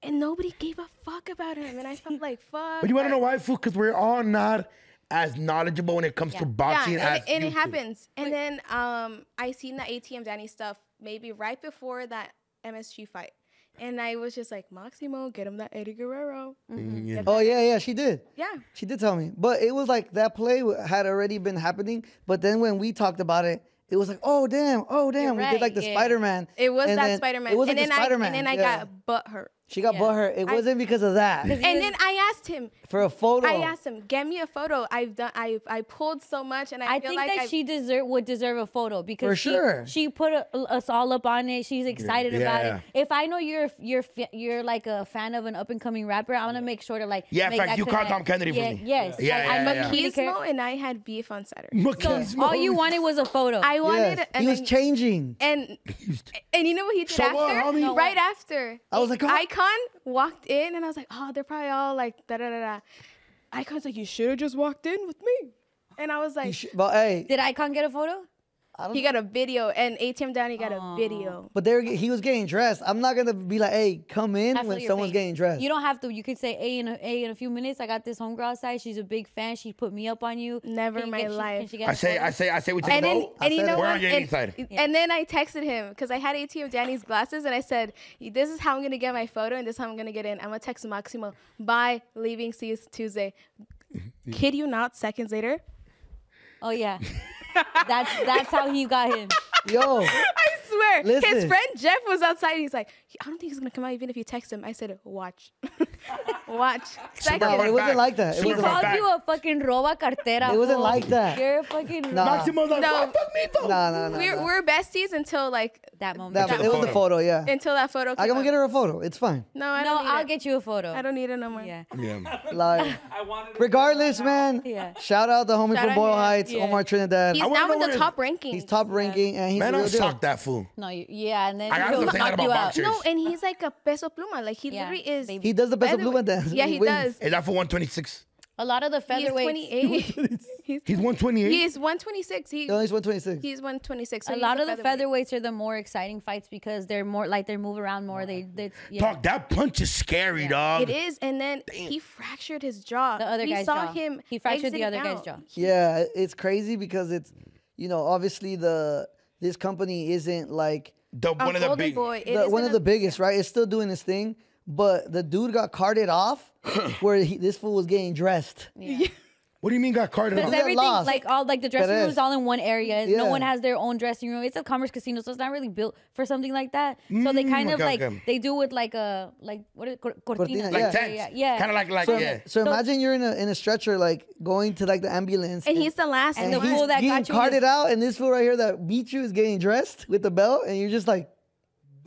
I: And nobody gave a fuck about him, and I felt like fuck.
C: But you want to
I: like-
C: know why, fool? Because we're all not as knowledgeable when it comes to boxing
I: yeah,
C: as
I: and, it- and
C: you
I: it
C: two.
I: happens. And then um, I seen the ATM Danny stuff maybe right before that MSG fight, and I was just like, Maximo, get him that Eddie Guerrero.
C: Mm-hmm.
G: Oh yeah, yeah, she did.
I: Yeah.
G: she did tell me. But it was like that play w- had already been happening. But then when we talked about it, it was like, oh damn, oh damn, we did
F: right,
G: like the
F: yeah.
G: Spider Man.
I: It was that Spider Man.
G: It was
I: and
G: like
I: then
G: the Spider Man.
I: I and then I got butt hurt.
G: She got butthurt. It
I: I-
G: wasn't because of that.
I: And then I asked him.
G: for a photo.
I: I uh, asked him, get me a photo. I've done. I I pulled so much, and I,
F: I
I: feel
F: think
I: like
F: that
I: I've-
F: she deserve would deserve a photo because
G: For
F: she,
G: sure.
F: she put a, us all up on it. She's excited
C: Yeah.
F: about it. If I know you're a- you're fa- you're like a fan of an up and coming rapper, I want to make sure to like
C: Yeah, in
F: make
C: fact,
F: that
C: you called
F: connect.
C: Tom Kennedy for
F: yeah,
C: me.
F: Yes,
C: Yeah,
F: like,
C: yeah,
F: I
C: yeah.
F: know you care.
I: Machismo and I had beef on Saturday.
C: Machismo.
F: all you wanted was a photo.
I: I wanted,
G: he
I: and,
G: was
I: then-
G: changing.
I: and and you know what he did
G: So what,
I: after?
G: homie? No,
I: right after,
G: I was like, oh.
I: Icon walked in, and I was like, oh, they're probably all like da da da da. Icon's like, you should have just walked in with me, and I was like,
G: Sh- But hey,
F: Did Icon get a photo?
I: he got a video, and ATM Downey got a video.
G: but they were, he was getting dressed. I'm not gonna be like, hey, come in
F: I feel
G: when
F: your
G: someone's
F: pain.
G: getting dressed.
F: You don't have to. You could say, "Hey, in a, hey, in a few minutes, I got this homegirl outside. She's a big fan. She put me up on you.
I: Never
F: Can you
I: my
F: get- she-
I: life.
F: can she get
C: I
F: a
C: say,
F: photo?"
C: I say, I say, we take
I: And
C: a
I: then,
C: vote.
G: I
I: and you
G: said
I: know
G: it.
C: We're
I: what?
C: on your
I: And,
C: side.
I: and then I texted him because I had ATM Danny's glasses, and I said, "This is how I'm gonna get my photo, and this is how I'm gonna get in. I'm gonna text Maximo. Bye, leaving. See you Tuesday." Kid you not? Seconds later,
F: Oh yeah, that's that's how he got him.
G: Yo,
I: I swear, his
G: Listen.
I: friend Jeff was outside. And he's like, "I don't think he's gonna come out even if you text him." I said, "Watch, watch."
G: no,
I: Seconds.
G: it wasn't like that. It
F: He
G: wasn't like
F: called
G: that.
F: you a fucking roba cartera.
G: It wasn't
F: fool.
G: like that.
F: You're a fucking
G: Nah.
C: Maximo's like,
I: No.
C: "Why fuck me though.
G: Nah, nah, nah.
I: we're
G: nah.
I: we're besties until like
F: that moment.
G: That-
C: Until
G: it
C: the
G: was the
C: photo.
G: photo, yeah.
I: until that photo.
G: I'm
I: came
G: gonna
I: up.
G: get her a photo. It's fine.
I: No, I
F: no,
I: don't need
F: I'll
I: it.
F: get you a photo.
I: I don't need it no more.
F: Yeah.
C: Yeah.
G: Like,
D: wanted
G: regardless, man.
F: Yeah.
G: Shout out the homie
I: Shout
G: from
I: out
G: Boyle
I: him.
G: Heights,
F: Yeah.
G: Omar Trinidad.
I: He's
C: wanna
I: now
C: know
I: in
C: what
I: the
C: it-
I: top ranking.
G: He's top ranking, and he's
C: Man,
G: the
C: I'm
G: real deal.
C: shocked that fool.
F: No, you, yeah, and then
C: I gotta
F: he'll
C: stop saying
F: knock
C: that about
F: you out.
C: boxers.
I: No, and he's like a peso pluma. Like he
F: Yeah,
I: literally is.
F: baby.
G: He does the best of
I: feather-
G: blue dance.
I: Yeah, he does.
C: Is that for 126?
F: A lot of the
I: He's
F: featherweights.
I: 28. he's,
C: He's 128.
I: he is 126. He,
G: No, he's 126.
I: he's 126. So
F: a
I: he's
F: lot of the
I: featherweight.
F: featherweights are the more exciting fights because they're more like they move around more. They, they yeah.
C: Talk. That punch is scary, dog.
I: It is, and then he fractured his jaw.
F: The other
I: we
F: guy's
I: saw
F: jaw.
I: him.
F: He fractured the
I: exiting
F: other guy's
I: out.
F: jaw.
G: Yeah, it- it's crazy because it's, you know, obviously the this company isn't like
C: The
I: A
C: one of the
I: golden
C: big.
I: boy. It
G: the,
I: is
G: one of
I: an-
G: the biggest, right? It's still doing this thing, but the dude got carted off where he, this fool was getting dressed.
C: What do you mean got carded?
F: Because
G: got
C: off?
F: everything,
G: lost.
F: like all, like the dressing
G: Perez.
F: room is all in one area. and No
G: Yeah.
F: one has their own dressing room. It's a commerce casino, so it's not really built for something like that. So
G: Mm,
F: they kind of
C: okay,
F: like
C: okay.
F: they do with like a like what is it? Cor- cortina,
G: Cortina,
C: Like
G: yeah.
C: tents.
F: yeah, yeah.
C: Kind of like like
G: So,
C: yeah.
G: so imagine you're in a in a stretcher, like going to like the ambulance,
I: And he's the last
G: and
I: one.
G: he's
F: fool that got
G: getting
F: you was-
G: carted out, and this fool right here that beat you is getting dressed with the belt, and you're just like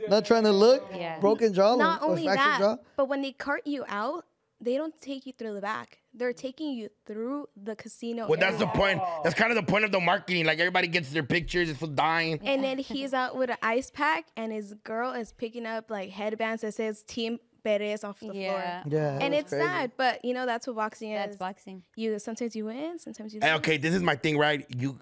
G: not trying to look,
F: Yeah.
G: broken jaw,
I: Not
G: or,
I: only
G: fractured
I: that,
G: jaw.
I: but when they cart you out, they don't take you through the back. They're taking you through the casino.
C: Well, that's the
I: area.
C: point. That's kind of the point of the marketing. Like everybody gets their pictures. It's for dying.
I: And then he's out with an ice pack, and his girl is picking up like headbands that says Team Perez off the
F: Yeah.
I: floor.
G: Yeah, that
I: Uh, and
G: was
I: it's
G: crazy.
I: sad, but you know that's what boxing
F: That's
I: is.
F: boxing.
I: You sometimes you win, sometimes you
C: Hey,
I: lose.
C: okay, this is my thing, right? You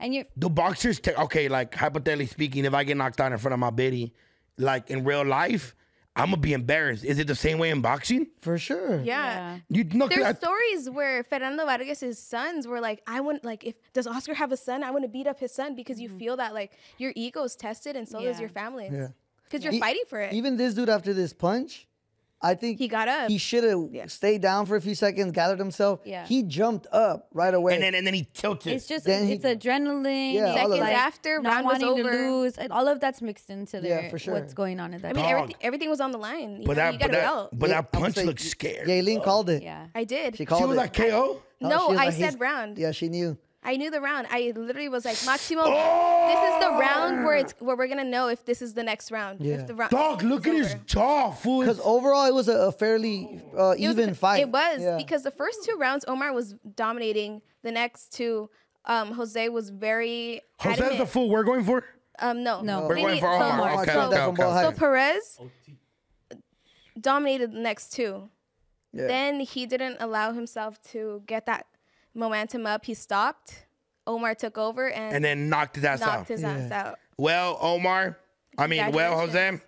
F: And you're
C: do boxers take? Okay, like hypothetically speaking, if I get knocked out in front of my biddy, like in real life, I'm gonna be embarrassed. Is it the same way in boxing?
G: for sure.
I: Yeah.
C: You no, 'cause
I: There's
C: I-
I: stories where Fernando Vargas' sons were like, I want like if does Oscar have a son? I want to beat up his son because you feel that like your ego is tested and so does
F: Mm-hmm. Yeah.
I: your family.
G: Yeah.
I: Because you're fighting for it.
G: E Even this dude after this punch, I think
I: He got up.
G: He should have stayed down for a few seconds, gathered himself.
F: Yeah.
G: He jumped up right away.
C: and then and then he tilted.
F: it's just
G: Then he-
F: it's adrenaline.
G: Yeah, all of
F: it's
G: Seconds
F: like
I: after,
F: not
I: round was
F: wanting to
I: over.
F: lose, and all of that's mixed into
G: Yeah,
F: there.
G: for sure.
F: What's going on at that?
I: I mean
C: Dog.
I: everything everything was on the line. You,
C: but
I: know,
C: that
I: you
C: but
I: got a
C: that,
I: belt.
C: but that
G: I'm
C: punch
G: saying,
C: looks scary.
G: Yaelin called it.
F: yeah.
I: I did.
G: She called
C: She was
G: it.
C: like KO.
I: No,
G: she was
I: I
G: like,
I: said
G: he's-
I: round.
G: Yeah, she knew.
I: I knew the round. I literally was like, Maximo, this is the round where it's where we're gonna know if this is the next round.
G: Yeah.
I: If the round
C: Dog, look at his jaw, fool.
G: Because overall, it was a, a fairly uh, even fight.
I: It was
G: Yeah.
I: because the first two rounds Omar was dominating. The next two, um, Jose was very
C: Jose's the
I: adamant.
C: fool we're going for.
I: um, no, no,
C: We're going for Omar.
G: Omar
C: Okay,
G: Trinidad
C: okay,
G: from
C: okay.
G: Boyle
I: So
G: Heights.
I: Perez dominated the next two. Then he didn't allow himself to get that momentum up. He stopped. Omar took over and,
C: and then knocked his ass out.
I: knocked his ass out.
C: Well, Omar, I mean, well, Jose,
I: Congratulations.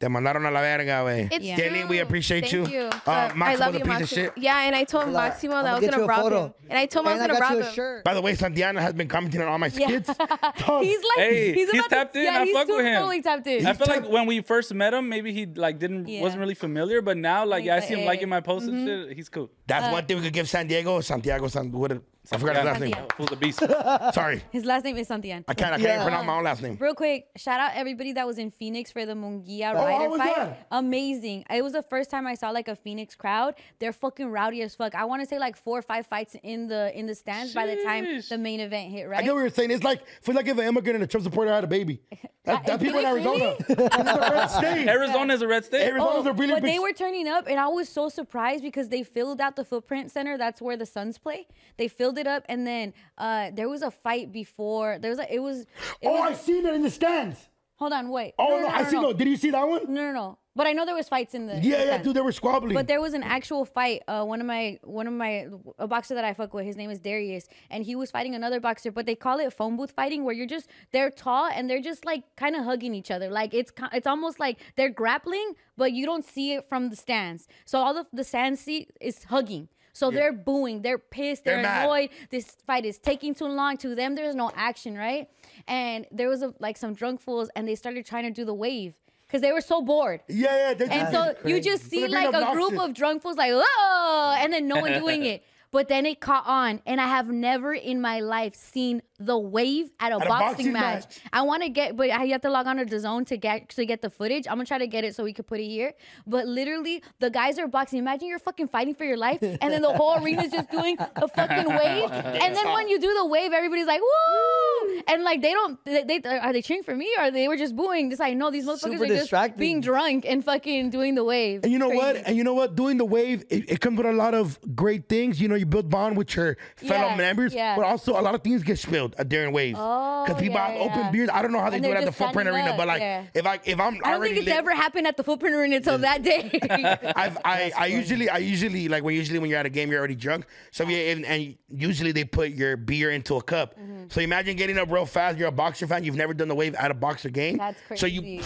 C: te mandaron a la verga, güey.
I: It's
F: Yeah.
C: Yaelin, we appreciate
I: Thank
C: you.
I: you.
C: Uh, Maximo,
I: I love
C: the
I: you,
C: piece
I: Maximo.
C: of shit.
I: Yeah, and I told
G: Like,
I: Maximo that I
G: I'ma
I: was
G: get
I: gonna
G: you a
I: rob
G: photo.
I: him, and I told him
G: And
I: I
G: I
I: was
G: got
I: gonna
G: you
I: rob
G: a
I: him.
G: shirt.
C: By the way, Santiana has been commenting on all my
F: Yeah.
C: skits. Dog,
F: he's like
D: Hey,
F: he's,
D: he's
F: about to-
D: tapped in.
F: Yeah,
D: I
F: he's
D: fuck
F: too
D: with him.
F: Totally tapped in.
D: I feel like when we first met him, maybe he like didn't
F: Yeah.
D: wasn't really familiar, but now like yeah, I
F: He's
D: see him
F: like, Mm-hmm.
D: liking
F: "Hey."
D: my posts and shit. He's cool.
F: Uh,
C: that's one thing we could give San Diego. Santiago San, would have I forgot his last
F: Santian.
C: name.
D: Who's the beast?
C: Sorry.
F: His last name is Santian.
C: I can't- I can't even pronounce my own last name.
F: Real quick, shout out everybody that was in Phoenix for the Mungia
C: Oh, I
F: rider
C: was
F: fight.
C: there.
F: Amazing. It was the first time I saw like a Phoenix crowd. They're fucking rowdy as fuck. I want to say like four or five fights in the in the stands by the time the main event hit, right?
C: I get what you're saying. It's like feels like if an immigrant and a Trump supporter had a baby. That, that's people in
F: really?
C: Arizona. Arizona
D: Arizona is a red state.
C: Arizona's
F: Oh,
C: a really
F: but
C: big.
F: they were turning up, and I was so surprised because they filled out the Footprint Center. That's where the Suns play. They filled it up, and then uh, there was a fight before. There was a, it was. It
C: oh,
F: was
C: I seen it in the stands.
F: Hold on, wait.
C: Oh, no, I seen
F: no.
C: it. Did you see that one?
F: No, no, no. But I know there was fights in the. in the
C: Yeah, yeah,
F: stands.
C: dude, they were squabbling.
F: But there was an actual fight. Uh, one of my, one of my, a boxer that I fuck with. His name is Darius, and he was fighting another boxer. But they call it phone booth fighting, where you're just they're tall and they're just like kind of hugging each other. Like it's, ki- it's almost like they're grappling, but you don't see it from the stands. So all the the stands see is hugging. So they're booing, they're pissed, they're,
J: They're mad.
F: annoyed. This fight is taking too long. To them, there's no action, right? And there was a, like some drunk fools, and they started trying to do the wave because they were so bored.
C: Yeah, yeah.
F: And so you just see like a group of drunk fools like, oh, and then no one doing it. But then it caught on, and I have never in my life seen the wave at a,
J: At a
F: boxing,
J: boxing
F: match.
J: match.
F: I want to get, but I have to log on to DAZN to get to get the footage. I'm gonna try to get it so we could put it here. But literally, the guys are boxing. Imagine you're fucking fighting for your life, and then the whole arena's just doing a fucking wave. and then when you do the wave, everybody's like, woo! And like they don't, they, they are they cheering for me or they were just booing? Just like no, these motherfuckers
C: Super
F: are just
C: distracting.
F: being drunk and fucking doing the wave.
C: And you know what?
F: Crazy.
C: And you know what? Doing the wave, it, it comes with a lot of great things. You know, you build bond with your fellow
F: Yeah,
C: members,
F: yeah.
C: but also a lot of things get spilled uh, during waves.
F: Oh,
C: Because people
F: yeah,
C: have open
F: yeah.
C: beers. I don't know how they
F: And
C: do it
F: they're
C: at the
F: just
C: footprint
F: standing
C: arena,
F: up,
C: but like
F: yeah.
C: if I if I'm
F: I don't
C: already
F: think it's
C: lit-
F: ever happened at the footprint arena until that day.
C: I've, I I usually I usually like when usually when you're at a game you're already drunk. So yeah, and, and usually they put your beer into a cup.
F: Mm-hmm.
C: So imagine getting up real fast. You're a boxer fan. You've never done the wave at a boxer game.
F: That's crazy.
C: So you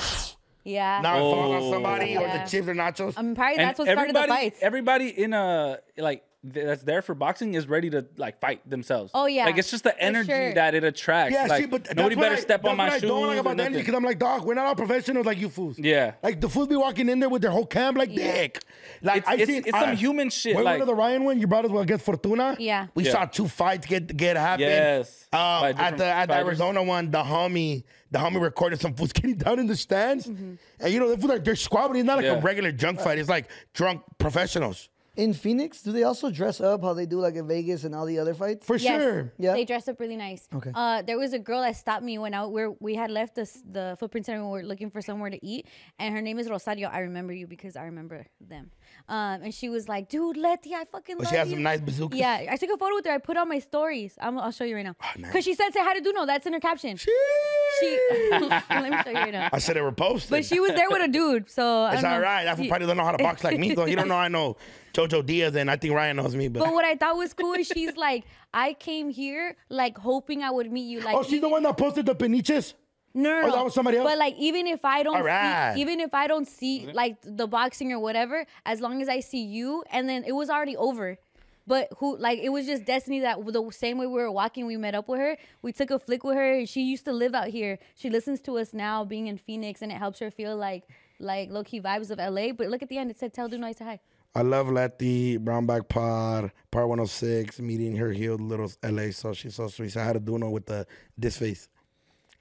F: yeah.
C: now oh. fall on somebody or
F: Yeah.
C: the chips or nachos.
F: I'm probably that's what started the
D: everybody,
F: fights.
D: Everybody in a like th- that's there for boxing is ready to like fight themselves.
F: Oh, yeah.
D: like it's just the
F: For
D: energy
F: sure.
D: that it attracts.
C: Yeah,
D: like,
C: see, but that's
D: nobody
C: what
D: better
C: I-
D: step on
C: that's what
D: my
C: I don't
D: shoes.
C: like
D: or
C: about the energy
D: nothing.
C: because I'm like, dog, we're not all professionals like you fools.
D: Yeah.
C: like the fools be walking in there with their whole cam like dick. Like
D: It's-
C: I
D: it's-
C: seen
D: it's some
C: I-
D: human shit,
C: When
D: like-
C: one of the Ryan one, you brought as well against Fortuna.
F: Yeah.
C: we
D: Yeah.
C: saw two fights get get happen.
D: Yes.
C: um,
D: By
C: at
D: different
C: the at the
D: fighters.
C: Arizona one, the homie the homie recorded some fools getting down in the stands,
F: Mm-hmm.
C: and you know they feel like they're squabbling. It's not like
D: Yeah.
C: a regular drunk fight. It's like drunk professionals.
G: In Phoenix, do they also dress up how they do like in Vegas and all the other fights?
C: For
F: Yes,
G: Yeah.
F: They dressed up really nice.
G: Okay.
F: Uh, there was a girl that stopped me when I where we had left the s- the footprint center and we were looking for somewhere to eat, and her name is Rosario. I remember you because I remember them. Um, and she was like, "Dude, Letty, I fucking
C: But
F: love
C: she has
F: you."
C: some nice bazookas.
F: Yeah, I took a photo with her. I put on my stories. I'm, I'll show you right now.
C: Ah,
F: Because she said, "Say hi to Duno." That's in her caption. She. Let me show you right now.
C: I said it were posted.
F: But she was there with a dude, so I
C: It's
F: don't know.
C: all right. I
F: You-
C: probably don't know how to box like me, though. You don't know I know Jojo Diaz, and I think Ryan knows me. But,
F: But what I thought was cool is she's like, I came here like hoping I would meet you. Like,
C: oh, she's the one that posted the peniches.
F: No, no,
C: Oh,
F: no.
C: that was somebody else?
F: But like, even if I don't,
C: All right.
F: see, even if I don't see like the boxing or whatever, as long as I see you, and then it was already over. But who like it was just destiny that the same way we were walking, we met up with her. We took a flick with her. and She used to live out here. She listens to us now, being in Phoenix, and it helps her feel like like low key vibes of LA. But look at the end, it said, "Tell Duno I said hi."
C: I love Letty Brownback Pod Part 106 meeting her healed little LA. So she's so sweet. So I had to do no with the this face,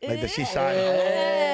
C: like the she shot.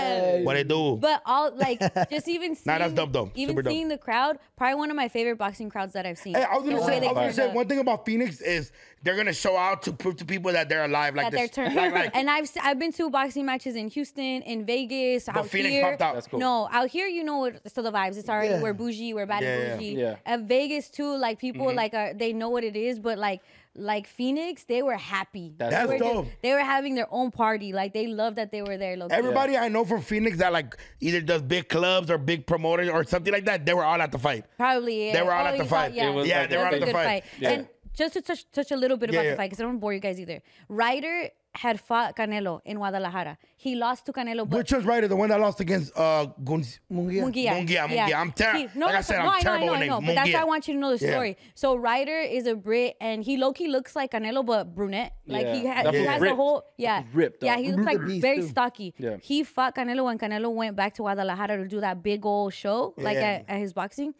C: What it do?
F: But all like just even seeing,
C: Nah, that's dope, though.
F: even
C: Super dope.
F: seeing the crowd, probably one of my favorite boxing crowds that I've seen.
C: Hey, I was gonna
F: The way
C: say,
F: they
C: I was gonna
F: turned
C: say
F: up.
C: one thing about Phoenix is they're gonna show out to prove to people that they're alive.
F: that
C: Like
F: they're
C: this.
F: turned.
C: Like, like,
F: and I've s- I've been to boxing matches in Houston, in Vegas,
C: But
F: out
C: Phoenix
F: here.
C: popped out. That's cool.
F: No, out here, you know, what- so the vibes. It's already
C: Yeah.
F: we're bougie, we're bad
C: Yeah, yeah.
F: and bougie.
C: Yeah.
F: At Vegas too, like people
C: Mhm.
F: like are, they know what it is, but like. Like Phoenix, they were happy.
C: That's That's
F: they were just-
C: dope.
F: they were having their own party. Like they loved that they were there. low-key.
C: Everybody I know from Phoenix that like either does big clubs or big promoters or something like that, they were all at the fight.
F: Probably.
C: They
F: yeah.
C: were all at
F: Oh,
C: the
F: you
C: fight.
F: thought- yeah,
C: It was Yeah, like they
F: That
C: were
F: was
C: all
F: a
C: at the
F: good
C: fight. Yeah.
F: And just to touch, touch a little bit
C: Yeah,
F: about
C: yeah.
F: the fight, because I don't wanna bore you guys either. Ryder had fought Canelo in Guadalajara. He lost to Canelo, but
C: Which was right, the one that lost against uh Gunz-
G: Mungia.
F: Mungia.
C: Mungia,
F: yeah.
C: I'm
F: He-
C: terrible.
F: No,
C: like I
F: that's-
C: said,
F: no,
C: I'm
F: I know,
C: terrible
F: I know,
C: with
F: I
C: names.
F: know. But that's
C: Mungia.
F: why I want you to know the
C: Yeah.
F: story. So Ryder is a Brit, and he low key looks like Canelo, but brunette. Like he,
D: Yeah.
F: ha-
D: That
F: he
D: fool's
F: has a
D: ripped.
F: whole yeah,
D: ripped,
F: yeah.
D: dog.
F: He looks like
D: Ripped beast,
F: very
D: too.
F: stocky.
D: Yeah.
F: He fought Canelo, and Canelo went back to Guadalajara to do that big old show, like
J: Yeah.
F: at, at his boxing,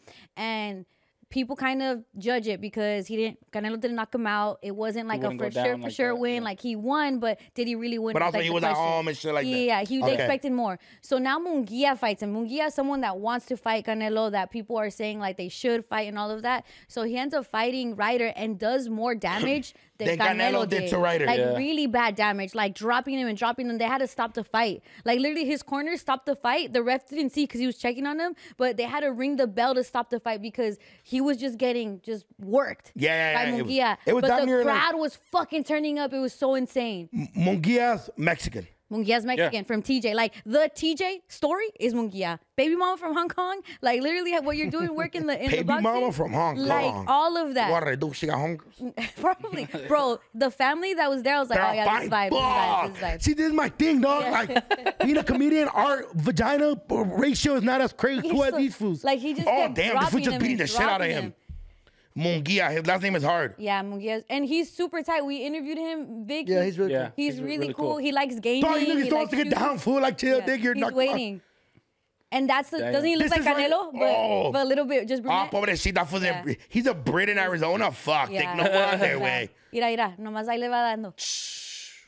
F: and. people kind of judge it because he didn't Canelo didn't knock him out. It wasn't like a
C: wouldn't go
F: for sure
C: down
F: for
C: like
F: sure win. Like he won, but did he really win?
C: But
F: It's
C: also
F: like
C: he
F: the
C: was at
F: question.
C: home and shit like that.
F: yeah, Yeah, he
C: Okay.
F: they expected more. So now Mungia fights him. Mungia is someone that wants to fight Canelo that people are saying like they should fight and all of that. So he ends up fighting Ryder and does more damage than
C: Than
F: Canelo,
C: Canelo did to Ryder.
F: Like
C: Yeah.
F: really bad damage, like dropping him and dropping them. They had to stop the fight. Like literally his corner stopped the fight. The ref didn't see because he was checking on him, but they had to ring the bell to stop the fight because he was just getting just worked.
C: Yeah, yeah, yeah.
F: By
C: It was-
F: Munguia.
C: it was
F: but
C: damn
F: the
C: near like-
F: crowd was fucking turning up. It was so insane.
C: Munguia's Mexican.
F: Mungia's Mexican from TJ. Like the TJ story is Mungia. Baby mama from Hong Kong. Like literally what you're doing work in the in
C: Baby
F: the boxing.
C: mama from Hong Kong.
F: Like all of that.
C: What a dude, she got Hong
F: Probably. Bro, the family that was there, I was like,
C: They're
F: oh yeah, this vibe,
C: fine.
F: this vibe, this
C: Fuck.
F: vibe.
C: See, this is my thing, dog.
F: Yeah.
C: Like being a comedian, our vagina ratio is not as crazy
F: You're
C: cool as
F: so-
C: these fools.
F: like, he just
C: Oh
F: kept
C: damn, this
F: dropping
C: fool just
F: him
C: beating the
F: and
C: shit out of
F: dropping
C: him. Mungia, his last name is hard.
F: Yeah, Mungia's and he's super tight. We interviewed him, Vic.
C: Yeah, he's really Yeah, cool.
F: He's,
C: he's re-
F: really,
C: really
F: cool.
C: cool.
F: He likes gaming.
C: Dog, you niggas
F: he
C: don't
F: likes
C: have to get
F: shooting.
C: down, fool. Like chill,
F: Yeah,
C: nigga. You're
F: he's
C: not
F: waiting. And that's the,
C: Damn.
F: doesn't he look
C: This
F: like
C: is right-
F: Canelo? But,
C: Oh.
F: but a little bit, just
C: Ah,
F: brunette.
C: pobrecita, fool.
F: Yeah.
C: they're- He's a Brit in Arizona. Fuck, they
F: Yeah.
C: no wonder,
F: Yeah.
C: way.
F: Mira, mira, nomás ahí le va dando.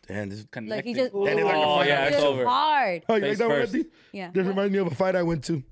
C: Damn, this
F: Like he just.
C: That is like a
D: Oh,
C: fight
D: yeah,
C: I
D: it's
C: went to.
D: over.
F: Hard.
C: Oh, you like
D: Face
C: that one,
D: first.
C: Andy?
F: Yeah.
C: This reminds me of a fight I went to.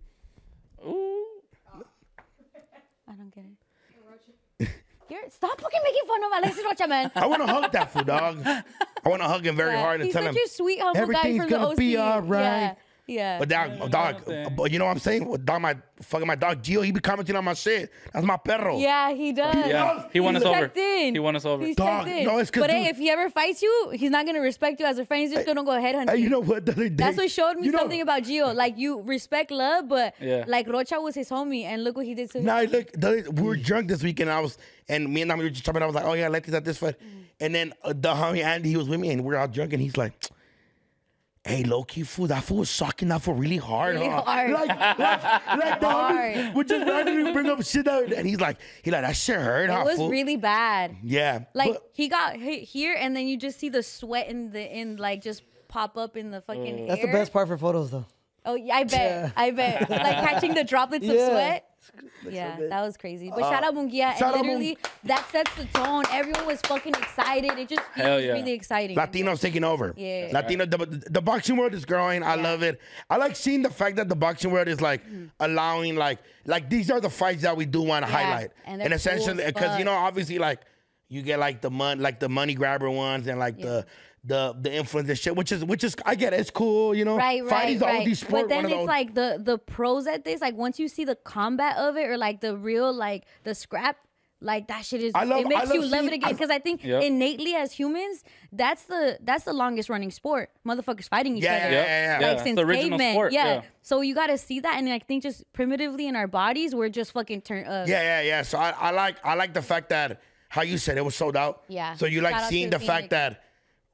F: I don't get it. You're, stop fucking making fun of Alexis Rocha, man.
C: I want to hug that fool, dog. I want to hug him very
F: Yeah,
C: hard and
F: he's
C: tell
F: such
C: him
F: a sweet, humble guy
C: everything's
F: from the
C: gonna be
F: OC."
C: all right.
F: Yeah, yeah.
C: But dog, dog, but you know what I'm saying? Well, dog, my fucking my dog Gio, he be commenting on my shit. That's my perro.
F: Yeah, he does.
C: Yeah, he won
F: He's
C: us over.
F: checked In.
C: He won us over.
F: He's
C: Dog,
F: checked in.
C: no, it's 'cause,
F: But hey,
C: dude-
F: if he ever fights you, he's not gonna respect you as a friend. He's just gonna go head
C: Hey, you
F: hunting.
C: know what? The other day,
F: That's what showed me
C: you know-
F: something about Gio. Like you respect love, but
C: Yeah.
F: like Rocha was his homie, and look what he did to him.
C: Nah, look, the other- we were drunk this weekend. I was, and me and I were just chopping. I was like, oh yeah, Alexis at this fight.
F: Mm.
C: And then uh, the homie Andy, he was with me, and we were all drunk, and he's like, hey, low key fool, that fool was sucking that fool really hard.
F: Really
C: huh?
F: hard.
C: Like, like, like the homie
F: Hard.
C: would just randomly bring up shit out, and he's like, he like that shit hurt.
F: It
C: huh,
F: was
C: fool?"
F: really bad.
C: Yeah.
F: Like
C: but-
F: he got hit here, and then you just see the sweat in the in like just pop up in the fucking.
G: Mm. That's the
F: air.
G: best part for photos, though.
F: Oh yeah, I bet.
G: Yeah.
F: I bet. like catching the droplets of
G: Yeah.
F: sweat. Yeah, that was crazy. But
G: Uh,
F: shout out Mungia,
C: shout
F: and
C: out
F: literally that sets the tone. Everyone was fucking excited. It just feels
C: Hell yeah.
F: really exciting.
C: Latinos taking over.
F: Yeah. That's
C: Latino. The, the boxing world is growing. I love it. I like seeing the fact that the boxing world is like allowing like like these are the fights that we do want to
F: Mm-hmm. Yeah,
C: highlight.
F: and
C: And,
F: they're
C: essentially
F: cool as
C: because you
F: fuck.
C: know obviously like you get like the money like the money grabber ones and like the the the influencer shit, which is which is I get it. It's cool, you know.
F: Right,
C: Fighting's
F: right, right.
C: the oldie sport.
F: but then
C: one of
F: it's
C: the old-
F: like the the pros at this. Like once you see the combat of it, or like the real like the scrap, like that shit is.
C: I love-
F: it
C: I
F: makes
C: love
F: you love it
C: seeing-
F: again
C: I-
F: because I think
C: Yep.
F: innately as humans, that's the that's the longest running sport. Motherfuckers fighting each
C: Yeah,
F: other.
C: yeah, yeah, yeah.
F: Like
C: Yeah.
F: since
C: The original
F: cavemen.
C: sport,
F: yeah.
C: yeah.
F: So you got to see that, and I think just primitively in our bodies, we're just fucking turn. Uh,
C: Yeah, yeah, yeah. So I, I like I like the fact that how you said it was sold out.
F: Yeah.
C: So you
F: Shout
C: like
F: out
C: seeing
F: to
C: the
F: Phoenix.
C: fact that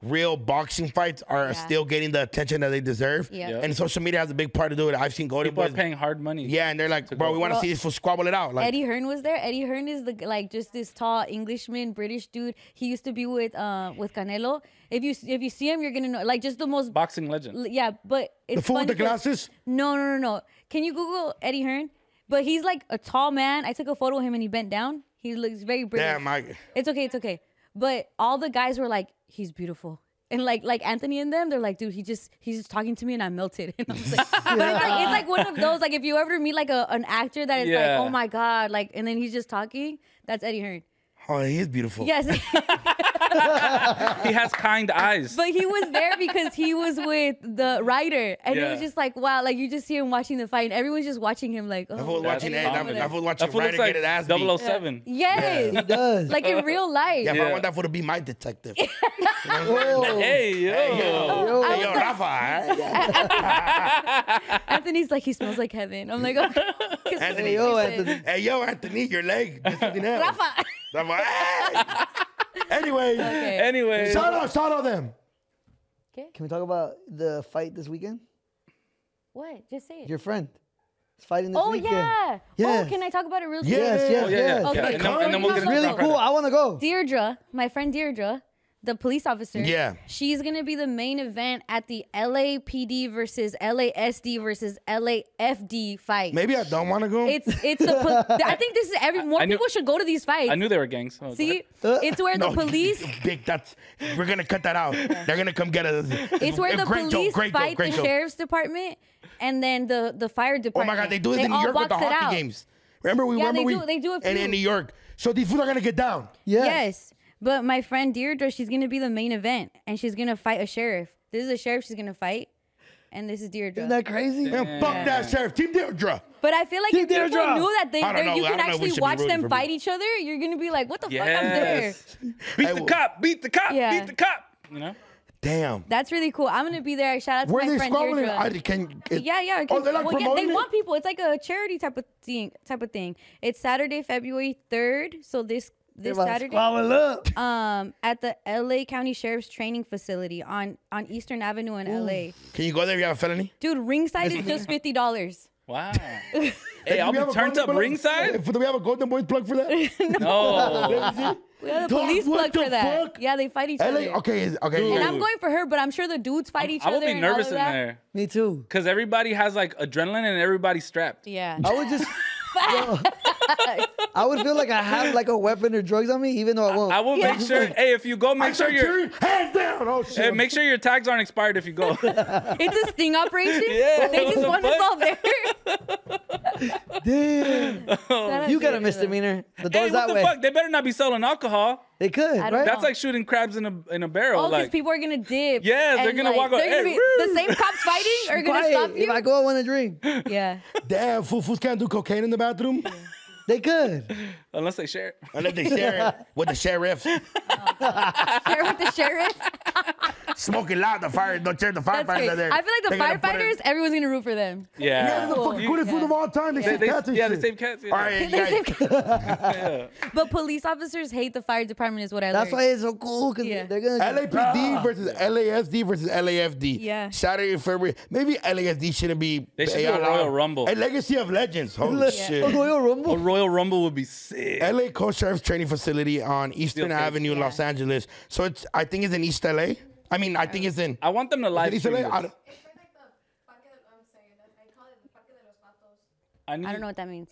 C: real boxing fights are
D: Yeah.
C: still getting the attention that they deserve.
D: Yeah. Yeah.
C: And social media has a big part to do with it. I've seen Golden
D: People are
C: Boys.
D: paying hard money.
C: Yeah, and they're like, bro,
D: go.
C: we want to
F: Well,
C: see this for squabble it out. Like
F: Eddie Hearn was there. Eddie Hearn is the like just this tall Englishman, British dude. He used to be with uh with Canelo. If you if you see him, you're gonna know like just the most
D: boxing legend.
F: L- Yeah, but it's
D: fool with
F: funny
D: the
F: 'cause-
D: glasses?
F: No, no, no, no. Can you Google Eddie Hearn? But he's like a tall man. I took a photo of him and he bent down. He looks very British.
C: damn, I
F: It's okay, it's okay. But all the guys were like, he's beautiful. And like like Anthony and them, they're like, dude, he just he's just talking to me and I melted. And I was like, but it's like it's like one of those like if you ever meet like a, an actor that is
C: Yeah.
F: like, oh my god, like and then he's just talking. That's Eddie Hearn.
C: oh he is beautiful.
F: Yes,
D: he has kind eyes.
F: but he was there because he was with the writer, and it was
D: Yeah.
F: just like wow, like you just see him watching the fight, and everyone's just watching him like. Oh,
C: That fool
F: my
C: watching
F: God.
C: Eddie. That, that fool watching
D: That fool
C: Ryder
D: looks
C: get his ass
D: like
C: beat.
D: 007.
F: Yes.
C: He does.
F: Like in real life.
C: Yeah, if I
D: Yeah.
C: want that fool to be my detective.
D: Hey, yo.
F: Oh,
C: yo, hey, yo, Rafa. eh?
F: Anthony's like he smells like heaven. I'm like, oh, okay.
C: Anthony.
F: yo, Anthony.
C: Hey, yo, Anthony, your leg. That's something else.
F: Rafa.
C: Rafa. Hey. Anyway.
F: Okay.
D: Anyway.
C: Shout out, shout out them.
G: Can we talk about the fight this weekend?
F: what? Just say it.
G: Your friend is fighting this
F: oh
G: weekend.
F: yeah.
G: Yes.
F: Oh, can I talk about it real quick?
G: Yes, yes, yes.
F: Okay.
G: It's really cool. I want to go.
F: Deirdre, my friend Deirdre, the police officer.
C: Yeah.
F: She's gonna be the main event at the LAPD versus LASD versus LAFD fight.
C: Maybe I don't want to go.
F: It's it's the. po- I think this is every more
C: I knew-
F: people should go to these fights.
D: I knew they were gangs. Oh, go
F: See,
D: ahead.
F: it's where the
C: No,
F: police.
C: Big. That's we're gonna cut that out. They're gonna come get us. Eh, oh,
F: It's where the
C: Great joke,
F: police
C: great joke,
F: fight
C: great
F: the
C: joke.
F: sheriff's department and then the the fire
C: Oh
F: department.
C: my God, they do this in New
F: all
C: York with the
F: box it
C: hockey
F: out.
C: games. Remember we
F: Yeah,
C: remember
F: they
C: we
F: do- they do a
C: and
F: few.
C: in New York. So these fools are gonna get down.
F: Yes. But my friend Deirdre, she's gonna be the main event, and she's gonna fight a sheriff. This is a sheriff she's gonna fight, and this is Deirdre. Isn't
G: that crazy?
C: And fuck that sheriff, Team Deirdre.
F: But I feel like
C: Team
F: if people
C: Deirdre!
F: knew that they,
C: I don't
F: there-
C: know.
F: you
C: I
F: could
C: don't know if we
F: actually
C: should be
F: watch
C: rooting for
F: them
C: me.
F: fight each other, you're gonna be like, "What the fuck? I'm there."
D: Yes. Beat the cop. Beat the cop.
F: Yeah.
D: Beat the cop. You know.
C: Damn.
F: That's really cool. I'm gonna be there. Shout out to
C: Where
F: my
C: they
F: friend
C: squabbling?
F: Deirdre.
C: I can. it-
F: yeah, yeah.
C: Oh,
F: because-
C: they're like
F: well, yeah,
C: promoting
F: they
C: it?
F: want people. It's like a charity type of thing. Type of thing. It's Saturday, February third. So this
G: They
F: this
G: about to
F: Saturday,
G: squabble up.
F: um, at the L.A. County Sheriff's Training Facility on on Eastern Avenue in L.A.
C: Can you go there? if You have a felony.
F: Dude, ringside is just fifty dollars.
D: Wow.
C: Hey,
D: I'll
C: do we
D: be
C: have a
D: turned
C: Golden
D: up
C: Boy-
D: ringside?
C: Hey, Do we have a Golden Boys plug for that?
D: No.
F: We have the
C: Dog,
F: police
C: what
F: plug
C: the
F: for that.
C: fuck?
F: Yeah, they fight each
C: LA?
F: other.
C: Okay, is- okay.
F: And I'm
D: Dude.
F: going for her, but I'm sure the dudes fight each
D: I would
F: other.
D: be
F: and all
D: nervous
F: of
D: in
F: that.
D: there
G: Me too.
D: because everybody has like adrenaline and everybody's strapped.
F: Yeah.
G: I would just. I would feel like I have like a weapon or drugs on me, even though I won't.
D: I will make sure. Hey, if you go, make sure your
C: Turn hands down. Oh shit.
D: hey, make sure your tags aren't expired if you go.
F: It's a sting operation.
D: Yeah,
F: they
D: what
F: just
D: the
F: want us
D: fuck?
F: all there.
G: Damn. you got a misdemeanor. The
D: Oh, hey,
G: door's
D: what
G: that
D: the
G: way.
D: fuck? They better not be selling alcohol.
G: They could,
F: I
G: right?
F: don't know.
D: That's like shooting crabs in a in a barrel.
F: Oh, because
D: like
F: people are gonna dip.
D: Yeah, they're
F: and,
D: gonna walk up,
F: they're gonna
D: "Hey,
F: be- the same cops fighting are gonna
G: Quiet.
F: stop
G: If I
F: you.
G: go, I want a drink.
F: Yeah.
C: Damn, foo foos can't do cocaine in the bathroom
G: They could.
D: unless they share. it.
C: unless they share it with the sheriff.
F: Share with the sheriff.
C: Smoking loud, the fire don't share the
F: That's
C: firefighters
F: great.
C: are there.
F: I feel like the
C: They gotta put
F: firefighters,
C: it-
F: everyone's gonna root for them.
C: Yeah, they're
D: Yeah.
C: the fucking coolest food of all time. They,
D: They,
C: save
D: they,
C: cats and
D: yeah, they
C: shit.
D: save cats. Yeah.
C: All right, you guys,
F: But police officers hate the fire department, is what I
G: That's
F: learned.
G: why it's so cool because
F: Yeah.
G: they're gonna.
C: LAPD versus LASD versus LAFD.
F: Yeah.
C: Saturday, February. Maybe LASD shouldn't be.
D: They should do a
C: AI.
D: Royal Rumble.
C: A legacy of legends. Holy
G: A
C: shit.
G: Royal
D: A
G: Rumble.
D: Royal Rumble would be sick.
C: LA Coast Sheriff's Training Facility on Eastern
D: Okay.
C: Avenue in Los Angeles. So it's, I think it's in East LA. I mean, I think it's in.
D: I want them to live
C: Is it
D: stream
C: LA?
D: this.
C: I don't-
D: need-
F: I don't know what that means.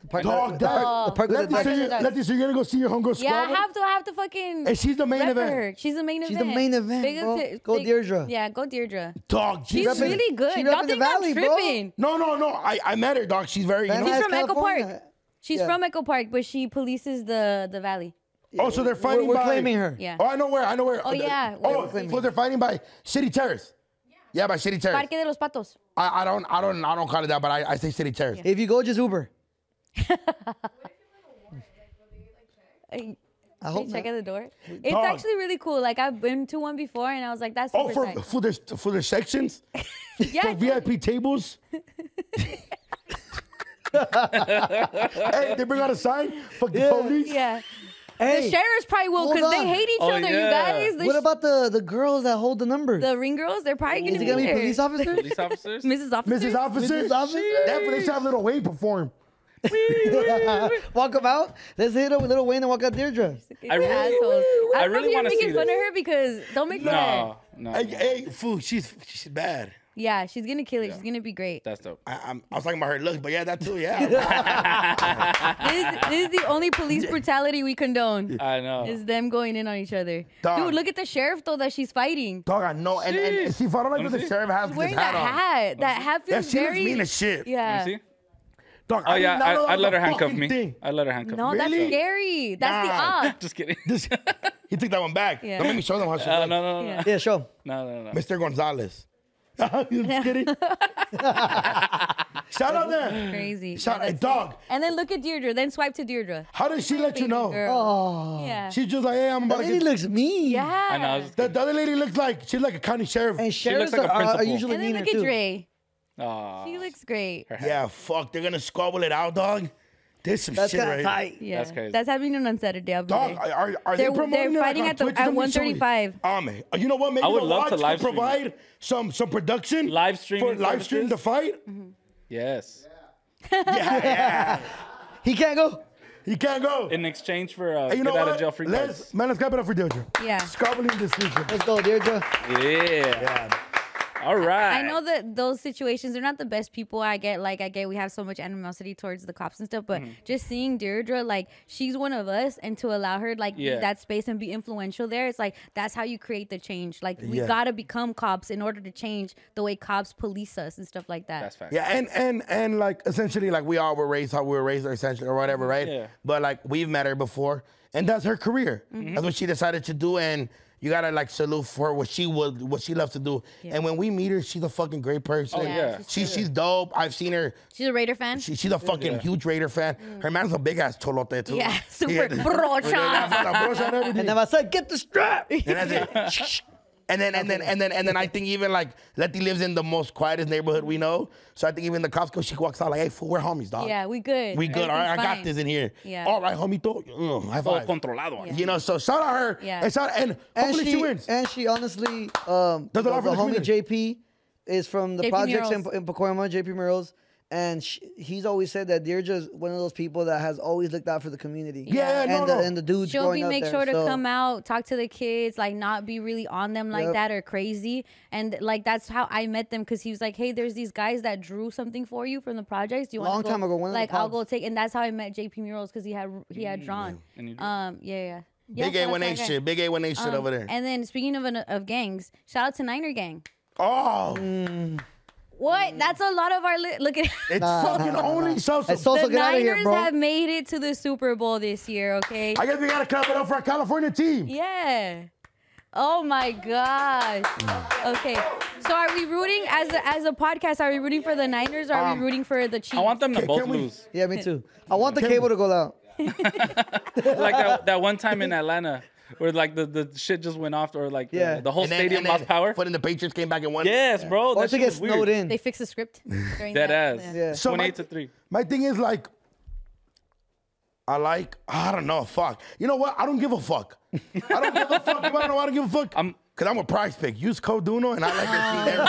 G: The park,
C: Dog,
G: the park,
C: that-
G: the park with
C: Let
G: the
C: me see you-
G: ducks.
C: let me see you gotta go see your homegirl
F: Yeah,
C: squabble.
F: I have to I have to fucking.
C: And Oh, she's the main
F: rep for
C: event.
F: her. She's the main
G: She's the
F: event.
G: main event,
F: Big
G: bro.
F: t-
G: Go
F: big-
G: Deirdre.
F: Yeah, go Deirdre.
C: Dog,
F: She's
C: Jesus.
F: really good.
G: she repping
F: Y'all
G: the
F: think
G: valley,
F: I'm
G: bro.
F: tripping.
C: No, no, no. I, I met her, dog. She's very. You
G: Van
C: know,
F: She's
G: Nuys,
F: from Echo
G: California.
F: Park. She's
G: Yeah.
F: from Echo Park, but she polices the the valley.
C: oh, so they're
G: We're,
C: fighting.
G: we're
C: by-
G: claiming her.
F: Yeah.
C: Oh, I know where. I know where.
F: Oh, yeah.
C: Oh,
F: We're
C: so they're fighting by City Terrace. Yeah, by City Terrace.
F: Parque de los Patos.
C: I, I don't I don't I don't call it that, but I, I say City Terrace.
G: If you go, just Uber.
F: I
G: I hope
F: check
G: not.
F: at the door. It's
C: Dog.
F: actually really cool. Like I've been to one before, and I was like, "That's
C: Oh,
F: super
C: for
F: tight.
C: for their for their sections,
F: yeah."
C: for VIP tables. hey, they bring out a sign. Fuck the police.
F: Yeah,
G: Hey,
F: the sheriffs probably will
G: hold
F: because
G: on.
F: they hate each
D: Oh,
F: other.
D: yeah.
F: You guys, the,
G: what
F: sh-
G: about the the girls that hold the numbers?
F: the ring girls? They're probably gonna
G: Is it
F: be
G: gonna be
F: there.
G: police officers?
D: Police officers.
F: Mrs. Officer.
C: Mrs. Officer.
G: Mrs. Officer?
C: That's when they should have little Wayne perform.
G: walk them out. Let's hit up with Little Wayne and walk out Deirdre.
D: I really-
F: assholes. I,
D: I
F: don't know if
D: really
F: you're
D: wanna see
F: making fun of
D: this.
F: her because don't make fun of her.
D: No, no.
C: Hey, hey, fool, she's she's bad.
F: Yeah, she's gonna kill it. She's gonna be great.
D: That's dope.
C: I, I'm, I was talking about her looks, but yeah, that too. Yeah.
F: This, is- this is the only police brutality we condone.
D: I know.
F: Is them going in on each other.
C: Dog.
F: Dude, look at the sheriff though that she's fighting.
C: Dog, I know. And, and, and see, if I don't like what the sheriff has
F: She's
C: with
F: wearing
C: his hat
F: that hat.
C: on.
F: That hat
C: Yeah,
F: feels
C: she
F: very
C: looks mean as shit.
F: Yeah.
D: Let me see.
C: Dog,
D: Oh
C: I did
D: yeah,
C: not know
D: I,
C: that
D: I'd
C: was
D: let
C: a
D: her handcuff
C: fucking
D: me.
C: Thing.
D: I'd let her handcuff
F: No,
D: me.
F: that's
C: Really?
F: scary. That's
C: Nah.
F: the op.
D: Just kidding.
C: He took that one back.
F: Yeah.
C: Don't make me show them how she
D: Uh,
C: looks.
D: no, no, no,
F: Yeah.
G: Yeah, show. 'em.
D: no, no, no, no.
C: Mr. Gonzalez. you just kidding? Shout out there.
F: Crazy.
C: Shout
F: Yeah, that's-
C: out, dog.
F: And then look at Deirdre. Then swipe to Deirdre.
C: How did she let you know?
F: Oh. Yeah.
C: She's just like, hey, I'm
G: That
C: about to
G: lady
C: get.
G: looks mean.
F: yeah.
D: I know. I was just
C: The, the other lady looks like she's like a county sheriff.
G: And sheriffs
D: like a
G: are, are- are
D: principal.
G: usually
F: and then
G: meaner
F: look at
G: too.
F: Dre.
D: Aw.
F: She looks great.
C: yeah, fuck, they're gonna squabble it out, dog. There's some
G: That's
C: shit
G: kind
C: right.
G: of tight.
F: Yeah.
D: That's crazy.
F: That's happening on Saturday. I'll be
C: Dog,
F: there.
C: are, are, are they
F: They're-
C: promoting
F: they're
C: it, like,
F: fighting
C: on
F: at the-
C: Twitch?
F: at
C: Let me show you.
F: 135.
C: Um, you know what? Maybe
D: I would
C: the
D: love to
C: Lodge
D: live
C: could
D: stream it.
C: provide some some production,
D: Live
C: for
D: streaming
C: live stream the
F: Mm-hmm.
D: services?
C: fight.
D: Yes.
C: Yeah, yeah.
G: He can't go.
C: He can't go.
D: In exchange for uh,
C: Hey, you know
D: get out
C: what?
D: of jail free
C: Let's,
D: cards.
C: man, let's clap it up for Deirdre.
F: Yeah.
C: Scarveling decision.
G: Let's go, Deirdre.
D: Yeah. All right.
F: I know that those situations are not the best people. I get like I get we have so much animosity towards the cops and stuff, but
D: Mhm.
F: just seeing Deirdre like she's one of us, and to allow her like be
D: Yeah.
F: that space and be influential there, it's like that's how you create the change. Like we
C: Yeah.
F: gotta become cops in order to change the way cops police us and stuff like that. That's
D: fact.
C: Yeah, and and and like essentially, like we all were raised how we were raised, or essentially, or whatever, right?
D: Yeah.
C: But like we've met her before, and that's her career.
F: Mm-hmm.
D: Mhm.
C: That's what she decided to do, and you gotta like salute for what she would, what she loves to do.
F: Yeah.
C: And when we meet her, she's a fucking great person.
F: Oh, Yeah, yeah. she's
C: she's she's dope. I've seen her.
F: She's a Raider fan.
C: She, she's a fucking huge Raider fan. Her man's a big ass cholote
F: Mm.
C: too.
F: Yeah, super
C: Yeah.
F: brocha.
C: and
G: then I said, get the strap. And
C: that's it. And then, and then, and then, and then I think even like Letty lives in the most quietest neighborhood we know. So I think even the cops go, she walks out like, hey, fool, we're homies, dog.
F: Yeah, we good.
C: We good. All right,
F: Everything's
C: I
F: fine.
C: got this in here.
F: Yeah.
C: All right, homito. Mm, high
D: Todo
C: five.
D: controlado.
C: You know, so shout out her.
F: Yeah.
C: And, shout, and hopefully she, wins.
G: And she honestly, um,
C: Does a
G: the,
C: lot
G: the
C: for
G: homie
C: the community.
G: JP is from the
F: JP
G: projects in,
F: Murals.
G: in Pacoima, JP Murals. And sh he's always said that Deirdre is one of those people that has always looked out for the community.
C: Yeah,
G: and
C: no,
G: the,
C: no.
G: And the dudes
F: She'll
G: growing
F: be
G: up
F: make
G: there,
F: sure to
G: so-
F: come out, talk to the kids, like not be really on them like
G: Yep.
F: that or crazy. And like that's how I met them because he was like, "Hey, there's these guys that drew something for you from the projects. Do you want
G: Long
F: go?
G: time ago, one of the
F: like I'll go
G: pods.
F: take." And that's how I met JP Murals because he had he
C: Mm,
F: had drawn.
D: And you do.
F: Um, yeah, yeah. Yeah,
C: Big
F: shout out to
C: A1A
F: that guy.
C: shit. Big A1A shit
F: Um,
C: over there.
F: And then speaking of an, of gangs, shout out to Niner Gang.
C: oh,
D: Mm.
G: Mm.
F: What? That's a lot of our li- look at.
C: it's fucking only social.
G: It's also
F: the
G: get out of
F: Niners
G: here, bro.
F: have made it to the Super Bowl this year. Okay.
C: I guess we gotta clap it up for our California team.
F: Yeah. Oh my gosh. Okay. So are we rooting as a, as a podcast? Are we rooting for the Niners? Or are
C: Um,
F: we rooting for the Chiefs?
D: I want them to both
C: can we-
D: lose.
G: yeah, me too. I want the cable to go out.
D: like that, that one time in Atlanta where like the, the shit just went off or like the-
G: Yeah.
D: the, whole
C: And then-
D: stadium
C: and then-
D: lost power.
C: But then the Patriots came back and won.
D: Yes, bro.
G: Or
D: that
G: to
D: shit
G: get
D: was weird.
G: snowed in.
F: They fix the script during
D: Dead
F: that.
D: ass.
F: Yeah.
G: Yeah.
C: So my-
D: 28 to 3.
C: My thing is like, I like, I don't know, fuck. You know what? I don't give a fuck. I don't give a fuck. You wanna know why I don't give a fuck? I'm, Cause I'm a prize pick. Use code Duno and I like to see everybody.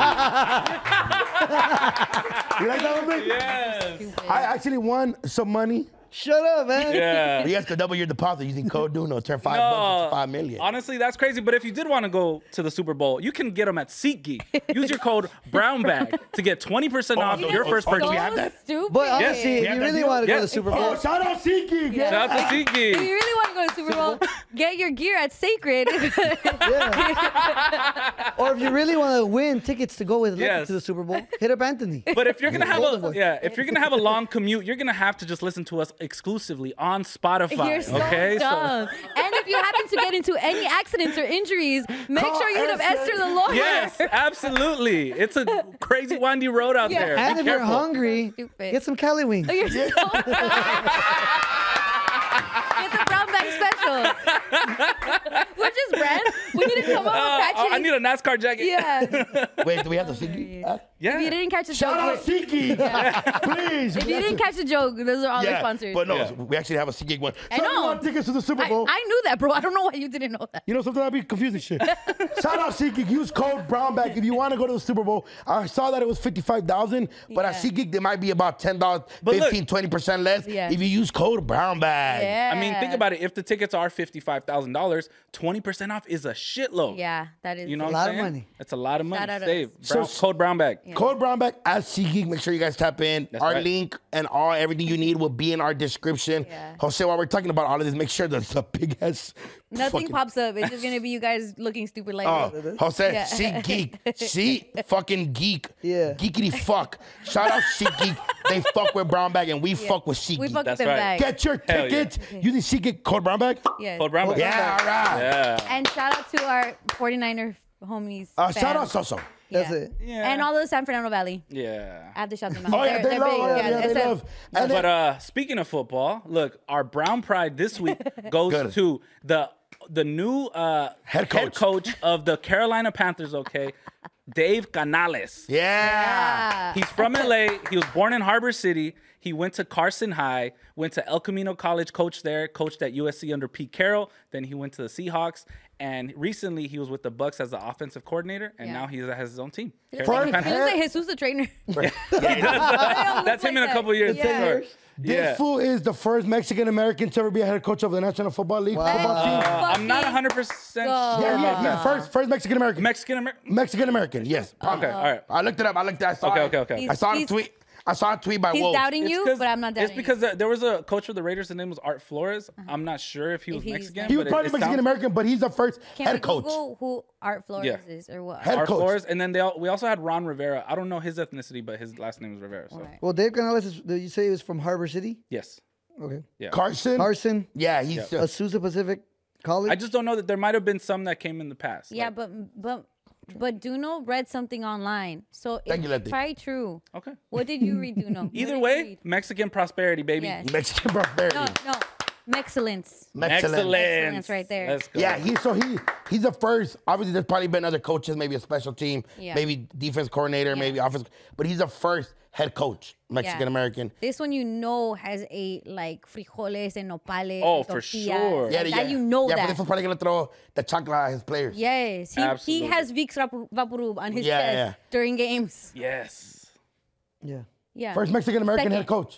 F: Ah.
C: you like that one, Blake?
D: Yes.
C: I actually won some money.
G: Shut up, man.
D: Yeah.
C: You guys could double your deposit using code Duno. Turn five bucks
D: No,
C: into five million.
D: Honestly, that's crazy. But if you did want to go to the Super Bowl, you can get them at SeatGeek. Use your code BrownBag to get 20% off
C: Oh,
D: your
C: oh,
D: first
C: oh,
D: purchase.
C: we
D: Yeah.
C: have-
F: So
C: that? uh,
F: stupid.
G: But
D: Yes.
G: honestly,
D: We
G: if
C: have
G: you
C: that
G: really
C: deal.
G: want to go to
D: Yeah.
G: the Super Bowl,
C: oh, shout out SeatGeek. Yeah.
D: Shout out to
F: If you
D: SeatGeek.
F: really want to go to Super Bowl, get your gear at Sacred.
G: or if you really want to win tickets to go with Lucky
D: Yes.
G: to the Super Bowl, hit up Anthony.
D: But if you're gonna have
G: Golden
D: a
G: Boy.
D: yeah, if you're gonna have a long commute, you're gonna have to just listen to us exclusively on Spotify.
F: You're so
D: okay,
F: dumb. And if you happen to get into any accidents or injuries, make
C: Call
F: sure you hit up
C: Esther.
F: Esther the lawyer.
D: yes, absolutely. It's a crazy windy road out
F: Yeah.
D: there. Be
G: and if you're
D: careful.
G: hungry,
F: Stupid.
G: get some Cali wings.
F: You're so dumb. Get the brown bag special. We're just brand. We need to come up
D: Uh,
F: with catchy.
D: I need a NASCAR jacket.
F: yeah.
C: Wait, do we have the SeatGeek? app?
D: yeah.
F: If you didn't catch the
C: Shout out
F: joke, we're-
C: SeatGeek. Please.
F: if you didn't catch the joke, those are all the sponsors.
C: But no,
D: Yeah.
C: we actually have a SeatGeek one.
F: I
C: So if you
F: know.
C: want tickets to the Super
F: I,
C: Bowl.
F: I knew that, bro. I don't know why you didn't know that.
C: You know, sometimes I be confusing shit. Shout out SeatGeek. Use code Brownback if you want to go to the Super Bowl. I saw that it was 55000 but at
F: Yeah.
C: SeatGeek, there might be about $10,
D: But look-
C: 15 20% less
F: Yeah.
C: if you use code Brownback.
F: Yeah.
D: I mean, think about it. If the tickets are fifty-five thousand dollars, twenty percent off is a shitload.
F: Yeah, that is.
D: Oh. you know,
G: A
D: what
G: lot
D: I'm
G: of
D: saying?
G: money.
D: That's a lot of money.
F: Shout out to
D: Save
F: us.
D: brown,
C: So-
D: cold brown bag.
C: Code Brownback at SeatGeek. Make sure you guys tap in.
D: That's
C: our
D: right.
C: link and all everything you need will be in our description.
F: Yeah.
C: Jose, while we're talking about all of this, make sure that the big ass.
F: Nothing
C: fucking-
F: pops up. It's just gonna be you guys looking stupid like. me.
C: Oh, Jose,
F: Yeah.
C: she geek. She fucking geek.
G: Yeah.
C: Geekity fuck. Shout out she geek. They fuck with brown bag and we fuck with she
F: we
C: geek.
F: fuck with
D: That's
F: them
D: right.
F: back.
C: Get your
D: Hell yeah.
C: tickets. You think she get called brown bag?
F: Yes.
D: Cold brown bag.
C: Yeah, all right.
D: Yeah.
F: And shout out to our 49er homies.
C: Uh, shout
F: fans.
C: out Soso.
F: Yeah.
G: That's it.
D: Yeah.
F: And all the San Fernando Valley.
D: Yeah.
F: I have to shout them out.
C: Oh, yeah,
F: They're-
C: they
F: they're
C: love.
F: big.
C: oh, yeah,
F: Yeah,
C: they
F: that's it.
C: love. And
D: But
C: then-
D: uh, speaking of football, look, our Brown Pride this week
C: Good.
D: goes to the the new uh,
C: Head coach.
D: of the Carolina Panthers. Okay, Dave Canales.
C: yeah.
D: He's from LA. He was born in Harbor City. He went to Carson High, went to El Camino College, coached there, coached at USC under Pete Carroll. Then he went to the Seahawks. And recently, he was with the Bucks as the offensive coordinator, and
F: Yeah.
D: now he has his own team.
F: He looks,
D: Carolina
F: like, he looks
D: Panthers.
F: like Jesus the trainer.
D: Yeah, he does.
F: look
D: That's him
F: like
D: in a
F: that.
D: couple years.
F: In ten
D: for sure.
F: years?
C: This
D: Yeah.
C: fool is the first Mexican American to ever be a head coach of the National Football League football team.
D: Uh, I'm not 100 percent
C: Yeah,
D: sure
C: yeah,
D: about
C: yeah,
D: that.
C: First, first Mexican American.
D: Mexican American.
C: Mexican American. Yes.
F: Uh-huh.
D: Okay, all right.
C: I looked it up. I looked. I saw
D: Okay,
C: it.
D: okay, okay.
C: I saw a
F: He's-
C: tweet. I saw a tweet by
F: he's
C: Wolf.
F: doubting
D: It's
F: you,
D: 'cause-
F: but I'm not
D: It's
F: doubting. Uh-huh.
D: because uh, there was a coach of the Raiders. His name was Art Flores. I'm not sure if he was
F: he's
D: Mexican.
C: He
D: but
C: was
D: it-
C: probably
D: it sounds-
C: Mexican American, but he's the first
F: Can we
C: head coach.
F: Google who Art Flores
D: Yeah.
F: is or what?
C: Head
D: Art
C: coach.
D: Flores, and then they all, we also had Ron Rivera. I don't know his ethnicity, but his last name was Rivera. So
G: Well, Dave Canales, is, did you say he was from Harbor City?
D: yes,
G: Okay.
D: yeah.
C: Carson.
G: Carson,
C: Yeah, he's
G: yeah. Azusa Pacific College.
D: I just don't know that there might have been some that came in the past.
F: Yeah,
D: Like,
F: but but but Duno read something online, so
C: Thank you,
F: it's
C: Leti.
F: probably true.
D: okay.
F: What did you read, Duno? What did
D: Either
F: you
D: way,
F: read?
D: Mexican prosperity, baby.
F: Yes.
C: Mexican prosperity.
F: no, no, excellence.
C: Mexican.
F: Excellence right there.
D: Let's go.
C: Yeah, he so he he's the first. Obviously, there's probably been other coaches, maybe a special team,
F: Yeah.
C: maybe defense coordinator, maybe offense, but he's the first head coach, Mexican American.
F: This one you know has a like frijoles and nopales.
D: Oh,
F: and
D: for
F: tortillas.
D: sure.
F: Like, that you know
C: yeah, but
F: that.
C: this was probably gonna throw the chocolate at his players.
F: yes, he, he
D: Absolutely.
F: has Vicks Vapor- Vaporub on his
C: Yeah,
F: chest
C: yeah.
F: during games.
D: Yes.
G: yeah. It
F: Yeah.
C: First Mexican American head
F: Second.
C: coach.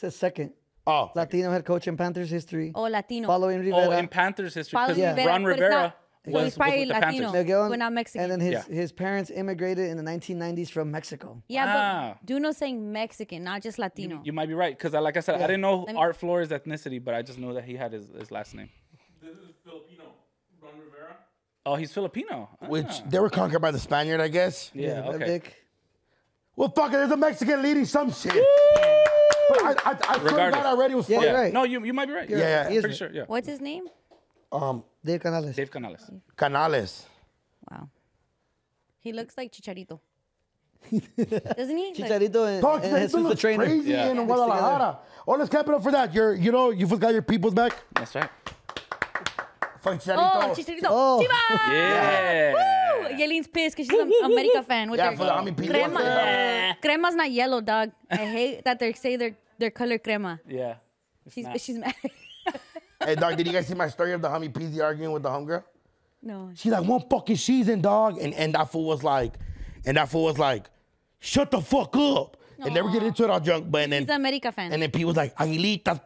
G: says second
C: Oh,
G: Latino head coach in Panthers history.
F: Oh, Latino.
G: Following Rivera.
D: Oh, in Panthers history,
F: Paulo
D: because
F: Rivera,
D: Ron
F: but it's
D: Rivera
F: not- so
D: was,
F: he's
D: was
F: probably
D: with the
F: Latino.
D: Panthers.
G: Miguel,
F: but not Mexican.
G: And then his,
D: Yeah.
G: his parents immigrated in the 1990s from Mexico.
F: yeah,
D: Wow.
F: but Duno saying Mexican, not just Latino.
D: Ah. You might be right, because like I said, I didn't know
F: Let me-
D: Art Flores' ethnicity, but I just know that he had his, his last name. This is Filipino. Ron Rivera. Oh, he's Filipino.
C: which
D: Ah.
C: they were conquered by the Spaniard, I guess.
D: yeah,
G: That
D: okay.
G: dick.
C: Well, fuck it, there's a Mexican leading some shit. But I, I, I feel
D: Regardless.
C: that already was
G: Yeah,
C: fucked.
G: you're right.
D: No, you you might be right.
C: Yeah, yeah.
D: I'm pretty sure. Yeah,
F: What's his name?
C: Um,
G: Dave Canales.
D: Dave Canales.
C: Canales.
F: Wow. He looks like Chicharito. Doesn't he? Like-
G: Chicharito and,
C: Talk
G: and
C: to
G: Jesus
C: people
G: the trainer.
C: crazy
D: Yeah.
C: in
D: Mixed
C: Guadalajara. Oh, let's clap it up for that. You're, you know, you forgot your people's back.
D: That's right.
C: Fuck
F: oh,
C: Chicharito.
F: Chicharito.
G: Oh.
F: Chivas!
D: Yeah.
F: Woo! Yelene's pissed because she's an America fan. With
C: Yeah,
F: their
C: for the army people.
F: Crema. Crema's not yellow, dog. I hate that they say their their color crema.
D: Yeah. It's
F: She's
D: not-
F: she's mad.
C: hey, dog, did you guys see my story of the homie PZ arguing with the homegirl?
F: no.
C: She's like, one fucking season, dog. And, and that fool was like, and that fool was like, shut the fuck up. And never get into it all drunk. But and then,
F: She's an America fan.
C: and then people was like, aguilitas,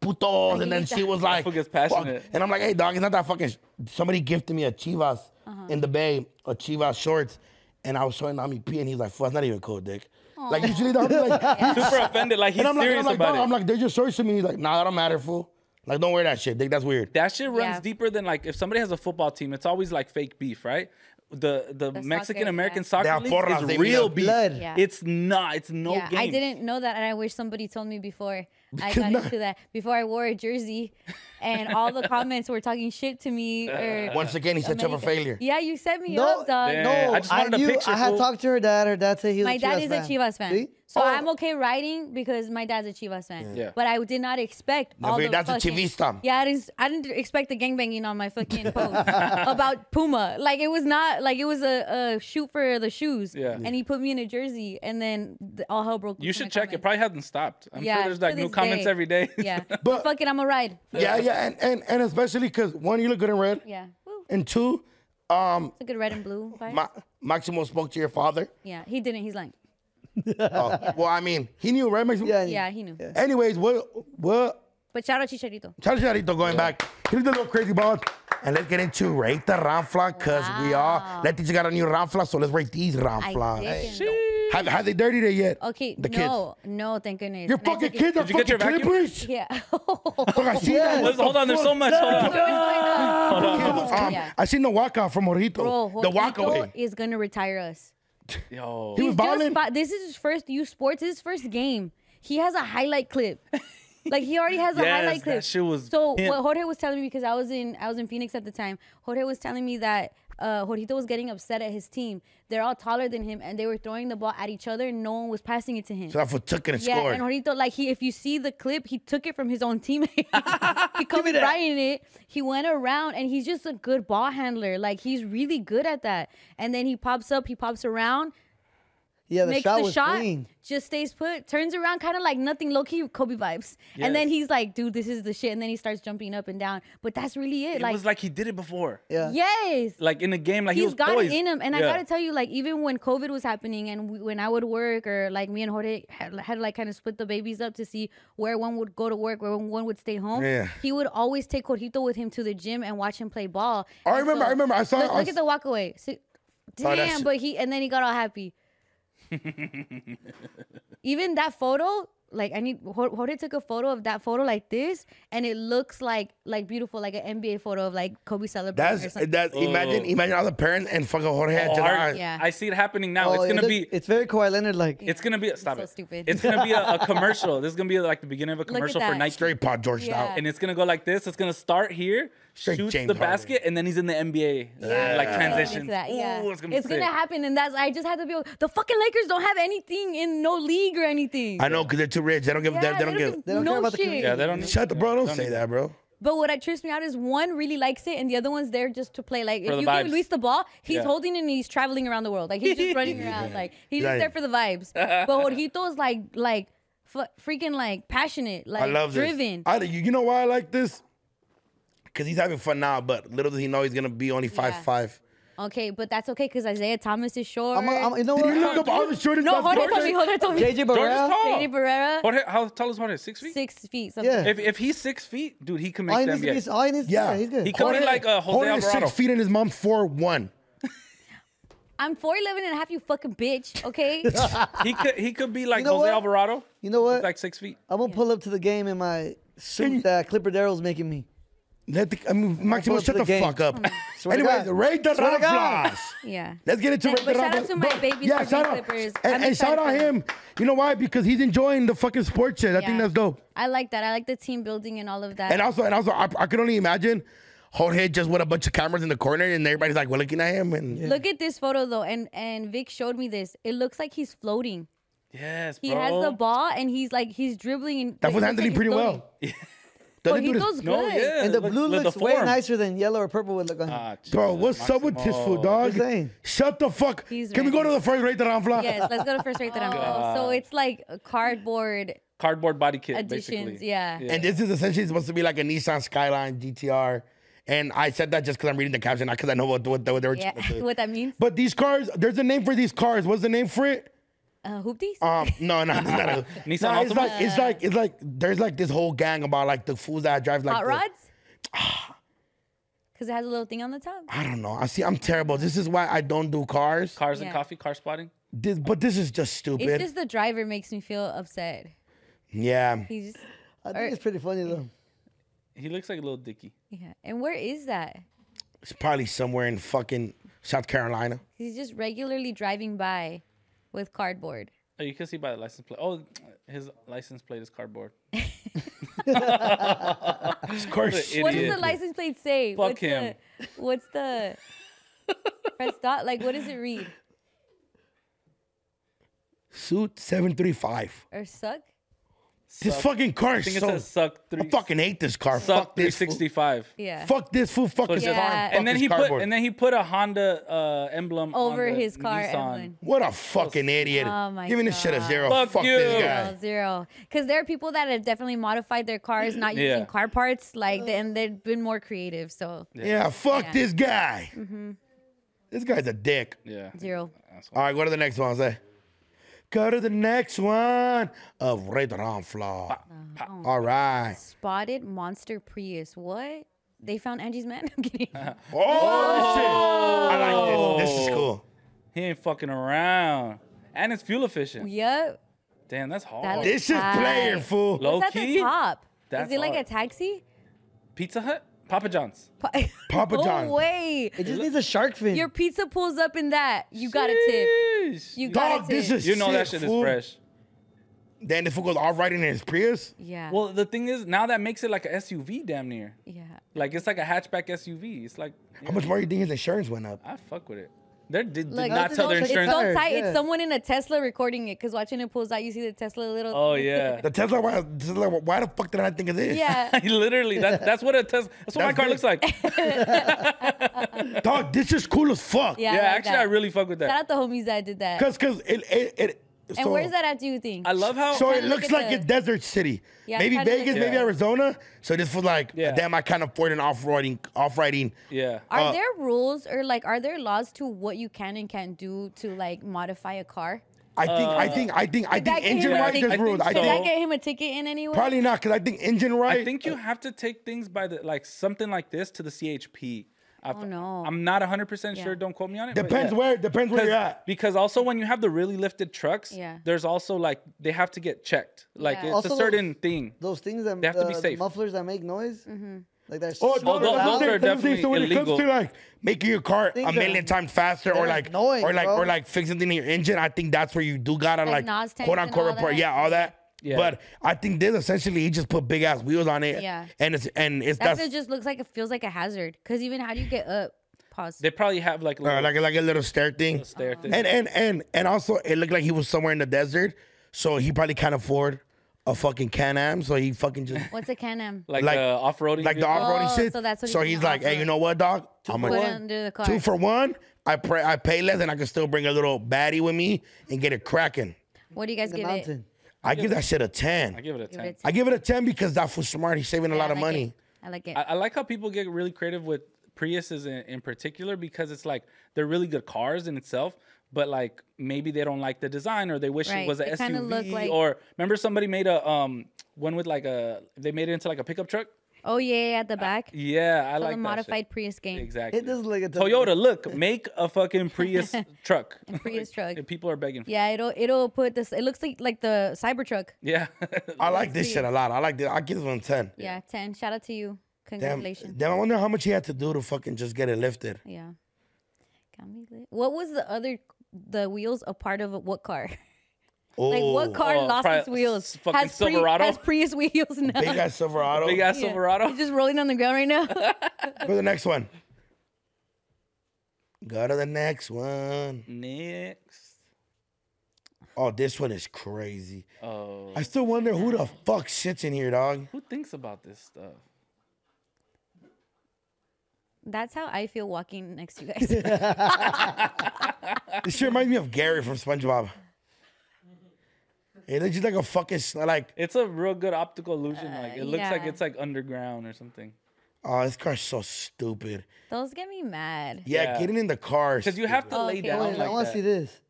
C: putos. And then
F: Aguilita.
C: she was like,
D: fool gets
C: fuck.
D: passionate.
C: And I'm like, hey, dog, it's not that fucking. Sh-. Somebody gifted me a Chivas
F: Uh-huh.
C: in the Bay, a Chivas shorts. And I was showing Ami P, and he's like, fuck, that's not even cool, dick. Like, usually, the homie, like,
D: super offended. Like he's
C: and I'm like,
D: serious
C: I'm like,
D: about
C: dog,
D: it.
C: I'm like, they're just shorts to me. He's like, nah, that don't matter, fool. Like, don't wear that shit, dick. That's weird.
D: That shit runs
F: Yeah.
D: deeper than like if somebody has a football team, it's always like fake beef, right? The the, Mexican American
F: soccer,
D: soccer
C: yeah. They are porras,
D: league
C: they
D: is
C: mean
D: real
C: like
D: beef.
G: blood.
F: Yeah.
D: It's not. It's no
F: yeah,
D: game.
F: I didn't know that, and I wish somebody told me before I got
C: Nah.
F: into that. Before I wore a jersey, and all the comments were talking shit to me. Or
C: Once again, he's such of a
F: America.
C: failure.
F: Yeah, you set me
G: No,
F: up, dog.
D: Yeah,
G: no,
D: I just
G: I,
D: wanted a
G: knew,
D: picture,
G: I had
D: fool.
G: talked to her dad. Her dad said he was
F: My
G: a
F: dad
G: Chivas
F: is
G: fan.
F: a Chivas fan,
G: See? Oh.
F: so I'm okay writing because my dad's a Chivas fan.
D: Yeah.
F: But I w- did not expect
C: No,
F: all
C: but
F: the
C: that's a
F: fucking-
C: Chivista.
F: Yeah, I didn't. I didn't expect the gangbanging on my fucking post about Puma. Like it was not like it was a, a shoot for the shoes.
D: Yeah.
F: And he put me in a jersey, and then th- all hell broke.
D: You
F: loose in
D: should
F: the
D: check. It
F: comments.
D: probably hasn't stopped. I'm
F: Yeah,
D: sure there's
F: to
D: like new
F: this
D: comments
F: day.
D: every day.
F: Yeah.
C: But-
F: But fuck it, I'm a ride.
C: Yeah, yeah, and and, and especially because one, you look good in red,
F: Yeah. Woo.
C: and two, um,
F: It's a good red and blue. vibe.
C: Ma- Maximo spoke to your father.
F: yeah, he didn't. He's lying.
C: Oh, well, I mean, he knew, right, Maximo?
G: Yeah,
F: Yeah, he knew.
C: Anyways, what what?
F: But shout out Chicharito.
C: Charles Chicharito going back. He did a little crazy balls. And let's get into rate the Ramfla, cause we are. Let you got a new Ramfla, so let's rate these
F: I
C: Ramflas.
F: didn't Oh. know.
C: Have, have they dirtied it yet?
F: Okay,
C: the kids.
F: no, no, thank goodness.
C: Your
F: And I
C: fucking
F: took it-
C: kids are
D: Did you get
C: fucking
D: your vacuum?
C: clippers. Fuck,
F: Yo.
C: I seen that.
D: Let's- hold on. There's so much.
F: Oh
D: Hold on. Hold on. hold on.
C: Um,
F: Yeah.
C: I seen the walkout from Morito.
F: Bro,
C: the
F: Jorgito
C: walkaway.
F: is gonna retire us.
D: Yo.
C: He was
F: He's just
C: balling.
F: fi- this is his first U Sports. His first game. He has a highlight clip. Like he already has a
D: Yes,
F: highlight
D: that
F: clip.
D: shit was
F: so
D: pimp.
F: what Jorge was telling me because I was in I was in Phoenix at the time. Jorge was telling me that uh, Jorgito was getting upset at his team. They're all taller than him and they were throwing the ball at each other. and No one was passing it to him.
C: So that fool took it and
F: yeah,
C: scored.
F: and Jorgito, like he, if you see the clip, he took it from his own teammate. he comes right in it. He went around, and he's just a good ball handler. Like he's really good at that. And then he pops up, he pops around,
G: Yeah, the
F: makes
G: shot
F: the
G: was
F: shot,
G: clean.
F: just stays put, turns around, kind of like nothing, low key Kobe vibes. And then
D: Yes.
F: he's like, dude, this is the shit. And then he starts jumping up and down. But that's really it.
D: It
F: like,
D: was like he did it before.
F: yes.
D: Like in the game, like he
F: he's
D: was
F: got
D: poised.
F: it in him. And I
D: Yeah.
F: gotta tell you, like even when COVID was happening, and we, when I would work, or like me and Jorge had, had like kind of split the babies up to see where one would go to work, where one would stay home.
C: Yeah.
F: He would always take Jorgito with him to the gym and watch him play ball.
C: I
F: And
C: remember, I remember, I saw-
F: Look,
C: I
F: look
C: s-
F: at the walk away. See-
C: Oh, that's-
F: damn, but he and then he got all happy. Even that photo. Like I need Jor- Jorge took a photo of that photo like this, and it looks like like beautiful, like an NBA photo of like Kobe celebrating. or
C: That's
F: something.
C: that's imagine
D: Oh.
C: imagine all the parents and fucking Jorge had
D: Oh,
C: just
D: I,
C: eyes.
F: Yeah.
D: I see it happening now.
G: Oh,
D: it's
G: it
D: gonna
G: look-
D: be.
G: It's very Kawhi Leonard like.
D: It's gonna be. Stop
F: so
D: it.
F: stupid.
D: It's gonna be a, a commercial. This is gonna be like the beginning of a
F: at
D: commercial for
F: that.
D: Nike.
C: straight pot George
F: Yeah.
C: style.
D: and it's gonna go like this. It's gonna start here,
C: Straight
D: shoots
C: James
D: the
C: Harden.
D: basket, and then he's in the NBA. uh, Like
F: Yeah.
D: transitions.
F: That, yeah.
D: Ooh, oh, it's gonna be sick.
F: happen, and that's I just had to be. like, The fucking Lakers don't have anything in no league or anything.
C: I know because they're too rich. They don't give.
F: Yeah,
C: they, they don't give.
G: don't
F: no
G: care about the
F: shit.
G: community.
D: Yeah, they don't.
C: Shut the bro. Don't say
D: need-
C: that, bro.
F: But what I trips me out is one really likes it, and the other one's there just to play. Like
D: For
F: if
D: the
F: you
D: vibes.
F: give Luis the ball, he's
D: Yeah.
F: holding it and he's traveling around the world. Like he's just running around. Like he's just
C: Right.
F: there for the vibes. But Jorgito's like like f- freaking like passionate, like
C: I love this.
F: driven.
C: I, you know why I like this? Because he's having fun now, but little does he know he's gonna be only five five.
F: okay, but that's okay because Isaiah Thomas is short.
G: I'm, a, I'm, you know
C: Did
G: what?
C: you look up all the shortest?
F: no,
C: basketball
F: Jorge told me.
C: players?
F: Jorge told me.
G: JJ
D: George is
G: Barrera.
D: tall.
F: JJ Barrera,
D: Jorge- how tall is Jorge? Six feet.
F: six feet. Something.
G: Yeah.
D: If, if he's six feet, dude, he can make
G: All he
D: the
G: needs to be.
D: NBA.
G: is- All he needs.
C: Yeah.
G: Yeah, he's good.
D: He could be like uh, Jose
C: Jorge is
D: Alvarado.
C: six feet and his mom four one.
F: I'm 4'11 and a half, you fucking bitch, okay?
D: He could he could be like
G: You know
D: Jose
G: what?
D: Alvarado.
G: You know what?
D: He's like six feet.
G: I'm gonna pull up to the game in my
C: Sin-
G: suit that Clipper Darrell's making me.
C: Let the, I mean, Maximo,
G: pull up
C: shut
G: to the
C: the,
G: game.
C: fuck up.
G: Swear to
C: anyway,
G: God.
C: Ray the
G: Swear to God.
C: Ramflas.
F: yeah.
C: Let's get into
F: Like,
C: Ray
F: but
C: the
F: shout out
C: Ramflas.
F: to my
C: Bro,
F: babies
C: Yeah,
F: for
C: shout
F: being
C: out.
F: Clippers. I'm
C: And, and shout
F: excited
C: out
F: for them.
C: him. You know why? Because he's enjoying the fucking sports shit. I think
F: Yeah.
C: that's dope.
F: I like that. I like the team building and all of that.
C: And also, and also, I, I could only imagine Jorge just with a bunch of cameras in the corner and everybody's like, well, looking at him. And
F: Look at this photo though, and and Vic showed me this. It looks like he's floating.
D: Yes,
F: He
D: bro.
F: has the ball and he's like he's dribbling. And,
C: that
F: like,
C: was
F: it looks like
C: handling
F: he's
C: pretty
F: floating.
C: well. Doesn't
F: he
C: do this-
F: goes
D: No,
F: good.
D: yeah.
G: And the
D: look-
G: blue
D: look,
G: looks
D: the
G: way
D: form.
G: nicer than yellow or purple would look on him.
D: Ah,
C: Bro,
D: Jesus,
C: what's up with this fool, dog?
G: Just saying.
C: Shut the fuck.
F: He's
C: Can we go
F: ready.
C: to the first Ray the Ramflas?
F: Yes, let's go to first
C: Oh,
F: rate that I'm on. So it's like a cardboard
D: Cardboard body kit,
F: additions.
D: basically.
F: Yeah.
C: And this is essentially supposed to be like a Nissan Skyline GTR. And I said that just because I'm reading the caption, not because I know what, what, what they were.
F: Yeah. what that means?
C: But these cars, there's a name for these cars. What's the name for it?
F: Uh, hoopties?
C: Um, no, no, no, no. no.
D: Nissan
C: no it's
D: Altima?
C: like it's like it's like there's like this whole gang about like the fools that drive like
F: Hot
C: the-
F: rods? Because it has a little thing on the top.
C: I don't know. I see. I'm terrible. This is why I don't do cars.
D: Cars
F: Yeah.
D: and coffee, car spotting.
C: This, but this is just stupid.
F: It's just the driver makes me feel upset.
C: yeah.
F: He just
G: I think it's pretty funny though.
D: He looks like a little dicky.
F: yeah. And where is that?
C: It's probably somewhere in fucking South Carolina.
F: He's just regularly driving by with cardboard.
D: Oh, you can see by the license plate. Oh, his license plate is cardboard.
C: Of course.
D: Idiot.
F: What does the license plate say?
D: Fuck
F: what's
D: him.
F: The, what's the press dot? Like, what does it read?
C: Suit 735.
F: Or suck?
C: This fucking car
D: I
C: is
D: think it
C: so.
D: says suck three.
C: I fucking hate this car.
D: suck
C: Fuck this. fool.
D: 365.
F: Yeah.
C: Fuck this fool. Fuck
D: So it
C: this
D: says-
C: car.
F: Yeah.
C: fuck
D: And then
C: this
D: he put
C: cardboard.
D: and then he put a Honda uh, emblem on
F: Over
D: the
F: his car.
D: Nissan.
F: Emblem.
C: What a fucking idiot.
F: Oh my
C: Giving this shit a
F: God.
C: zero.
D: Fuck you.
C: this
F: Zero,
C: guy.
F: zero. Because there are people that have definitely modified their cars, not
D: Yeah.
F: using car parts, like, and they've been more creative. So, Mm-hmm.
C: Yeah, fuck this guy. This guy's a dick.
D: Yeah.
F: zero.
C: All right, go to the next one, say. Go to the next one of Red
F: Uh,
C: Ramfla.
F: oh
C: All right.
F: Spotted monster Prius. What? They found Angie's man. I'm kidding.
C: Oh, shit. I like this. This is cool.
D: Oh. He ain't fucking around. And it's fuel efficient.
F: yep.
D: Damn, that's hard.
F: That looks-
C: This is player,
F: Nice.
C: fool.
D: Low
F: What's at the
D: key.
F: top?
D: That's
F: is it like
D: hard.
F: a taxi?
D: Pizza Hut, Papa John's.
F: Pa-
C: Papa John.
F: Oh wait,
G: It just needs a shark fin.
F: your pizza pulls up in that. You got a tip.
D: Sheesh.
F: You got
C: Dog,
F: a tip.
C: this is
D: You know that
C: sick,
D: shit is
C: fool.
D: fresh.
C: Then the fool goes off riding in his Prius.
F: yeah.
D: Well, the thing is, now that makes it like a SUV damn near.
F: yeah.
D: Like it's like a hatchback SUV. It's like
C: How much more do you think his insurance went up?
D: I fuck with it. They did, did
F: Look,
D: not
F: it's
D: tell
F: so-
D: their insurance.
F: It's so tight.
C: Yeah.
F: It's someone in a Tesla recording it because watching it pulls out, you see the Tesla little.
D: Oh,
C: the Tesla. Why, Tesla, why the fuck did I think of this?
F: Yeah.
D: Literally, that, that's what a Tesla. That's what my
C: That's
D: car
C: it.
D: looks like.
C: Dog, this is cool as fuck.
F: Yeah, I like that.
D: fuck with
F: Shout out the homies that did that.
C: Cause, cause it, it, it.
F: and
C: so-
F: where's that at? Do you think?
C: So
F: Kinda
C: it
F: look
C: looks
F: at
C: like
F: the-
C: a desert city.
F: Yeah,
C: maybe
F: kinda look
C: Vegas,
F: at
C: maybe
F: the-
C: Arizona. So this was like, damn, I can't afford an off-roading, off-riding. uh,
D: Yeah.
F: Are there rules or like are there laws to what you can and can't do to like modify a car?
C: I think, I
D: Uh,
C: think, I think, I
F: Did that get
C: think
F: him
C: engine
F: a
C: right
F: ticket-
C: is rules. I
F: Did that
C: think
F: get him a ticket in anyway?
C: probably not, cause I think engine right.
D: I think you have to take things by the like something like this to the CHP. I've,
F: Oh, no.
D: I'm not 100 percent
F: Yeah.
D: sure. Don't quote me on it. but
C: Depends
D: yeah.
C: where, depends where
D: Because-
C: you're at.
D: Because also when you have the really lifted trucks,
F: Yeah.
D: there's also like they have to get checked. Like
F: Yeah.
D: it's
G: Also
D: a
G: those-
D: certain thing.
G: Those things that
D: They have to be
F: uh,
G: the- the
D: safe.
G: mufflers that make noise,
F: Mm-hmm.
G: like they're
C: Oh,
G: so
C: no,
D: those-
C: no,
D: those
C: no,
D: are
C: no, no, no,
D: definitely
C: so when it
D: illegal.
C: comes to like making your car
G: Things
C: a
G: are-
C: million times faster, or
G: they're
C: like,
G: annoying,
C: or like,
G: bro.
C: or like fixing thing in your engine, I think that's where you do gotta
F: Like
C: like,
F: Nas tanks and
C: quote
F: all
C: unquote report,
F: that.
C: yeah, all that.
D: Yeah.
C: But I think this essentially he just put big ass wheels on it,
F: Yeah.
C: and it's and it's
F: That's,
C: that's,
F: it just looks like it feels like a hazard. Cause even how do you get up? Pause.
D: They probably have like
C: uh,
D: little
C: like like a little stair thing.
D: stair thing.
C: And and and and also it looked like he was somewhere in the desert, so he probably can't afford a fucking Can Am, so he fucking just
F: What's a can am?
D: like,
C: like-
D: the off-roading.
C: like the
D: vehicle.
C: off-roading
F: Oh,
C: shit.
F: so that's what he's
C: he's
F: gonna
C: like, hey,
F: off-road.
C: you know what, dog? I'm
F: Put it
C: gonna
F: under the car.
C: two for one. I pray I pay less, and I can still bring a little baddie with me and get it cracking.
F: What do you guys
G: the
F: give it?
G: mountain.
C: I give that shit a
D: I
C: ten.
D: give it a 10.
C: I give it a ten because that fool's smart. He's saving a lot
F: I
C: of
F: like it.
C: money.
F: I like it.
D: I, I like how people get really creative with Priuses in, in particular because it's like they're really good cars in itself, but like maybe they don't like the design or they wish
F: Right,
D: it was a
F: they kinda
D: SUV
F: look like-
D: or remember somebody made a um one with like a they made it into like a pickup truck.
F: oh yeah, at the
D: Uh,
F: back.
D: Yeah, I
F: so
D: like
F: the
D: that
F: modified Prius game.
D: Shit. Exactly.
G: It does look at
D: Toyota, look, make a fucking Prius truck.
F: Prius truck.
D: And people are begging. For
F: Yeah, it'll it'll put this. It looks like like the Cybertruck.
D: yeah.
C: I like this shit a lot. I like this. I give this one ten.
F: Yeah, ten. Shout out to you.
C: Damn,
F: Congratulations.
C: damn, I wonder how much he had to do to fucking just get it lifted.
F: Yeah. Got me lit. What was the other the wheels a part of what car?
C: Oh,
F: Like what car
D: Oh,
F: lost
D: pri-
F: its wheels?
D: s- fucking Silverado?
F: has Prius wheels now.
C: big ass Silverado.
D: Big ass
F: Yeah.
D: Silverado.
F: It's just rolling on the ground right now.
C: Go to the next one. Go to the next one.
D: Next.
C: Oh, this one is crazy.
D: Oh,
C: I still wonder who the fuck sits in here, dog.
D: who thinks about this stuff?
F: That's how I feel walking next to you guys.
C: This shit reminds me of Gary from SpongeBob. It looks just like a fucking s- like.
D: It's a real good optical illusion. Like
G: Uh,
D: it looks like
F: Uh, yeah.
D: it's like underground or something.
C: Oh, this car's so stupid.
F: Those get me mad.
C: Yeah,
D: Yeah.
C: getting in the car. is
D: Because you have to
F: Oh,
D: lay
F: okay.
D: down.
G: Wait, I
D: like
G: want to
D: that.
G: see this.
C: stupid.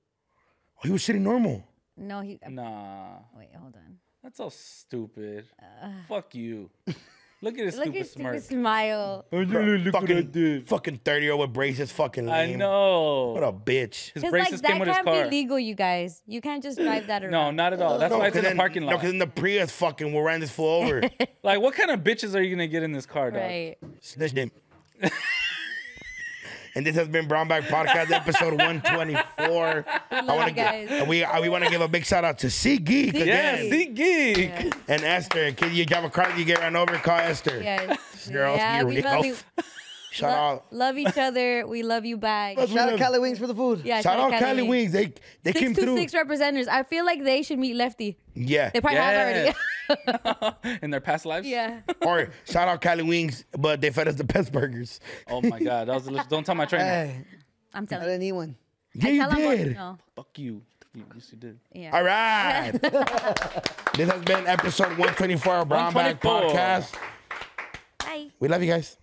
C: Oh, he was sitting normal.
F: No, he.
D: Mm, Nah,
F: Wait, hold on.
D: that's so stupid. Fuck you. Look at his
F: Look at
D: stupid
F: his stupid
D: smirk.
F: smile.
C: Bruh, fucking
D: did.
C: fucking thirty year old with braces. Fucking
D: I
C: lame.
D: know.
C: What a bitch.
D: His
F: Because
D: braces
F: like
D: came
F: that
D: with his
F: can't
D: car.
F: be legal, you guys. You can't just drive that around.
D: No, not at all. That's
C: No,
D: why it's in
C: 'cause
D: the
C: then-
D: parking
C: No,
D: lot.
C: because in the Prius, fucking, we'll ran this fool over.
D: like, what kind of bitches are you gonna get in this car, dog?
F: Right.
C: Snitch him. and this has been Brown Bag Podcast, episode 124. I
F: Love
C: wanna
F: you guys.
C: gi- we uh, we want to give a big shout out to C Geek
D: Yeah,
C: again
D: see, geek.
C: and Esther. Can you drive a car? You get run over. Call Esther.
F: Yes.
C: Girls,
F: yeah,
C: you
F: we love, you,
C: ralph. Shout out.
F: love each other. We love you back.
G: Shout out Cali Wings for the food.
F: Yeah,
C: Shout out Cali
F: Cali
C: Wings. They they came
F: Six two
C: through.
F: six representers. I feel like they should meet Lefty.
C: Yeah.
F: They probably have
D: in their past lives.
F: already. yeah.
C: or shout out Cali Wings, but they fed us the best burgers.
D: Oh my god, that was delicious. Don't tell my trainer.
G: Hey,
F: I'm
G: I
F: telling you.
G: didn't eat one.
C: Yeah,
F: Tell
C: you
F: 'em what-
C: did.
F: no.
D: Fuck you. You, yes, you did.
F: Yeah.
C: All right. this has been episode 124 of Brown Bag
D: 124.
C: Podcast.
F: Bye.
C: We love you guys.